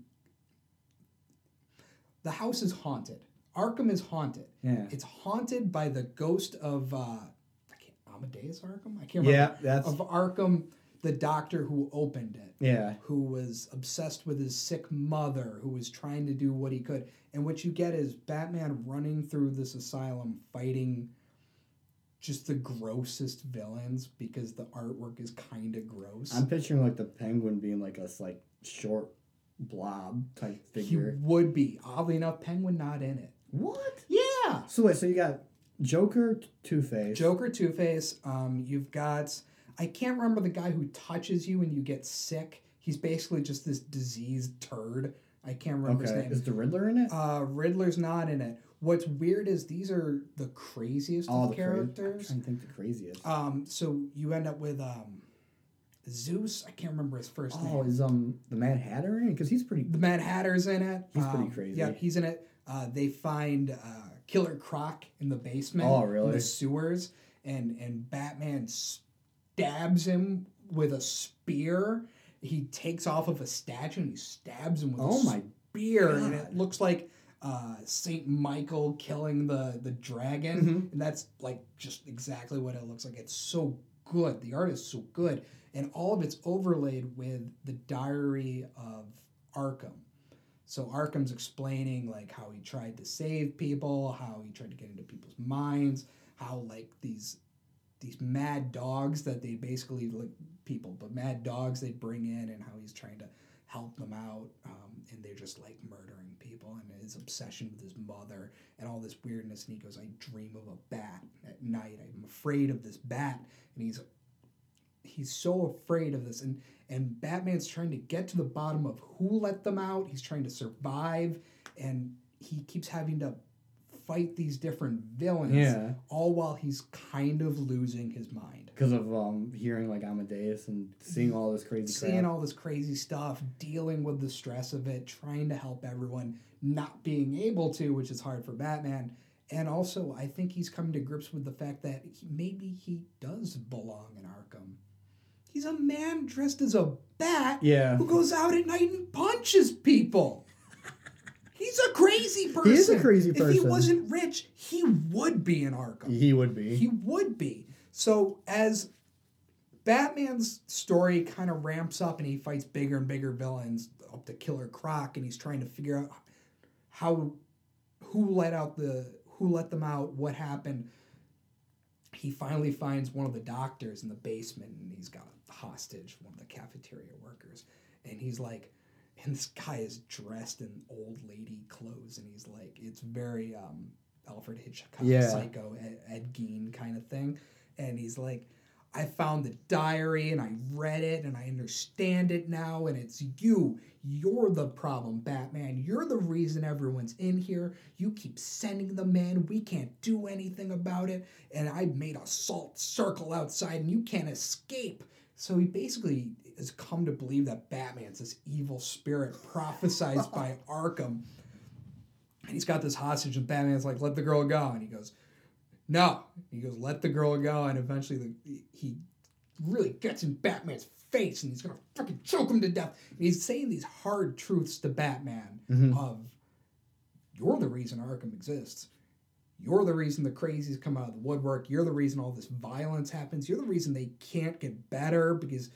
Speaker 1: the house is haunted. Arkham is haunted.
Speaker 3: Yeah.
Speaker 1: It's haunted by the ghost of uh I can't Amadeus Arkham? I can't remember.
Speaker 2: Yeah, that's
Speaker 1: Of Arkham, the doctor who opened it
Speaker 2: yeah.
Speaker 1: who was obsessed with his sick mother, who was trying to do what he could. And what you get is Batman running through this asylum fighting just the grossest villains because the artwork is kind of gross.
Speaker 2: I'm picturing like the penguin being like a s- like short blob type
Speaker 1: he
Speaker 2: figure.
Speaker 1: would be. Oddly enough, Penguin not in it.
Speaker 2: What?
Speaker 1: Yeah.
Speaker 2: So wait, so you got Joker, Two Face.
Speaker 1: Joker, Two Face. Um, you've got I can't remember the guy who touches you and you get sick. He's basically just this diseased turd. I can't remember his
Speaker 2: Okay.
Speaker 1: name.
Speaker 2: Is the Riddler in it?
Speaker 1: Uh, Riddler's not in it. What's weird is these are the craziest
Speaker 2: All
Speaker 1: of
Speaker 2: the
Speaker 1: characters.
Speaker 2: Cra- I'm trying to think the craziest.
Speaker 1: Um, so you end up with um, Zeus. I can't remember his first
Speaker 2: oh,
Speaker 1: name.
Speaker 2: is um the Mad Hatter in it? Because he's pretty.
Speaker 1: The Mad Hatter's in it.
Speaker 2: He's pretty
Speaker 1: Um,
Speaker 2: crazy.
Speaker 1: Yeah, he's in it. Uh, they find uh, Killer Croc in the basement.
Speaker 2: Oh,
Speaker 1: In
Speaker 2: really?
Speaker 1: the sewers, and and Batman stabs him with a spear. He takes off of a statue and he stabs him with a
Speaker 2: Oh my
Speaker 1: spear, and
Speaker 2: God.
Speaker 1: it looks like uh, Saint Michael killing the the
Speaker 2: Mm-hmm.
Speaker 1: dragon, and that's like just exactly what it looks like. It's so good. The art is so good, and all of it's overlaid with the Diary of Arkham. So Arkham's explaining like how he tried to save people, how he tried to get into people's minds, how like these these mad dogs that they basically like people, but mad dogs they bring in, and how he's trying to help them out, um, and they're just like murdering people, and his obsession with his mother and all this weirdness. And he goes, "I dream of a bat at night. I'm afraid of this bat," and he's he's so afraid of this, and and Batman's trying to get to the bottom of who let them out. He's trying to survive, and he keeps having to fight these different villains
Speaker 2: Yeah.
Speaker 1: all while he's kind of losing his mind.
Speaker 2: Because of um hearing like Amadeus and seeing all this crazy
Speaker 1: Seeing
Speaker 2: crap.
Speaker 1: all this crazy stuff, dealing with the stress of it, trying to help everyone, not being able to, which is hard for Batman. And also, I think he's come to grips with the fact that he, maybe he does belong in Arkham. He's a man dressed as a bat
Speaker 2: yeah.
Speaker 1: who goes out at night and punches
Speaker 2: <laughs>
Speaker 1: people. He's a crazy person.
Speaker 2: He is a crazy
Speaker 1: If he
Speaker 2: person.
Speaker 1: wasn't rich, he would be in Arkham.
Speaker 2: He would be.
Speaker 1: He would be. So as Batman's story kind of ramps up and he fights bigger and bigger villains up to Killer Croc and he's trying to figure out how who let out the who let them out, what happened. He finally finds one of the doctors in the basement and he's got a hostage, one of the cafeteria workers. And he's like, and this guy is dressed in old lady clothes, and he's like, it's very um, Alfred Hitchcock,
Speaker 2: Yeah.
Speaker 1: Psycho, Ed, Ed Gein kind of thing. And he's like, I found the diary and I read it and I understand it now, and it's you. You're the problem, Batman. You're the reason everyone's in here. You keep sending them in. We can't do anything about it. And I made a salt circle outside, and you can't escape. So he basically has come to believe that Batman's this evil spirit prophesized by Arkham. And he's got this hostage, and Batman's like, let the girl go. And he goes, no. He goes, let the girl go. And eventually the, he really gets in Batman's face and he's going to freaking choke him to death. And he's saying these hard truths to Batman
Speaker 2: Mhm.
Speaker 1: of, you're the reason Arkham exists. You're the reason the crazies come out of the woodwork. You're the reason all this violence happens. You're the reason they can't get better because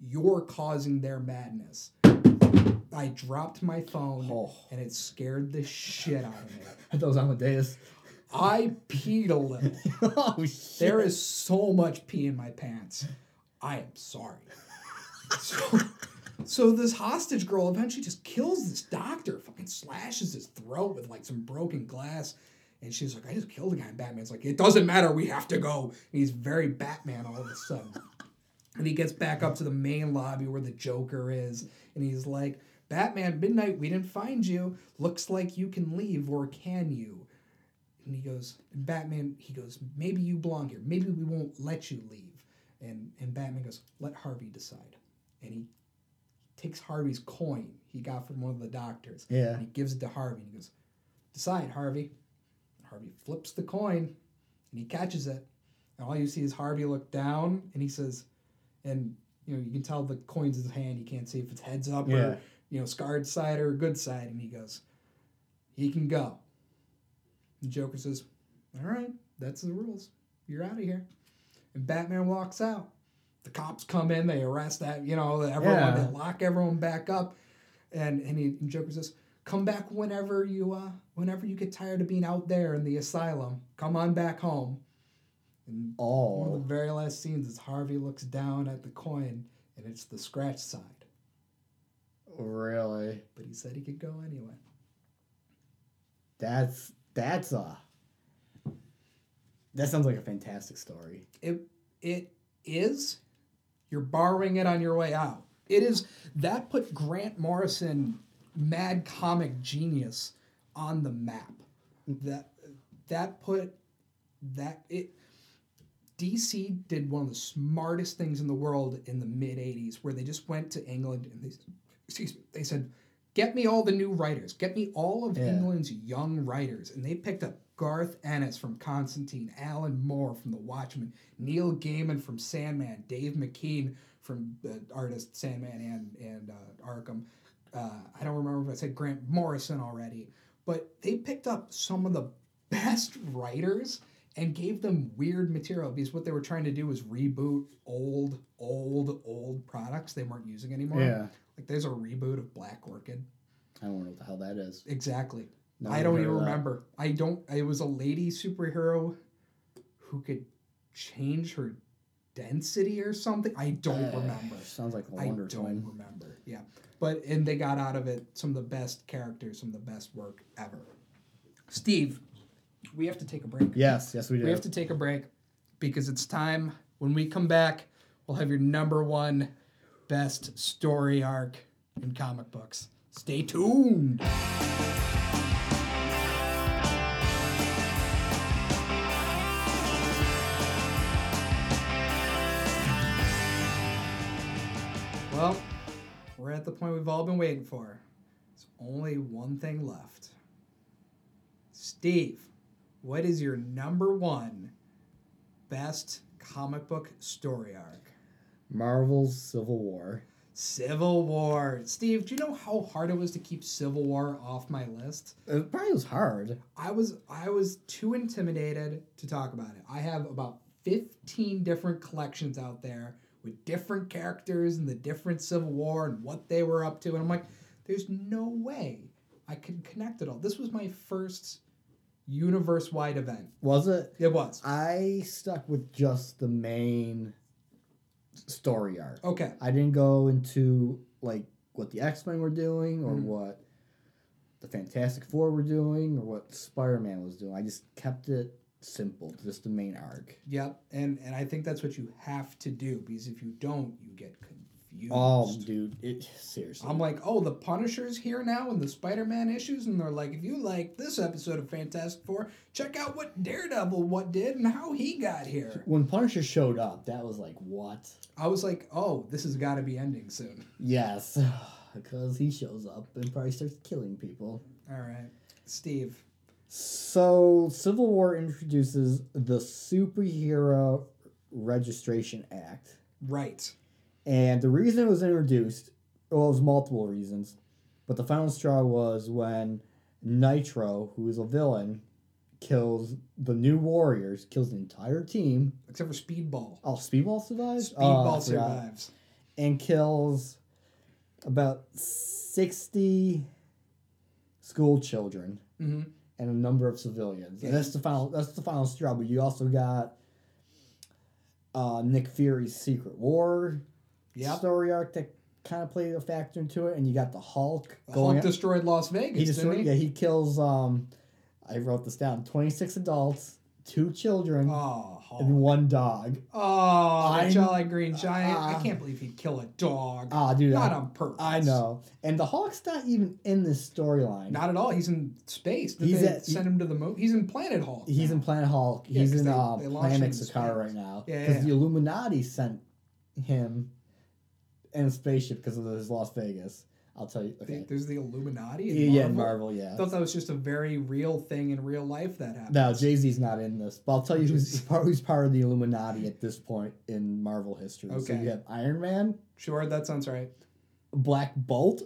Speaker 1: you're causing their madness. I dropped my phone
Speaker 2: Oh.
Speaker 1: and it scared the shit out of me.
Speaker 2: I thought it was Amadeus.
Speaker 1: I peed a little.
Speaker 2: <laughs> oh shit!
Speaker 1: There is so much pee in my pants. I am sorry. So, so this hostage girl eventually just kills this doctor, fucking slashes his throat with like some broken glass. And she's like, I just killed a guy. And Batman's like, it doesn't matter. We have to go. And he's very Batman all of a sudden. And he gets back up to the main lobby where the Joker is. And he's like, Batman, midnight, we didn't find you. Looks like you can leave, or can you? And he goes, and Batman, he goes, maybe you belong here. Maybe we won't let you leave. And, and Batman goes, let Harvey decide. And he takes Harvey's coin he got from one of the doctors.
Speaker 2: Yeah.
Speaker 1: And he gives it to Harvey. And he goes, decide, Harvey. Harvey flips the coin and he catches it. And all you see is Harvey look down and he says, and you know, you can tell the coin's in his hand. You can't see if it's heads up
Speaker 2: Yeah.
Speaker 1: or, you know, scarred side or good side. And he goes, he can go. And Joker says, all right, that's the rules. You're out of here. And Batman walks out. The cops come in, they arrest that, you know, everyone,
Speaker 2: Yeah.
Speaker 1: they lock everyone back up. And and, he, and Joker says, come back whenever you uh whenever you get tired of being out there in the asylum. Come on back home. And one of
Speaker 2: Oh,
Speaker 1: the very last scenes is Harvey looks down at the coin and it's the scratch side. Mm-hmm.
Speaker 2: really?
Speaker 1: But he said he could go anyway.
Speaker 2: That's that's a. That sounds like a fantastic story.
Speaker 1: it it is you're borrowing it on your way out it is that put grant morrison mad comic genius on the map that that put that it DC did one of the smartest things in the world in the mid 80s where they just went to England and they excuse me they said get me all the new writers get me all of
Speaker 2: Yeah.
Speaker 1: England's young writers and they picked up Garth Ennis from Constantine Alan Moore from The Watchmen Neil Gaiman from Sandman Dave McKean from the artist Sandman and and uh, Arkham uh, I don't remember if I said Grant Morrison already but they picked up some of the best writers and gave them weird material because what they were trying to do was reboot old, old, old products they weren't using anymore. Like there's a reboot of Black Orchid.
Speaker 2: I don't know what the hell that is.
Speaker 1: Exactly.
Speaker 2: No
Speaker 1: I
Speaker 2: one
Speaker 1: don't
Speaker 2: heard
Speaker 1: even
Speaker 2: of that.
Speaker 1: remember. I don't it was a lady superhero who could change her density or something. I don't
Speaker 2: Uh,
Speaker 1: remember.
Speaker 2: Sounds like a
Speaker 1: I
Speaker 2: Wonder
Speaker 1: don't
Speaker 2: Twin.
Speaker 1: remember. Yeah. But and they got out of it some of the best characters, some of the best work ever. Steve, we have to take a break.
Speaker 2: Yes, yes, we do.
Speaker 1: We have to take a break because it's time. When we come back, we'll have your number one best story arc in comic books. Stay tuned. Well, we're at the point we've all been waiting for. There's only one thing left. Steve, what is your number one best comic book story arc?
Speaker 2: Marvel's Civil War.
Speaker 1: Civil War. Steve, do you know how hard it was to keep Civil War off my list?
Speaker 2: It probably was hard.
Speaker 1: I was I was too intimidated to talk about it. I have about 15 different collections out there with different characters and the different Civil War and what they were up to and I'm like there's no way I can connect it all. This was my first universe-wide event.
Speaker 2: Was it?
Speaker 1: It was.
Speaker 2: I stuck with just the main story arc.
Speaker 1: Okay.
Speaker 2: I didn't go into like what the X Men were doing or
Speaker 1: Mhm.
Speaker 2: what the Fantastic Four were doing or what Spider Man was doing. I just kept it simple, just the main arc.
Speaker 1: Yep, and and I think that's what you have to do because if you don't, you get confused.
Speaker 2: Oh, dude, it seriously.
Speaker 1: I'm like, oh, the Punisher's here now, and the Spider-Man issues, and they're like, if you like this episode of Fantastic Four, check out what Daredevil what did and how he got here.
Speaker 2: when Punisher showed up, that was like what?
Speaker 1: I was like, oh, this has got to be ending soon.
Speaker 2: Yes, <sighs> because he shows up and probably starts killing people.
Speaker 1: All right, Steve.
Speaker 2: So, Civil War introduces the Superhero Registration Act.
Speaker 1: Right.
Speaker 2: And the reason it was introduced, well, it was multiple reasons, but the final straw was when Nitro, who is a villain, kills the new Warriors, kills the entire team.
Speaker 1: Except for Speedball.
Speaker 2: Oh, Speedball survives? Oh, I
Speaker 1: Speedball
Speaker 2: forgot.
Speaker 1: survives.
Speaker 2: And kills about 60 school children.
Speaker 1: hmm
Speaker 2: and a number of civilians. And that's the final. That's the final straw. But you also got uh, Nick Fury's Secret War
Speaker 1: Yep.
Speaker 2: story arc that kind of played a factor into it, and you got the Hulk going.
Speaker 1: Hulk destroyed Las Vegas,
Speaker 2: he
Speaker 1: didn't
Speaker 2: destroyed.
Speaker 1: he?
Speaker 2: Yeah, he kills. Um, I wrote this down. Twenty six adults, two children,
Speaker 1: Oh,
Speaker 2: and
Speaker 1: Hulk.
Speaker 2: one dog.
Speaker 1: Oh,
Speaker 2: I-
Speaker 1: the Jolly Green Giant. I
Speaker 2: Ah.
Speaker 1: can't believe he'd kill a dog.
Speaker 2: Ah, dude,
Speaker 1: Not
Speaker 2: I-
Speaker 1: on purpose.
Speaker 2: I know. And the Hulk's not even in this storyline.
Speaker 1: Not at all. He's in space. Did
Speaker 2: He's
Speaker 1: they
Speaker 2: at-
Speaker 1: send him to the moon? He's in Planet Hulk.
Speaker 2: He's
Speaker 1: now.
Speaker 2: in Planet Hulk.
Speaker 1: Yeah,
Speaker 2: He's
Speaker 1: 'cause
Speaker 2: in
Speaker 1: they-
Speaker 2: uh,
Speaker 1: they launched him
Speaker 2: Planet
Speaker 1: in
Speaker 2: Sakara
Speaker 1: space.
Speaker 2: right now
Speaker 1: Yeah,
Speaker 2: because
Speaker 1: yeah.
Speaker 2: the Illuminati sent him in a spaceship because of his Las Vegas. I'll tell you.
Speaker 1: Th-
Speaker 2: Okay.
Speaker 1: There's the Illuminati.
Speaker 2: Yeah,
Speaker 1: In
Speaker 2: yeah,
Speaker 1: Marvel.
Speaker 2: Marvel.
Speaker 1: I
Speaker 2: Yeah.
Speaker 1: thought that was just a very real thing in real life that happened.
Speaker 2: No, Jay Z's not in this, but I'll tell you who's part, who's part of the Illuminati at this point in Marvel history. So
Speaker 1: Okay.
Speaker 2: you have Iron Man,
Speaker 1: Sure, that sounds right.
Speaker 2: Black Bolt,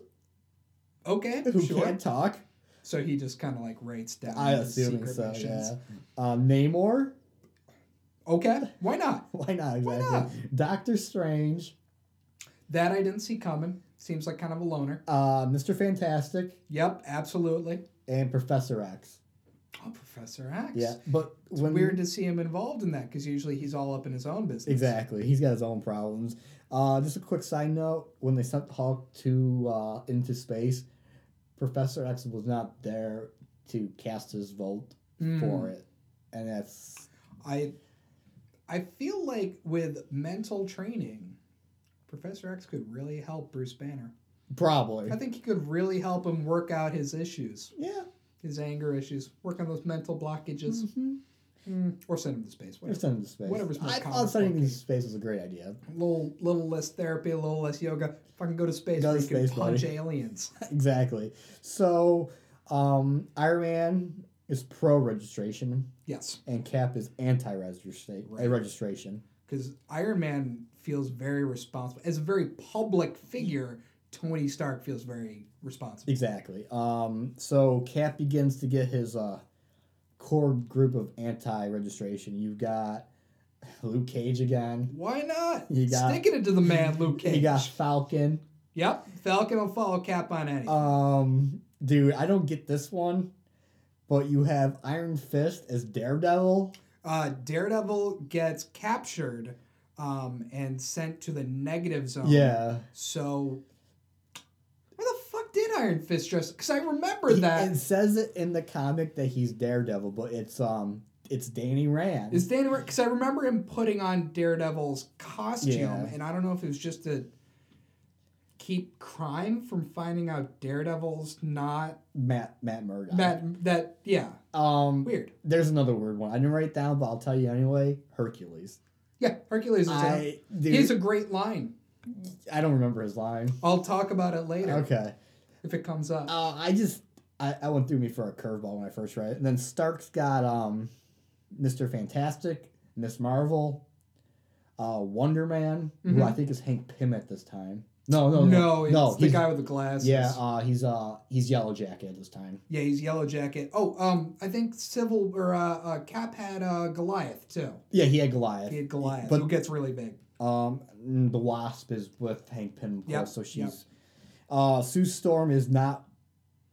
Speaker 1: Okay,
Speaker 2: who
Speaker 1: sure.
Speaker 2: can't talk.
Speaker 1: So he just kind of like rates down.
Speaker 2: I
Speaker 1: his
Speaker 2: assume
Speaker 1: Mm, secret
Speaker 2: so.
Speaker 1: missions.
Speaker 2: Yeah. Um, Namor. <laughs>
Speaker 1: Okay, why not?
Speaker 2: Why not exactly?
Speaker 1: Why
Speaker 2: Doctor Strange.
Speaker 1: That I didn't see coming. Seems like kind of a loner.
Speaker 2: Uh, Mr. Fantastic
Speaker 1: Yep, absolutely.
Speaker 2: and Professor X.
Speaker 1: Oh, Professor X.
Speaker 2: Yeah, but when
Speaker 1: Weird to see him involved in that because usually he's all up in his own business.
Speaker 2: exactly, he's got his own problems. Uh, just a quick side note: when they sent Hulk to uh, into space, Professor X was not there to cast his vote
Speaker 1: Hmm.
Speaker 2: for it, and that's
Speaker 1: I I feel like with mental training, Professor X could really help Bruce Banner.
Speaker 2: probably
Speaker 1: I think he could really help him work out his issues,
Speaker 2: yeah.
Speaker 1: his anger issues, work on those mental blockages,
Speaker 2: Mm-hmm.
Speaker 1: Mm, or send him to space.
Speaker 2: Or
Speaker 1: Whatever.
Speaker 2: send him to space.
Speaker 1: Whatever's more
Speaker 2: I thought
Speaker 1: comic
Speaker 2: sending him to
Speaker 1: book-y.
Speaker 2: space was a great idea. <laughs>
Speaker 1: little little less therapy, a little less yoga. Fucking go to space.
Speaker 2: Go
Speaker 1: where
Speaker 2: to
Speaker 1: you can
Speaker 2: space,
Speaker 1: punch
Speaker 2: buddy.
Speaker 1: aliens. <laughs>
Speaker 2: exactly. So, um, Iron Man is pro registration,
Speaker 1: Yes,
Speaker 2: and Cap is anti registration.
Speaker 1: Right.
Speaker 2: Registration.
Speaker 1: because Iron Man feels very responsible as a very public figure. Tony Stark feels very responsible.
Speaker 2: Exactly. Um, so Cap begins to get his uh, core group of anti-registration. You've got Luke Cage again.
Speaker 1: Why not?
Speaker 2: You got-
Speaker 1: Sticking it to the man, Luke Cage.
Speaker 2: <laughs> You got Falcon.
Speaker 1: Yep, Falcon will follow Cap on anything.
Speaker 2: Um, dude, I don't get this one, but you have Iron Fist as Daredevil.
Speaker 1: uh, Daredevil gets captured um, and sent to the negative zone.
Speaker 2: yeah,
Speaker 1: So, where the fuck did Iron Fist dress? Because I remember that.
Speaker 2: it says it in the comic that he's Daredevil, but it's um, it's Danny Rand.
Speaker 1: Is Danny because I remember him putting on Daredevil's costume,
Speaker 2: Yeah.
Speaker 1: and I don't know if it was just to keep crime from finding out Daredevil's not
Speaker 2: Matt Matt Murdock.
Speaker 1: that that yeah
Speaker 2: Um,
Speaker 1: weird
Speaker 2: there's another weird one. I didn't write it down, but I'll tell you anyway. Hercules.
Speaker 1: yeah Hercules is out.
Speaker 2: I dude,
Speaker 1: He's a great line.
Speaker 2: I don't remember his line.
Speaker 1: I'll talk about it later
Speaker 2: Okay.
Speaker 1: if it comes up.
Speaker 2: Uh, I just I, I went through me for a curveball when I first read it. And then Stark's got um Mr. Fantastic, Miss Marvel, uh Wonder Man, who I think is Hank Pym at this time. No, no,
Speaker 1: Mm-hmm. no,
Speaker 2: Oh, no.
Speaker 1: it's the
Speaker 2: he's-
Speaker 1: guy with the glasses.
Speaker 2: Yeah, uh he's uh he's Yellow Jacket at this time.
Speaker 1: yeah, he's Yellow Jacket. Oh, um, I think Civil or uh, uh Cap had uh Goliath too.
Speaker 2: Yeah, he had Goliath.
Speaker 1: He had Goliath,
Speaker 2: But-
Speaker 1: who gets really big.
Speaker 2: Um mm, the Wasp is with Hank Pym, of course,
Speaker 1: Yep,
Speaker 2: so
Speaker 1: yep.
Speaker 2: she's uh Sue Storm is not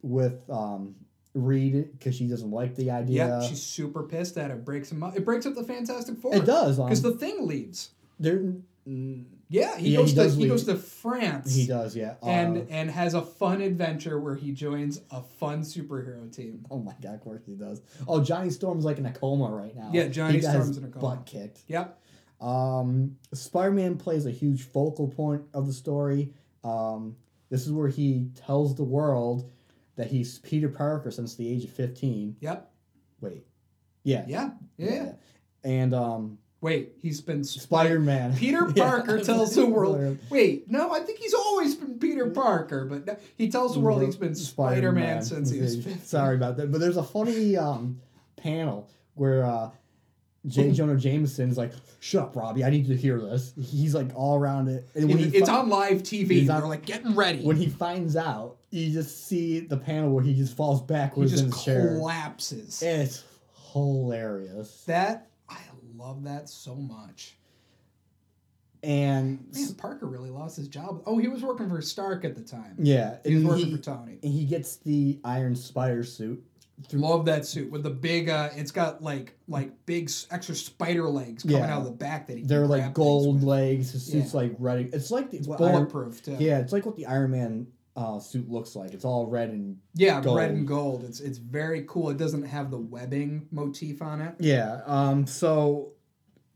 Speaker 2: with um Reed because she doesn't like the idea.
Speaker 1: Yeah, she's super pissed at it. Breaks him up. It breaks up the Fantastic Four.
Speaker 2: It does. Um,
Speaker 1: because the thing leaves.
Speaker 2: there, mm,
Speaker 1: Yeah, he
Speaker 2: Yeah,
Speaker 1: goes
Speaker 2: he
Speaker 1: to
Speaker 2: does
Speaker 1: he
Speaker 2: leave.
Speaker 1: goes to France
Speaker 2: he does, yeah. Uh,
Speaker 1: and and has a fun adventure where he joins a fun superhero team.
Speaker 2: oh my god, of course he does. Oh, Johnny Storm's like in a coma right now.
Speaker 1: Yeah, Johnny
Speaker 2: He got his
Speaker 1: Storm's in a coma.
Speaker 2: Butt kicked.
Speaker 1: Yep.
Speaker 2: Um, Spider-Man plays a huge focal point of the story. Um, this is where he tells the world that he's Peter Parker since the age of fifteen.
Speaker 1: Yep.
Speaker 2: Wait, yeah,
Speaker 1: Yeah. Yeah.
Speaker 2: And um,
Speaker 1: Wait, he's been sp-
Speaker 2: Spider-Man.
Speaker 1: Peter
Speaker 2: <laughs> Yeah.
Speaker 1: Parker tells the world. Wait, no, I think he's always been Peter Parker, but no, he tells the world he's been Spider Man since he was 15.
Speaker 2: <laughs> Sorry about that, but there's a funny um, panel where uh,
Speaker 1: <laughs>
Speaker 2: J. Jonah Jameson is like, "Shut up, Robbie! I need to hear this." He's like all around it, and when
Speaker 1: It-
Speaker 2: he
Speaker 1: it's
Speaker 2: fi-
Speaker 1: on live TV.
Speaker 2: he's
Speaker 1: They're
Speaker 2: on-
Speaker 1: like getting ready.
Speaker 2: when he finds out, you just see the panel where he just falls
Speaker 1: he
Speaker 2: backwards in
Speaker 1: just
Speaker 2: his chair,
Speaker 1: collapses.
Speaker 2: and it's hilarious.
Speaker 1: That I love that so much.
Speaker 2: And
Speaker 1: Man, Parker really lost his job. Oh, he was working for Stark at the time.
Speaker 2: yeah,
Speaker 1: He was
Speaker 2: and
Speaker 1: working
Speaker 2: he,
Speaker 1: for Tony.
Speaker 2: and he gets the Iron Spider suit
Speaker 1: Love that suit with the big. uh It's got like like big s- extra spider legs coming
Speaker 2: Yeah.
Speaker 1: out of the back that he. can
Speaker 2: They're like
Speaker 1: grab things
Speaker 2: gold
Speaker 1: with.
Speaker 2: legs. His suit's like red. It's like the
Speaker 1: It's
Speaker 2: what Iron-
Speaker 1: bulletproof too.
Speaker 2: yeah, it's like what the Iron Man uh, suit looks like. It's all red and
Speaker 1: Yeah,
Speaker 2: Gold.
Speaker 1: red and gold. It's it's very cool. It doesn't have the webbing motif on it.
Speaker 2: Yeah. Um. So,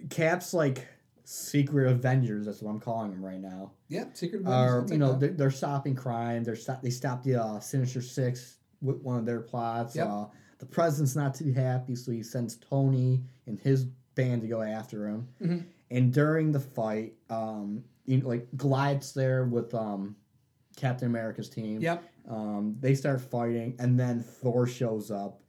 Speaker 2: Cap's like secret Avengers. That's what I'm calling them right now.
Speaker 1: Yeah, secret. Weapons, I'll
Speaker 2: Are
Speaker 1: take
Speaker 2: you know
Speaker 1: that.
Speaker 2: they're, they're stopping crime. They're stop. They stopped the uh, Sinister Six with one of their plots.
Speaker 1: Yep.
Speaker 2: Uh, the president's not too happy, so he sends Tony and his band to go after him.
Speaker 1: Mhm.
Speaker 2: And during the fight, um, you know, like Goliath's there with um, Captain America's team.
Speaker 1: Yep.
Speaker 2: Um, they start fighting, and then Thor shows up.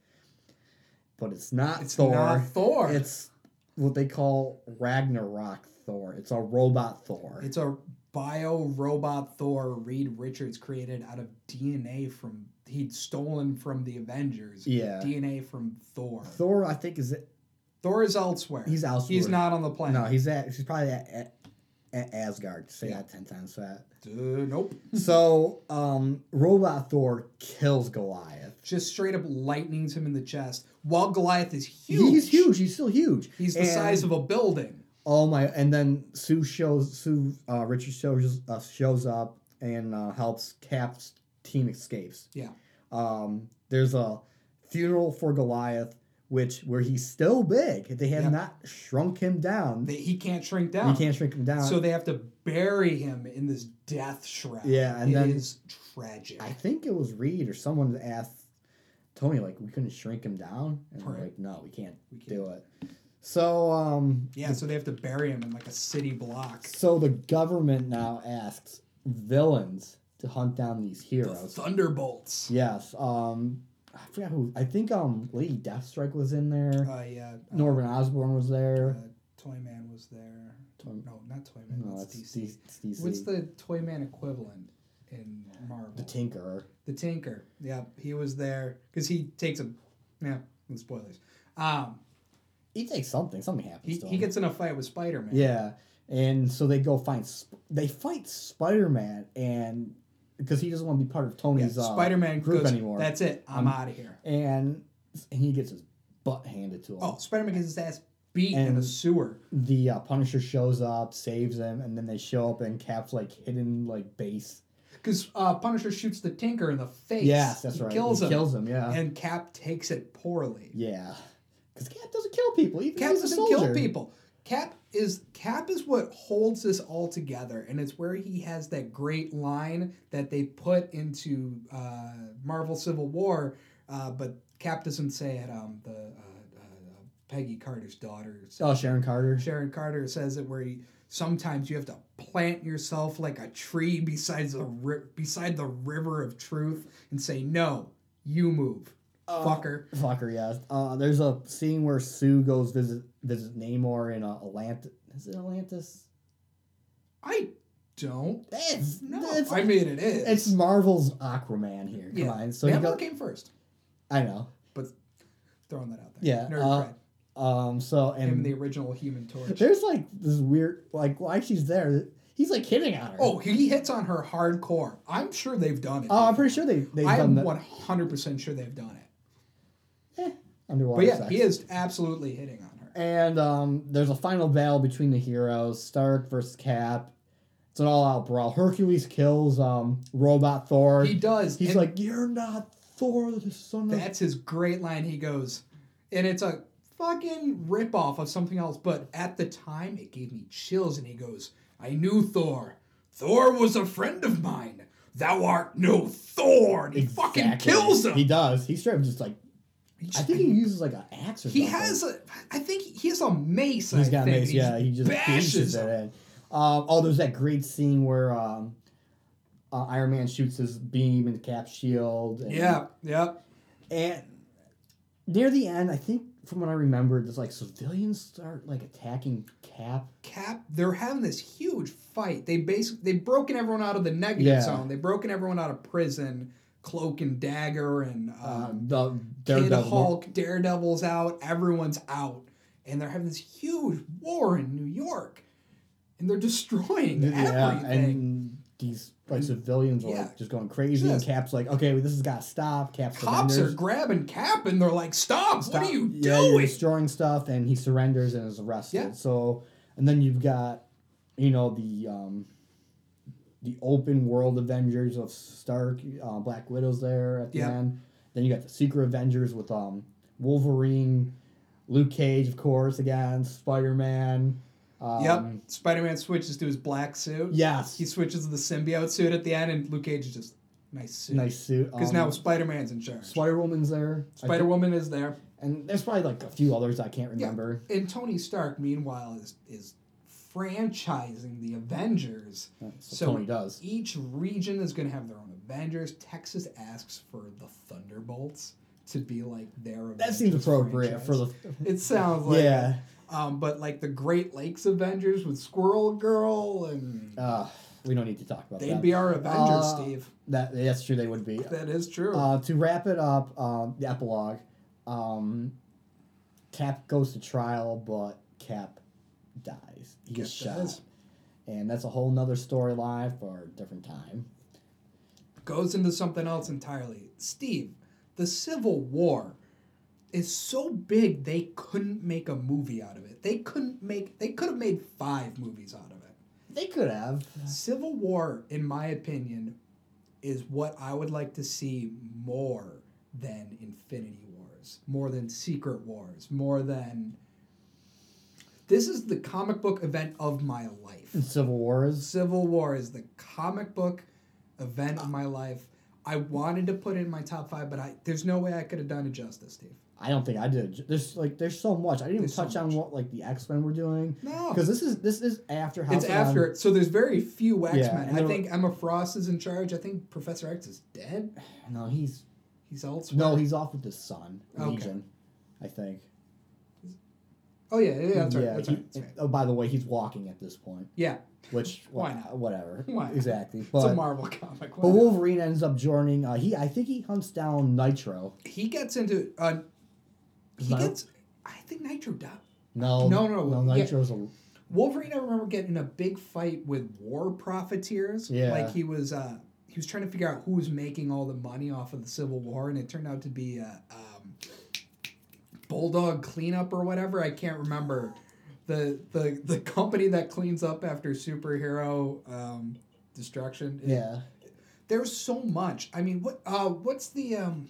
Speaker 2: But it's not
Speaker 1: It's
Speaker 2: Thor.
Speaker 1: not Thor. It's
Speaker 2: It's what they call Ragnarok Thor. It's a robot Thor.
Speaker 1: it's a bio robot Thor Reed Richards created out of DNA from he'd stolen from the Avengers.
Speaker 2: yeah.
Speaker 1: DNA from Thor.
Speaker 2: Thor, I think, is it?
Speaker 1: Thor is elsewhere.
Speaker 2: He's elsewhere.
Speaker 1: He's not on the planet.
Speaker 2: No, he's at. He's probably at, at, at Asgard. Say
Speaker 1: Yeah.
Speaker 2: that ten times fat.
Speaker 1: Uh, nope.
Speaker 2: so, um, robot Thor kills Goliath.
Speaker 1: Just straight up lightnings him in the chest. While Goliath is huge.
Speaker 2: He's huge. He's still huge.
Speaker 1: He's the
Speaker 2: And-
Speaker 1: size of a building.
Speaker 2: Oh my! And then Sue shows Sue uh, Richard shows uh, shows up and uh, helps Cap's team escapes.
Speaker 1: Yeah.
Speaker 2: Um, there's a funeral for Goliath, which where he's still big. They have
Speaker 1: Yeah.
Speaker 2: not shrunk him down.
Speaker 1: They, he can't shrink down.
Speaker 2: you can't shrink him down.
Speaker 1: So they have to bury him in this death shroud.
Speaker 2: Yeah, and
Speaker 1: It
Speaker 2: then-
Speaker 1: is tragic.
Speaker 2: I think it was Reed or someone that asked Tony like we couldn't shrink him down, and we're
Speaker 1: Right.
Speaker 2: like, no, we can't
Speaker 1: We can't.
Speaker 2: do it. So um,
Speaker 1: Yeah, so they have to bury him in like a city block.
Speaker 2: so the government now asks villains to hunt down these
Speaker 1: The
Speaker 2: heroes.
Speaker 1: Thunderbolts.
Speaker 2: Yes. Um, I forgot who. I think um, Lady Deathstrike was in there.
Speaker 1: Uh, yeah. uh,
Speaker 2: Norman Osborn was
Speaker 1: Uh,
Speaker 2: there.
Speaker 1: Toy Man was there.
Speaker 2: Tom-
Speaker 1: No, not Toy Man.
Speaker 2: no,
Speaker 1: that's
Speaker 2: that's
Speaker 1: DC.
Speaker 2: D- it's DC.
Speaker 1: What's the Toy Man equivalent in Marvel?
Speaker 2: the Tinkerer?
Speaker 1: The Tinker. Yeah, he was there because he takes a. Yeah, and spoilers. Um,
Speaker 2: He takes something. Something happens
Speaker 1: he,
Speaker 2: to him.
Speaker 1: he gets in a fight with Spider Man.
Speaker 2: yeah, and so they go find. Sp- they fight Spider Man, and because he doesn't want to be part of Tony's uh,
Speaker 1: Spider Man
Speaker 2: group
Speaker 1: goes.
Speaker 2: anymore.
Speaker 1: That's it. I'm
Speaker 2: Um,
Speaker 1: out of here.
Speaker 2: and and he gets his butt handed to him.
Speaker 1: Oh, Spider Man gets his ass beat in a
Speaker 2: and-
Speaker 1: sewer.
Speaker 2: The uh, Punisher shows up, saves him, and then they show up in Cap's like hidden like base.
Speaker 1: Because uh, Punisher shoots the Tinker in the face.
Speaker 2: Yes, that's
Speaker 1: He
Speaker 2: right.
Speaker 1: Kills
Speaker 2: he
Speaker 1: him.
Speaker 2: Kills him. Yeah.
Speaker 1: And Cap takes it poorly.
Speaker 2: Yeah, because Cap doesn't kill people. Even
Speaker 1: Cap
Speaker 2: though he's a
Speaker 1: doesn't
Speaker 2: soldier.
Speaker 1: kill people. Cap is Cap is what holds this all together, and it's where he has that great line that they put into uh, Marvel Civil War, uh, but Cap doesn't say it. Um, the uh, uh, Peggy Carter's daughter,
Speaker 2: Oh, Sharon Carter.
Speaker 1: Sharon Carter, says it where he, sometimes you have to plant yourself like a tree besides the ri- beside the river of truth and say no, you move,
Speaker 2: Uh,
Speaker 1: fucker.
Speaker 2: Fucker, yes. Uh, there's a scene where Sue goes visit visit Namor in uh, Atlantis. Is it Atlantis?
Speaker 1: I don't
Speaker 2: It's
Speaker 1: No,
Speaker 2: It's,
Speaker 1: I mean it is.
Speaker 2: it's Marvel's Aquaman here. Come
Speaker 1: Yeah.
Speaker 2: on. So
Speaker 1: Batman
Speaker 2: he go,
Speaker 1: came first.
Speaker 2: I know.
Speaker 1: Throwing that out there.
Speaker 2: Yeah,
Speaker 1: Nerd
Speaker 2: uh,
Speaker 1: cred.
Speaker 2: Um. So
Speaker 1: Him and
Speaker 2: and
Speaker 1: the original Human Torch.
Speaker 2: there's like this weird like why she's there. He's like hitting on her.
Speaker 1: Oh, he hits on her hardcore. I'm sure they've done it.
Speaker 2: Oh, I'm pretty sure they they've
Speaker 1: I
Speaker 2: done
Speaker 1: am
Speaker 2: that
Speaker 1: 100 percent sure they've done it.
Speaker 2: underwater.
Speaker 1: But yeah,
Speaker 2: sex.
Speaker 1: he is absolutely hitting on her.
Speaker 2: And um, there's a final battle between the heroes, Stark versus Cap. It's an all-out brawl. Hercules kills um, Robot Thor.
Speaker 1: He does.
Speaker 2: He's
Speaker 1: and
Speaker 2: like, "You're not Thor, the son of."
Speaker 1: that's his great line. He goes, and it's a fucking ripoff of something else. But at the time, it gave me chills. And he goes, "I knew Thor. Thor was a friend of mine. Thou art no Thor." And he fucking
Speaker 2: Exactly.
Speaker 1: kills him.
Speaker 2: He does. He's straight up just like
Speaker 1: He
Speaker 2: I
Speaker 1: just-
Speaker 2: think he uses like an axe or
Speaker 1: He
Speaker 2: something.
Speaker 1: has a, I think he has a mace.
Speaker 2: He's
Speaker 1: I
Speaker 2: got a
Speaker 1: think.
Speaker 2: mace. Yeah, he just bashes it
Speaker 1: him.
Speaker 2: in. Um, oh, there's that great scene where um, uh, Iron Man shoots his beam into Cap's shield. And
Speaker 1: Yeah, yeah.
Speaker 2: And near the end, I think from what I remember, there's like civilians start like attacking Cap.
Speaker 1: Cap, they're having this huge fight. They basically they've broken everyone out of the negative
Speaker 2: Yeah.
Speaker 1: zone. They've broken everyone out of prison. Cloak and dagger and
Speaker 2: Uh,
Speaker 1: um,
Speaker 2: the
Speaker 1: Kid
Speaker 2: Daredevil.
Speaker 1: Hulk, Daredevil's out. Everyone's out, and they're having this huge war in New York, and they're destroying
Speaker 2: Yeah,
Speaker 1: everything.
Speaker 2: and these like civilians are
Speaker 1: Yeah.
Speaker 2: like just going crazy, and
Speaker 1: Just-
Speaker 2: Cap's like, okay, well, this has got to stop. Cap
Speaker 1: Cops are
Speaker 2: surrenders.
Speaker 1: grabbing Cap and they're like, "Stop! What
Speaker 2: Stop-
Speaker 1: are you
Speaker 2: yeah, You're
Speaker 1: doing?"
Speaker 2: destroying stuff, and he surrenders and is arrested.
Speaker 1: Yeah.
Speaker 2: So, and then you've got, you know, the um, the open world Avengers of Stark, uh, Black Widow's there at the
Speaker 1: Yeah.
Speaker 2: end. Then you got the Secret Avengers with um, Wolverine, Luke Cage, of course, again, Spider Man. Um,
Speaker 1: yep. Spider-Man switches to his black suit.
Speaker 2: Yes.
Speaker 1: He switches to the symbiote suit at the end, and Luke Cage is just nice suit.
Speaker 2: nice suit.
Speaker 1: Because
Speaker 2: um,
Speaker 1: now Spider-Man's in charge.
Speaker 2: Spider Woman's there. I
Speaker 1: Spider Woman is there,
Speaker 2: think- and there's probably like a few others I can't
Speaker 1: Yeah.
Speaker 2: remember.
Speaker 1: and Tony Stark, meanwhile, is is franchising the Avengers.
Speaker 2: So,
Speaker 1: So-
Speaker 2: Tony does.
Speaker 1: Each region is going to have their own Avengers. Texas asks for the Thunderbolts to be like their.
Speaker 2: That
Speaker 1: Avengers
Speaker 2: seems appropriate
Speaker 1: franchise.
Speaker 2: for the.
Speaker 1: It sounds like
Speaker 2: yeah.
Speaker 1: Um, but like the Great Lakes Avengers with Squirrel Girl, and
Speaker 2: Uh, we don't need to talk about
Speaker 1: they'd
Speaker 2: that.
Speaker 1: be our Avengers,
Speaker 2: Uh,
Speaker 1: Steve.
Speaker 2: that that's true. They would be.
Speaker 1: That is true.
Speaker 2: Uh, to wrap it up, um, the epilogue. Um, Cap goes to trial, but Cap dies. He gets
Speaker 1: Cap
Speaker 2: shot,
Speaker 1: dies.
Speaker 2: and that's a whole nother storyline for a different time.
Speaker 1: goes into something else entirely. Steve, the Civil War is so big they couldn't make a movie out of it. They couldn't make they could have made 5 movies out of it.
Speaker 2: They could have.
Speaker 1: Civil War in my opinion is what I would like to see more than Infinity Wars, more than Secret Wars, more than This is the comic book event of my life.
Speaker 2: Civil Wars.
Speaker 1: Civil War is the comic book event of my life. I wanted to put it in my top five, but I there's no way I could have done it justice, Steve.
Speaker 2: I don't think I did. There's like there's so much. I didn't even
Speaker 1: There's so
Speaker 2: touch on
Speaker 1: much.
Speaker 2: what like the X Men were doing
Speaker 1: No,
Speaker 2: because this is this is after House
Speaker 1: it's
Speaker 2: of
Speaker 1: after
Speaker 2: M.
Speaker 1: it. So there's very few X
Speaker 2: Yeah,
Speaker 1: Men.
Speaker 2: and
Speaker 1: I
Speaker 2: there-
Speaker 1: think Emma Frost is in charge. I think Professor X is dead.
Speaker 2: No, he's
Speaker 1: He's elsewhere.
Speaker 2: no, he's off with his son
Speaker 1: Okay.
Speaker 2: Legion, I think.
Speaker 1: Oh yeah, yeah, that's right.
Speaker 2: Yeah,
Speaker 1: that's
Speaker 2: he-
Speaker 1: right. That's right.
Speaker 2: Oh, by the way, he's walking at this point.
Speaker 1: Yeah,
Speaker 2: Which
Speaker 1: Why
Speaker 2: wha-
Speaker 1: not?
Speaker 2: Whatever.
Speaker 1: Why not?
Speaker 2: Exactly.
Speaker 1: it's a
Speaker 2: But,
Speaker 1: Marvel <laughs> comic.
Speaker 2: but
Speaker 1: why not?
Speaker 2: Wolverine ends up joining. Uh, he I think he hunts down Nitro.
Speaker 1: he gets into uh, he
Speaker 2: Nitro?
Speaker 1: gets. I think Nitro died.
Speaker 2: No,
Speaker 1: No, no,
Speaker 2: no.
Speaker 1: yeah.
Speaker 2: Nitro's a
Speaker 1: Wolverine, I remember getting in a big fight with war profiteers.
Speaker 2: Yeah.
Speaker 1: Like he was, uh, he was trying to figure out who was making all the money off of the Civil War, and it turned out to be uh, um, Bulldog Cleanup or whatever. I can't remember the the the company that cleans up after superhero um, destruction.
Speaker 2: yeah.
Speaker 1: There's so much. I mean, what uh, what's the um,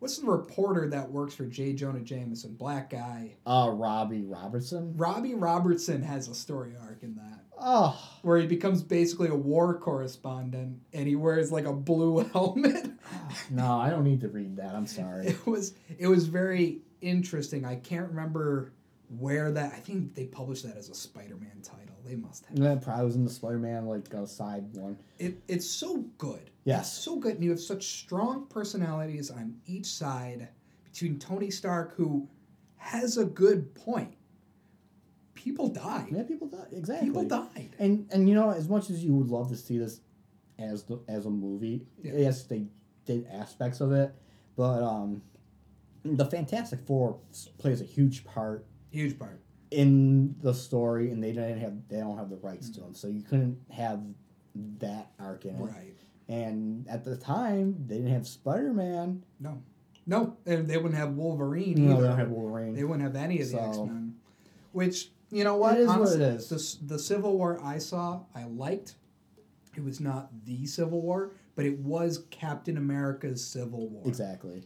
Speaker 1: what's the reporter that works for J. Jonah Jameson? Black guy.
Speaker 2: Uh, Robbie Robertson.
Speaker 1: Robbie Robertson has a story arc in that
Speaker 2: Oh,
Speaker 1: where he becomes basically a war correspondent and he wears like a blue <laughs> helmet.
Speaker 2: no, I don't need to read that.
Speaker 1: <laughs>
Speaker 2: I'm sorry.
Speaker 1: it was it was very interesting. I can't remember where that I think they published that as a Spider-Man title. They must have.
Speaker 2: that probably was in the Spider Man like uh, side one.
Speaker 1: It it's so good.
Speaker 2: Yes.
Speaker 1: It's so good and you have such strong personalities on each side between Tony Stark who has a good point. People died.
Speaker 2: Yeah, people die exactly.
Speaker 1: People died.
Speaker 2: And and you know, as much as you would love to see this as the, as a movie,
Speaker 1: Yeah.
Speaker 2: yes, they did aspects of it, but um, the Fantastic Four s- plays a huge part
Speaker 1: Huge part.
Speaker 2: in the story, and they didn't have they don't have the rights to them, so you couldn't have that arc in it.
Speaker 1: Mm-hmm. Right.
Speaker 2: And at the time, they didn't have Spider Man.
Speaker 1: No. No, and they wouldn't have Wolverine
Speaker 2: No,
Speaker 1: either.
Speaker 2: they don't have Wolverine.
Speaker 1: They wouldn't have any of the
Speaker 2: So-
Speaker 1: X Men. Which you know what
Speaker 2: It is what it
Speaker 1: Honestly,
Speaker 2: is.
Speaker 1: The, the Civil War I saw, I liked. It was not the Civil War, but it was Captain America's Civil War.
Speaker 2: Exactly.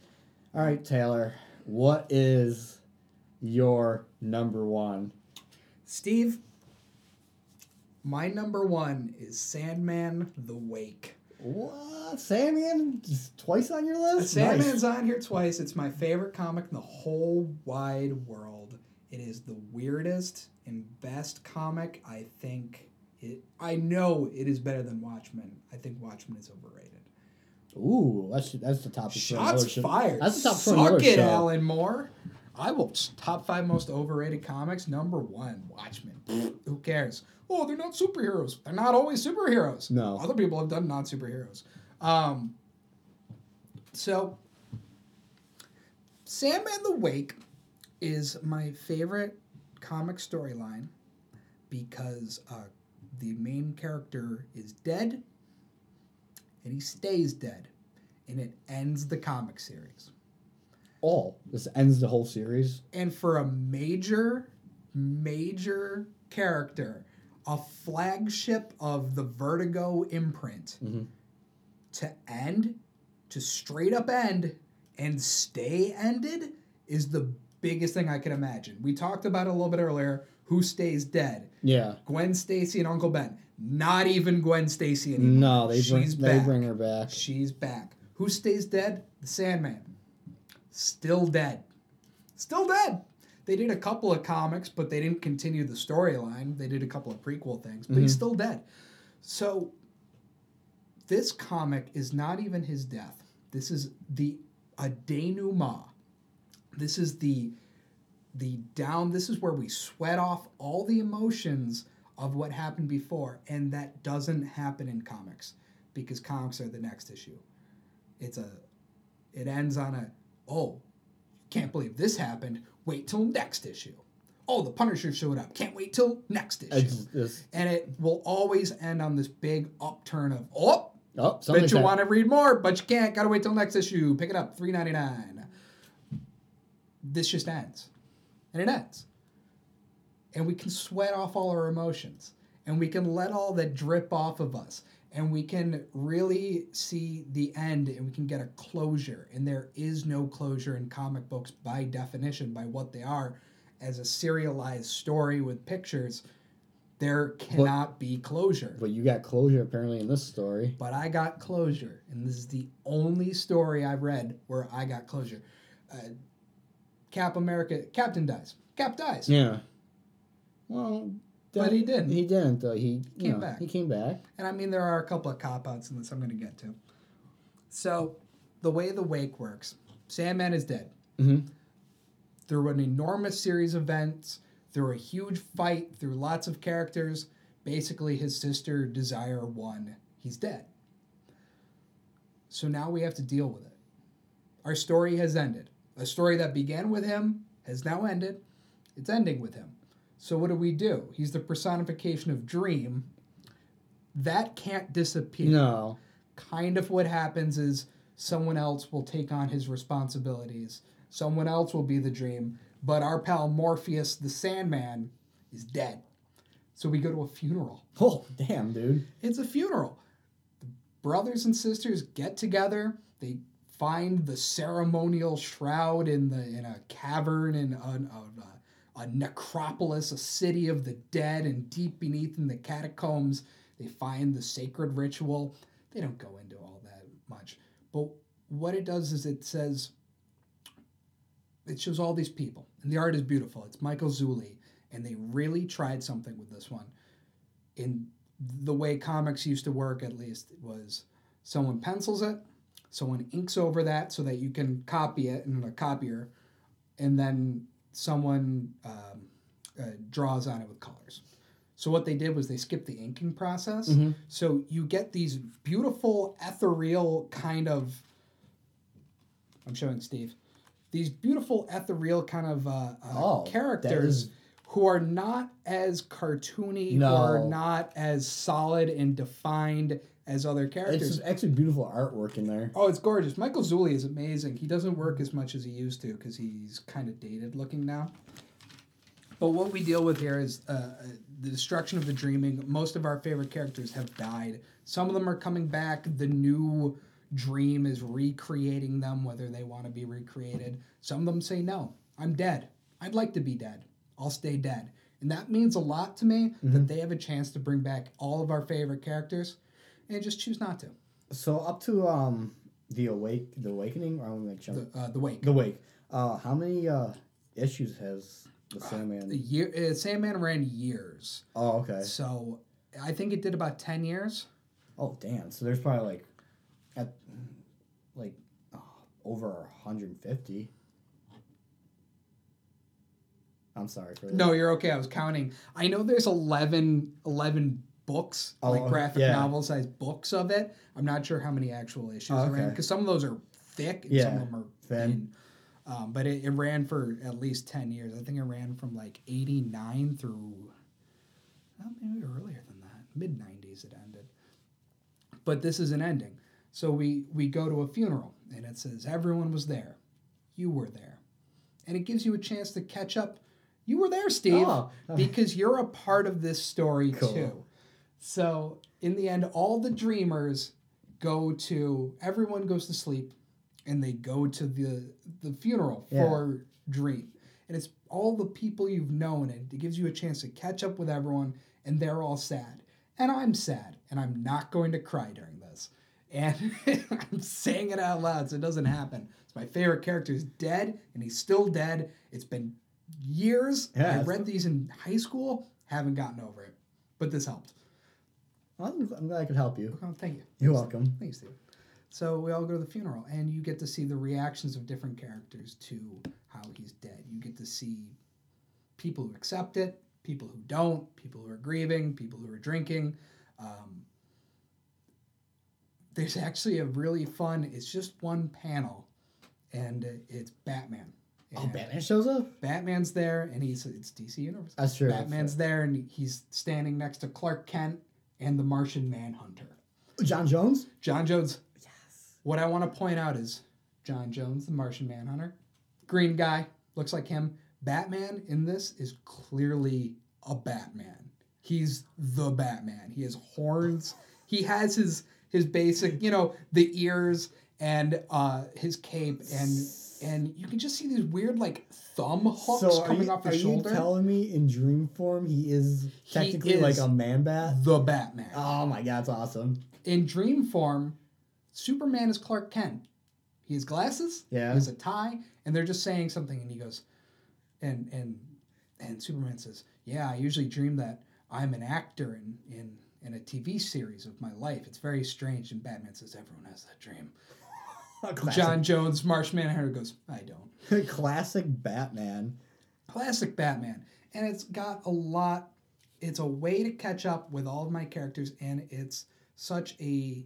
Speaker 2: All right, Taylor, what is your number one?
Speaker 1: Steve, my number one is Sandman: The Wake.
Speaker 2: What? Sandman is twice on your list?
Speaker 1: Sandman's on here twice. It's my favorite comic in the whole wide world. It is the weirdest and best comic. I think it. I know it is better than Watchmen. I think Watchmen is overrated.
Speaker 2: Nice. Ooh, that's that's the topic. for another
Speaker 1: Shots
Speaker 2: show.
Speaker 1: fired.
Speaker 2: That's the top for
Speaker 1: Suck
Speaker 2: another
Speaker 1: it,
Speaker 2: show.
Speaker 1: Alan Moore. I will top five most overrated comics. Number one, Watchmen. Who cares? Oh, they're not superheroes. They're not always superheroes.
Speaker 2: No.
Speaker 1: Other people have done non superheroes. Um, so, Sandman the Wake is my favorite comic storyline because uh, the main character is dead and he stays dead, and it ends the comic series.
Speaker 2: All. Oh, This ends the whole series.
Speaker 1: And for a major, major character, a flagship of the Vertigo imprint,
Speaker 2: Mhm.
Speaker 1: to end, to straight up end, and stay ended is the biggest thing I can imagine. We talked about it a little bit earlier. Who stays dead?
Speaker 2: Yeah.
Speaker 1: Gwen Stacy and Uncle Ben. Not even Gwen Stacy anymore.
Speaker 2: No, they bring,
Speaker 1: She's
Speaker 2: they
Speaker 1: back.
Speaker 2: bring her back.
Speaker 1: She's back. Who stays dead? The Sandman. Still dead. Still dead. They did a couple of comics, but they didn't continue the storyline. They did a couple of prequel things, but he's still dead. So this comic is not even his death. This is the a denouement. This is the the down this is where we sweat off all the emotions of what happened before and that doesn't happen in comics because comics are the next issue it's a it ends on a oh can't believe this happened wait till next issue oh the punisher showed up can't wait till next issue
Speaker 2: It's, it's,
Speaker 1: and it will always end on this big upturn of oh
Speaker 2: oh,
Speaker 1: Bet
Speaker 2: something's
Speaker 1: you
Speaker 2: hap-
Speaker 1: want to read more, but you can't. Gotta wait till next issue. Pick it up, three ninety nine. This just ends, and it ends, and we can sweat off all our emotions, and we can let all that drip off of us, and we can really see the end, and we can get a closure. And there is no closure in comic books by definition, by what they are, as a serialized story with pictures. There cannot be closure.
Speaker 2: But you got closure apparently in this story.
Speaker 1: But I got closure, and this is the only story I've read where I got closure. Uh, Cap America, Captain dies. Cap dies.
Speaker 2: Yeah. Well,
Speaker 1: But he didn't.
Speaker 2: He didn't though. He you
Speaker 1: Came
Speaker 2: know,
Speaker 1: back.
Speaker 2: He came back.
Speaker 1: And I mean, there are a couple of cop outs in this I'm going to get to. So, the way the wake works Sandman is dead.
Speaker 2: Mhm.
Speaker 1: Through an enormous series of events, through a huge fight, through lots of characters, basically his sister, Desire, won. He's dead. So now we have to deal with it. Our story has ended. A story that began with him has now ended. It's ending with him. So what do we do? He's the personification of dream. That can't disappear.
Speaker 2: No.
Speaker 1: Kind of what happens is someone else will take on his responsibilities. Someone else will be the dream. But our pal Morpheus the Sandman is dead. So we go to a funeral.
Speaker 2: Oh damn, dude.
Speaker 1: It's a funeral. The brothers and sisters get together. They find the ceremonial shroud in the in a cavern in a, a, a necropolis, a city of the dead, and deep beneath in the catacombs, they find the sacred ritual. They don't go into all that much, but what it does is it says it shows all these people, and the art is beautiful. It's Michael Zuli, and they really tried something with this one. In the way comics used to work at least was someone pencils it someone inks over that so that you can copy it in a copier and then someone um, uh, draws on it with colors so what they did was they skipped the inking process
Speaker 2: Mhm.
Speaker 1: so you get these beautiful ethereal kind of i'm showing steve these beautiful ethereal kind of uh, uh,
Speaker 2: Oh, that
Speaker 1: characters
Speaker 2: is-
Speaker 1: who are not as cartoony
Speaker 2: No.
Speaker 1: or not as solid and defined as other characters.
Speaker 2: It's actually beautiful artwork in there.
Speaker 1: oh, it's gorgeous. Michael Zuli is amazing. He doesn't work as much as he used to because he's kind of dated looking now. But what we deal with here is uh, uh, the destruction of the dreaming. Most of our favorite characters have died. Some of them are coming back. The new dream is recreating them, whether they want to be recreated. Some of them say, No, I'm dead. I'd like to be dead. I'll stay dead. And that means a lot to me that they have a chance to bring back all of our favorite characters and just choose not to.
Speaker 2: So up to um the awake the awakening. I want to make sure.
Speaker 1: The, uh, the Wake.
Speaker 2: The wake. Uh, how many uh issues has the
Speaker 1: The
Speaker 2: Sandman?
Speaker 1: year, uh, Sandman ran years.
Speaker 2: Oh, okay.
Speaker 1: So I think it did about 10 years.
Speaker 2: Oh, damn. So there's probably like, at, like, uh, over 150. I'm sorry for that.
Speaker 1: No, you're okay. I was counting. I know there's 11, 11 books,
Speaker 2: Oh,
Speaker 1: like graphic
Speaker 2: yeah.
Speaker 1: novel sized books of it. I'm not sure how many actual issues
Speaker 2: Oh,
Speaker 1: it ran
Speaker 2: okay.
Speaker 1: because some of those are thick and some
Speaker 2: Yeah,
Speaker 1: of them are
Speaker 2: thin.
Speaker 1: thin. Um, but it, it ran for at least 10 years. I think it ran from like 89 through, uh, well, maybe earlier than that, mid 90s it ended. But this is an ending. So we we go to a funeral and it says everyone was there. You were there. And it gives you a chance to catch up. You were there, Steve,
Speaker 2: Oh, okay.
Speaker 1: <laughs> because you're a part of this story
Speaker 2: Cool.
Speaker 1: too. So in the end all the dreamers go to everyone goes to sleep and they go to the the funeral
Speaker 2: Yeah.
Speaker 1: for dream. And it's all the people you've known and it gives you a chance to catch up with everyone and they're all sad. And I'm sad and I'm not going to cry during this. And <laughs> I'm saying it out loud so it doesn't happen. It's my favorite character is dead and he's still dead. It's been years.
Speaker 2: Yeah,
Speaker 1: I
Speaker 2: it's-
Speaker 1: read these in high school, haven't gotten over it. But this helped.
Speaker 2: I'm, I'm glad I could help you.
Speaker 1: Oh, thank you.
Speaker 2: You're welcome.
Speaker 1: Thanks, Steve. So we all go to the funeral, and you get to see the reactions of different characters to how he's dead. You get to see people who accept it, people who don't, people who are grieving, people who are drinking. Um, there's actually a really fun. It's just one panel, and it's Batman.
Speaker 2: Oh,
Speaker 1: And
Speaker 2: Batman shows up.
Speaker 1: Batman's there, and he's it's DC Universe.
Speaker 2: That's true.
Speaker 1: Batman's there, and he's standing next to Clark Kent and the Martian Manhunter.
Speaker 2: John Jones.
Speaker 1: John Jones. Yes. What I want to point out is John Jones, the Martian Manhunter, green guy, looks like him. Batman in this is clearly a Batman. He's the Batman. He has horns. He has his his basic, you know, the ears and uh his cape and and you can just see these weird like thumb hooks
Speaker 2: So are,
Speaker 1: coming
Speaker 2: you,
Speaker 1: off
Speaker 2: are
Speaker 1: his shoulder.
Speaker 2: you telling me in dream form he is technically
Speaker 1: is.
Speaker 2: like a man bat?
Speaker 1: the Batman.
Speaker 2: Oh my god, it's awesome. <laughs>
Speaker 1: in dream form, Superman is Clark Kent. He has glasses.
Speaker 2: Yeah.
Speaker 1: He has a tie, and they're just saying something, and he goes, and and and Superman says, "Yeah, I usually dream that I'm an actor in in in a TV series of my life. It's very strange." And Batman says, "Everyone has that dream." John
Speaker 2: Classic,
Speaker 1: Jones, Marsh Manhunter goes, "I don't."
Speaker 2: <laughs> classic Batman.
Speaker 1: classic Batman. And it's got a lot, it's a way to catch up with all of my characters, and it's such a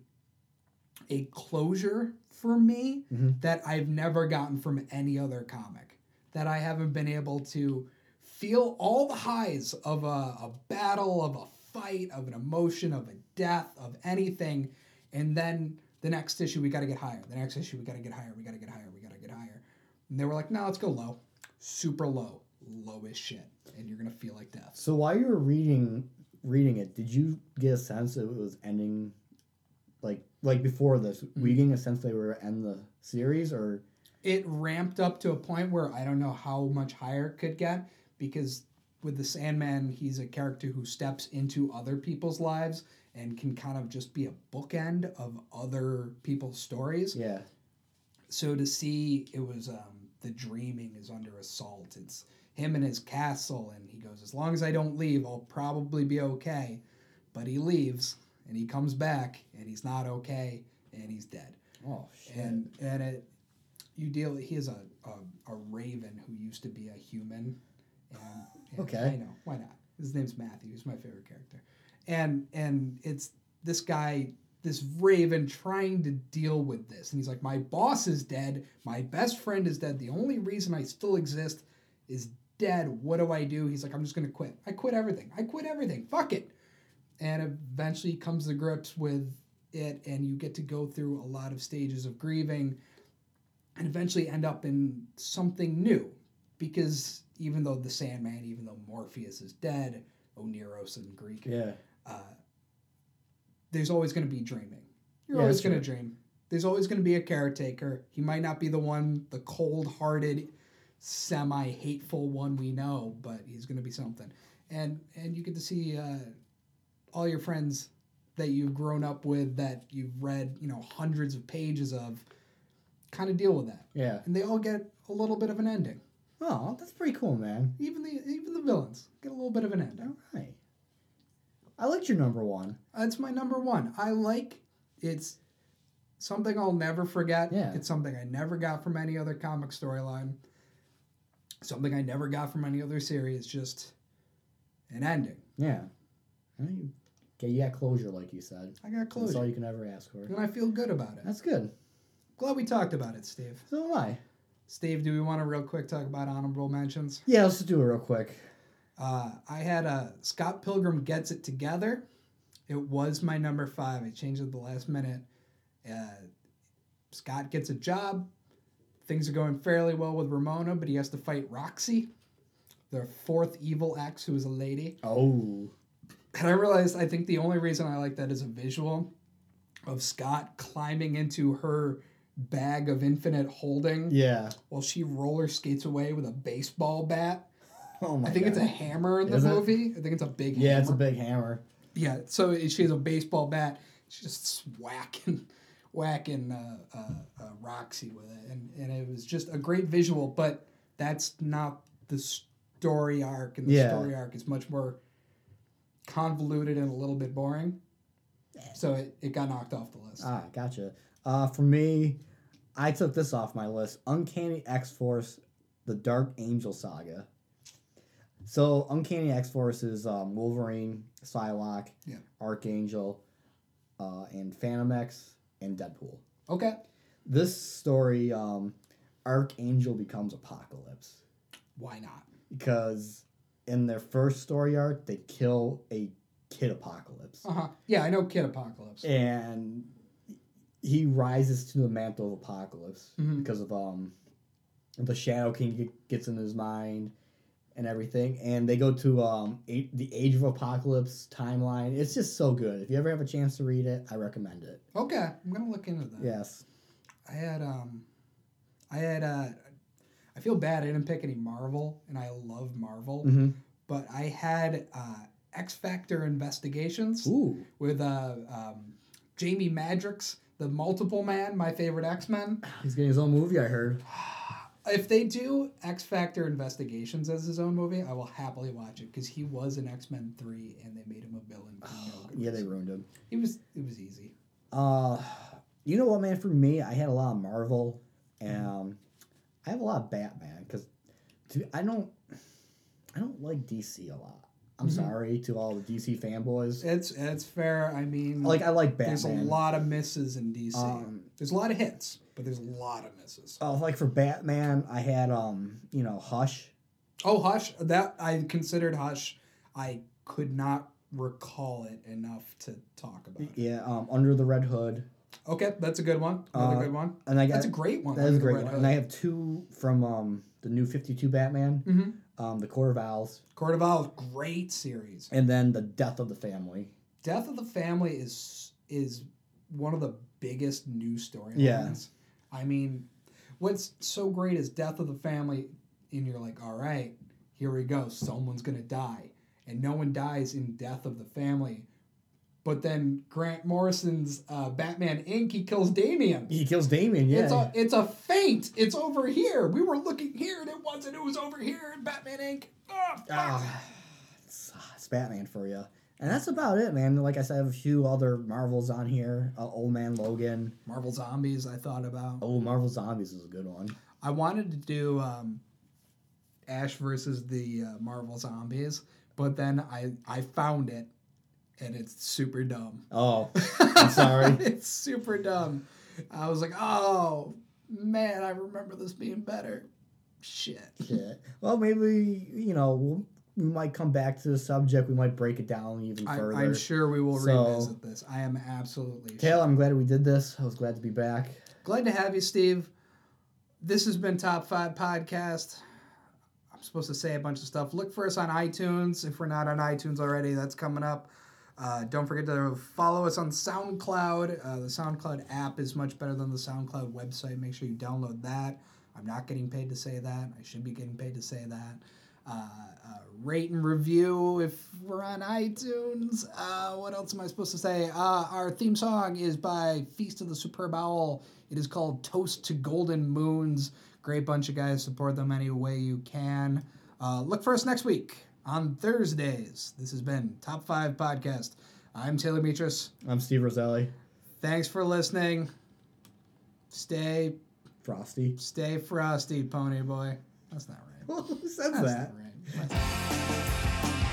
Speaker 1: a closure for me
Speaker 2: Mhm.
Speaker 1: that I've never gotten from any other comic. That I haven't been able to feel all the highs of a, a battle, of a fight, of an emotion, of a death, of anything. And then the next issue, we got to get higher. The next issue, we got to get higher. We got to get higher. We got to get higher. And they were like, no, let's go low. Super low. Low as shit. And you're going to feel like death.
Speaker 2: So while you were reading reading it, did you get a sense that it was ending like like before this? Were
Speaker 1: Mm.
Speaker 2: you getting a sense they were gonna end the series or
Speaker 1: It ramped up to a point where I don't know how much higher it could get because with the Sandman, he's a character who steps into other people's lives and can kind of just be a bookend of other people's stories.
Speaker 2: yeah.
Speaker 1: so to see it was um, the dreaming is under assault it's him and his castle and he goes as long as i don't leave i'll probably be okay but he leaves and he comes back and he's not okay and he's dead
Speaker 2: Oh shit.
Speaker 1: and and it you deal he is a, a, a raven who used to be a human and, and
Speaker 2: Okay.
Speaker 1: i know why not his name's matthew he's my favorite character and and it's this guy this raven trying to deal with this and he's like my boss is dead my best friend is dead the only reason i still exist is dead what do i do he's like i'm just gonna quit i quit everything i quit everything fuck it and eventually comes to grips with it and you get to go through a lot of stages of grieving and eventually end up in something new because even though the sandman even though morpheus is dead oneros in greek
Speaker 2: yeah.
Speaker 1: uh, there's always going to be dreaming you're
Speaker 2: Yeah,
Speaker 1: always
Speaker 2: that's
Speaker 1: going to dream there's always going to be a caretaker he might not be the one the cold-hearted semi-hateful one we know but he's going to be something and and you get to see uh, all your friends that you've grown up with that you've read you know hundreds of pages of kind of deal with that
Speaker 2: Yeah.
Speaker 1: and they all get a little bit of an ending
Speaker 2: Oh, that's pretty cool, man.
Speaker 1: even the even the villains get a little bit of an ending
Speaker 2: All right. I liked your number one.
Speaker 1: that's my number one i like it's something i'll never forget
Speaker 2: Yeah.
Speaker 1: it's something i never got from any other comic storyline something i never got from any other series just an ending
Speaker 2: Yeah. I mean, Okay, you got closure like you said.
Speaker 1: i got
Speaker 2: That's all
Speaker 1: closure
Speaker 2: you can ever ask for.
Speaker 1: and i feel good about it
Speaker 2: That's good.
Speaker 1: glad we talked about it steve
Speaker 2: So am I.
Speaker 1: Steve, do we want to real quick talk about honorable mentions?
Speaker 2: Yeah, let's just do it real quick.
Speaker 1: Uh, I had a Scott Pilgrim gets it together. It was my number five. I changed it at the last minute, Uh, Scott gets a job. Things are going fairly well with Ramona, but he has to fight Roxy, their fourth evil ex, who is a lady.
Speaker 2: Oh.
Speaker 1: And I realized I think the only reason I like that is a visual of Scott climbing into her bag of infinite holding
Speaker 2: Yeah.
Speaker 1: while she roller skates away with a baseball bat.
Speaker 2: Oh
Speaker 1: I
Speaker 2: my
Speaker 1: think
Speaker 2: God.
Speaker 1: it's a hammer in the
Speaker 2: Is it?
Speaker 1: movie. I think it's a big
Speaker 2: Yeah,
Speaker 1: hammer.
Speaker 2: it's a big hammer.
Speaker 1: Yeah, so she has a baseball bat. She's just whacking, <laughs> whacking uh, uh, uh, Roxy with it, and and it was just a great visual. But that's not the story arc, and the
Speaker 2: Yeah.
Speaker 1: story arc is much more convoluted and a little bit boring. So it, it got knocked off the list.
Speaker 2: Ah, gotcha. Uh, for me, I took this off my list: Uncanny X Force, the Dark Angel Saga. So, Uncanny X Force is um, Wolverine, Psylocke,
Speaker 1: Yeah.
Speaker 2: Archangel, uh, and Phantom X, and Deadpool.
Speaker 1: okay,
Speaker 2: This story, um, Archangel becomes Apocalypse
Speaker 1: why not?
Speaker 2: because in their first story arc, they kill a kid Apocalypse.
Speaker 1: Uh huh. Yeah, I know Kid Apocalypse.
Speaker 2: and he rises to the mantle of apocalypse
Speaker 1: Mhm.
Speaker 2: because of um the shadow king ge- gets in his mind and everything and they go to um a- the age of apocalypse timeline it's just so good if you ever have a chance to read it i recommend it
Speaker 1: Okay, I'm gonna look into that.
Speaker 2: yes
Speaker 1: I had um, I had uh, I feel bad I didn't pick any Marvel, and I love Marvel.
Speaker 2: mm-hmm.
Speaker 1: but I had uh, X Factor Investigations
Speaker 2: ooh
Speaker 1: with uh, um, Jamie Madrix, the Multiple Man, my favorite X Men.
Speaker 2: he's getting his own movie i heard
Speaker 1: If they do X Factor Investigations as his own movie, I will happily watch it because he was in X Men Three, and they made him a villain. For no good
Speaker 2: Ah, yeah they
Speaker 1: reason.
Speaker 2: ruined him
Speaker 1: It was it was easy.
Speaker 2: uh you know what man for me i had a lot of marvel and um, i have a lot of batman because i don't i don't like dc a lot i'm
Speaker 1: Mhm.
Speaker 2: sorry to all the dc fanboys
Speaker 1: It's it's fair. I mean,
Speaker 2: like i like batman
Speaker 1: there's a lot of misses in DC.
Speaker 2: um
Speaker 1: there's a lot of hits, but there's a lot of misses.
Speaker 2: oh, like for batman i had um you know hush
Speaker 1: Oh, Hush. That I considered Hush. I could not recall it enough to talk about it.
Speaker 2: yeah um under the red hood
Speaker 1: Okay, that's a good one. Another
Speaker 2: Uh,
Speaker 1: good one.
Speaker 2: and i got
Speaker 1: That's a great one.
Speaker 2: that is a
Speaker 1: Under the
Speaker 2: great
Speaker 1: Red
Speaker 2: one
Speaker 1: Hood.
Speaker 2: and i have two from um the new 52 batman
Speaker 1: Mhm.
Speaker 2: um the court of owls
Speaker 1: Court of Owls, great series.
Speaker 2: and then the death of the family
Speaker 1: Death of the Family is is one of the biggest news storylines.
Speaker 2: Yeah.
Speaker 1: I mean, what's so great is Death of the Family, and you're like, all right, here we go. Someone's gonna die, and no one dies in Death of the Family. But then Grant Morrison's uh, Batman Inc. He kills Damien.
Speaker 2: he kills damien yeah
Speaker 1: It's a it's a feint. It's over here. We were looking here and it wasn't. It was over here in Batman Inc. Oh, fuck.
Speaker 2: Ah, it's, ah, it's Batman for you. And that's about it, man. Like I said, I have a few other Marvels on here. Uh, Old Man Logan.
Speaker 1: Marvel Zombies. I thought about.
Speaker 2: Oh, Marvel Zombies is a good one.
Speaker 1: I wanted to do um, Ash versus the uh, Marvel Zombies, but then I I found it, and it's super dumb.
Speaker 2: Oh, <laughs> I'm sorry.
Speaker 1: <laughs> it's super dumb. I was like, oh man, I remember this being better. Shit.
Speaker 2: shit. Well, maybe, you know, we'll, we might come back to the subject. We might break it down even
Speaker 1: I,
Speaker 2: further.
Speaker 1: I'm sure we will
Speaker 2: So-
Speaker 1: revisit this. I am absolutely sure.
Speaker 2: Kale, I'm glad we did this. I was glad to be back.
Speaker 1: Glad to have you, Steve. This has been Top 5 Podcast. I'm supposed to say a bunch of stuff. Look for us on iTunes. If we're not on iTunes already, that's coming up. Uh, don't forget to follow us on SoundCloud. Uh, the SoundCloud app is much better than the SoundCloud website. Make sure you download that. I'm not getting paid to say that. I should be getting paid to say that. Uh, uh, rate and review if we're on iTunes. Uh, what else am I supposed to say? Uh, our theme song is by Feast of the Superb Owl. It is called Toast to Golden Moons. Great bunch of guys. Support them any way you can. Uh, look for us next week on Thursdays. This has been Top 5 Podcast. I'm Taylor Mitris.
Speaker 2: I'm Steve Roselli.
Speaker 1: Thanks for listening. Stay,
Speaker 2: Frosty. <laughs>
Speaker 1: stay frosty, pony boy. That's not right.
Speaker 2: Who says
Speaker 1: That's
Speaker 2: that?
Speaker 1: not right. That's-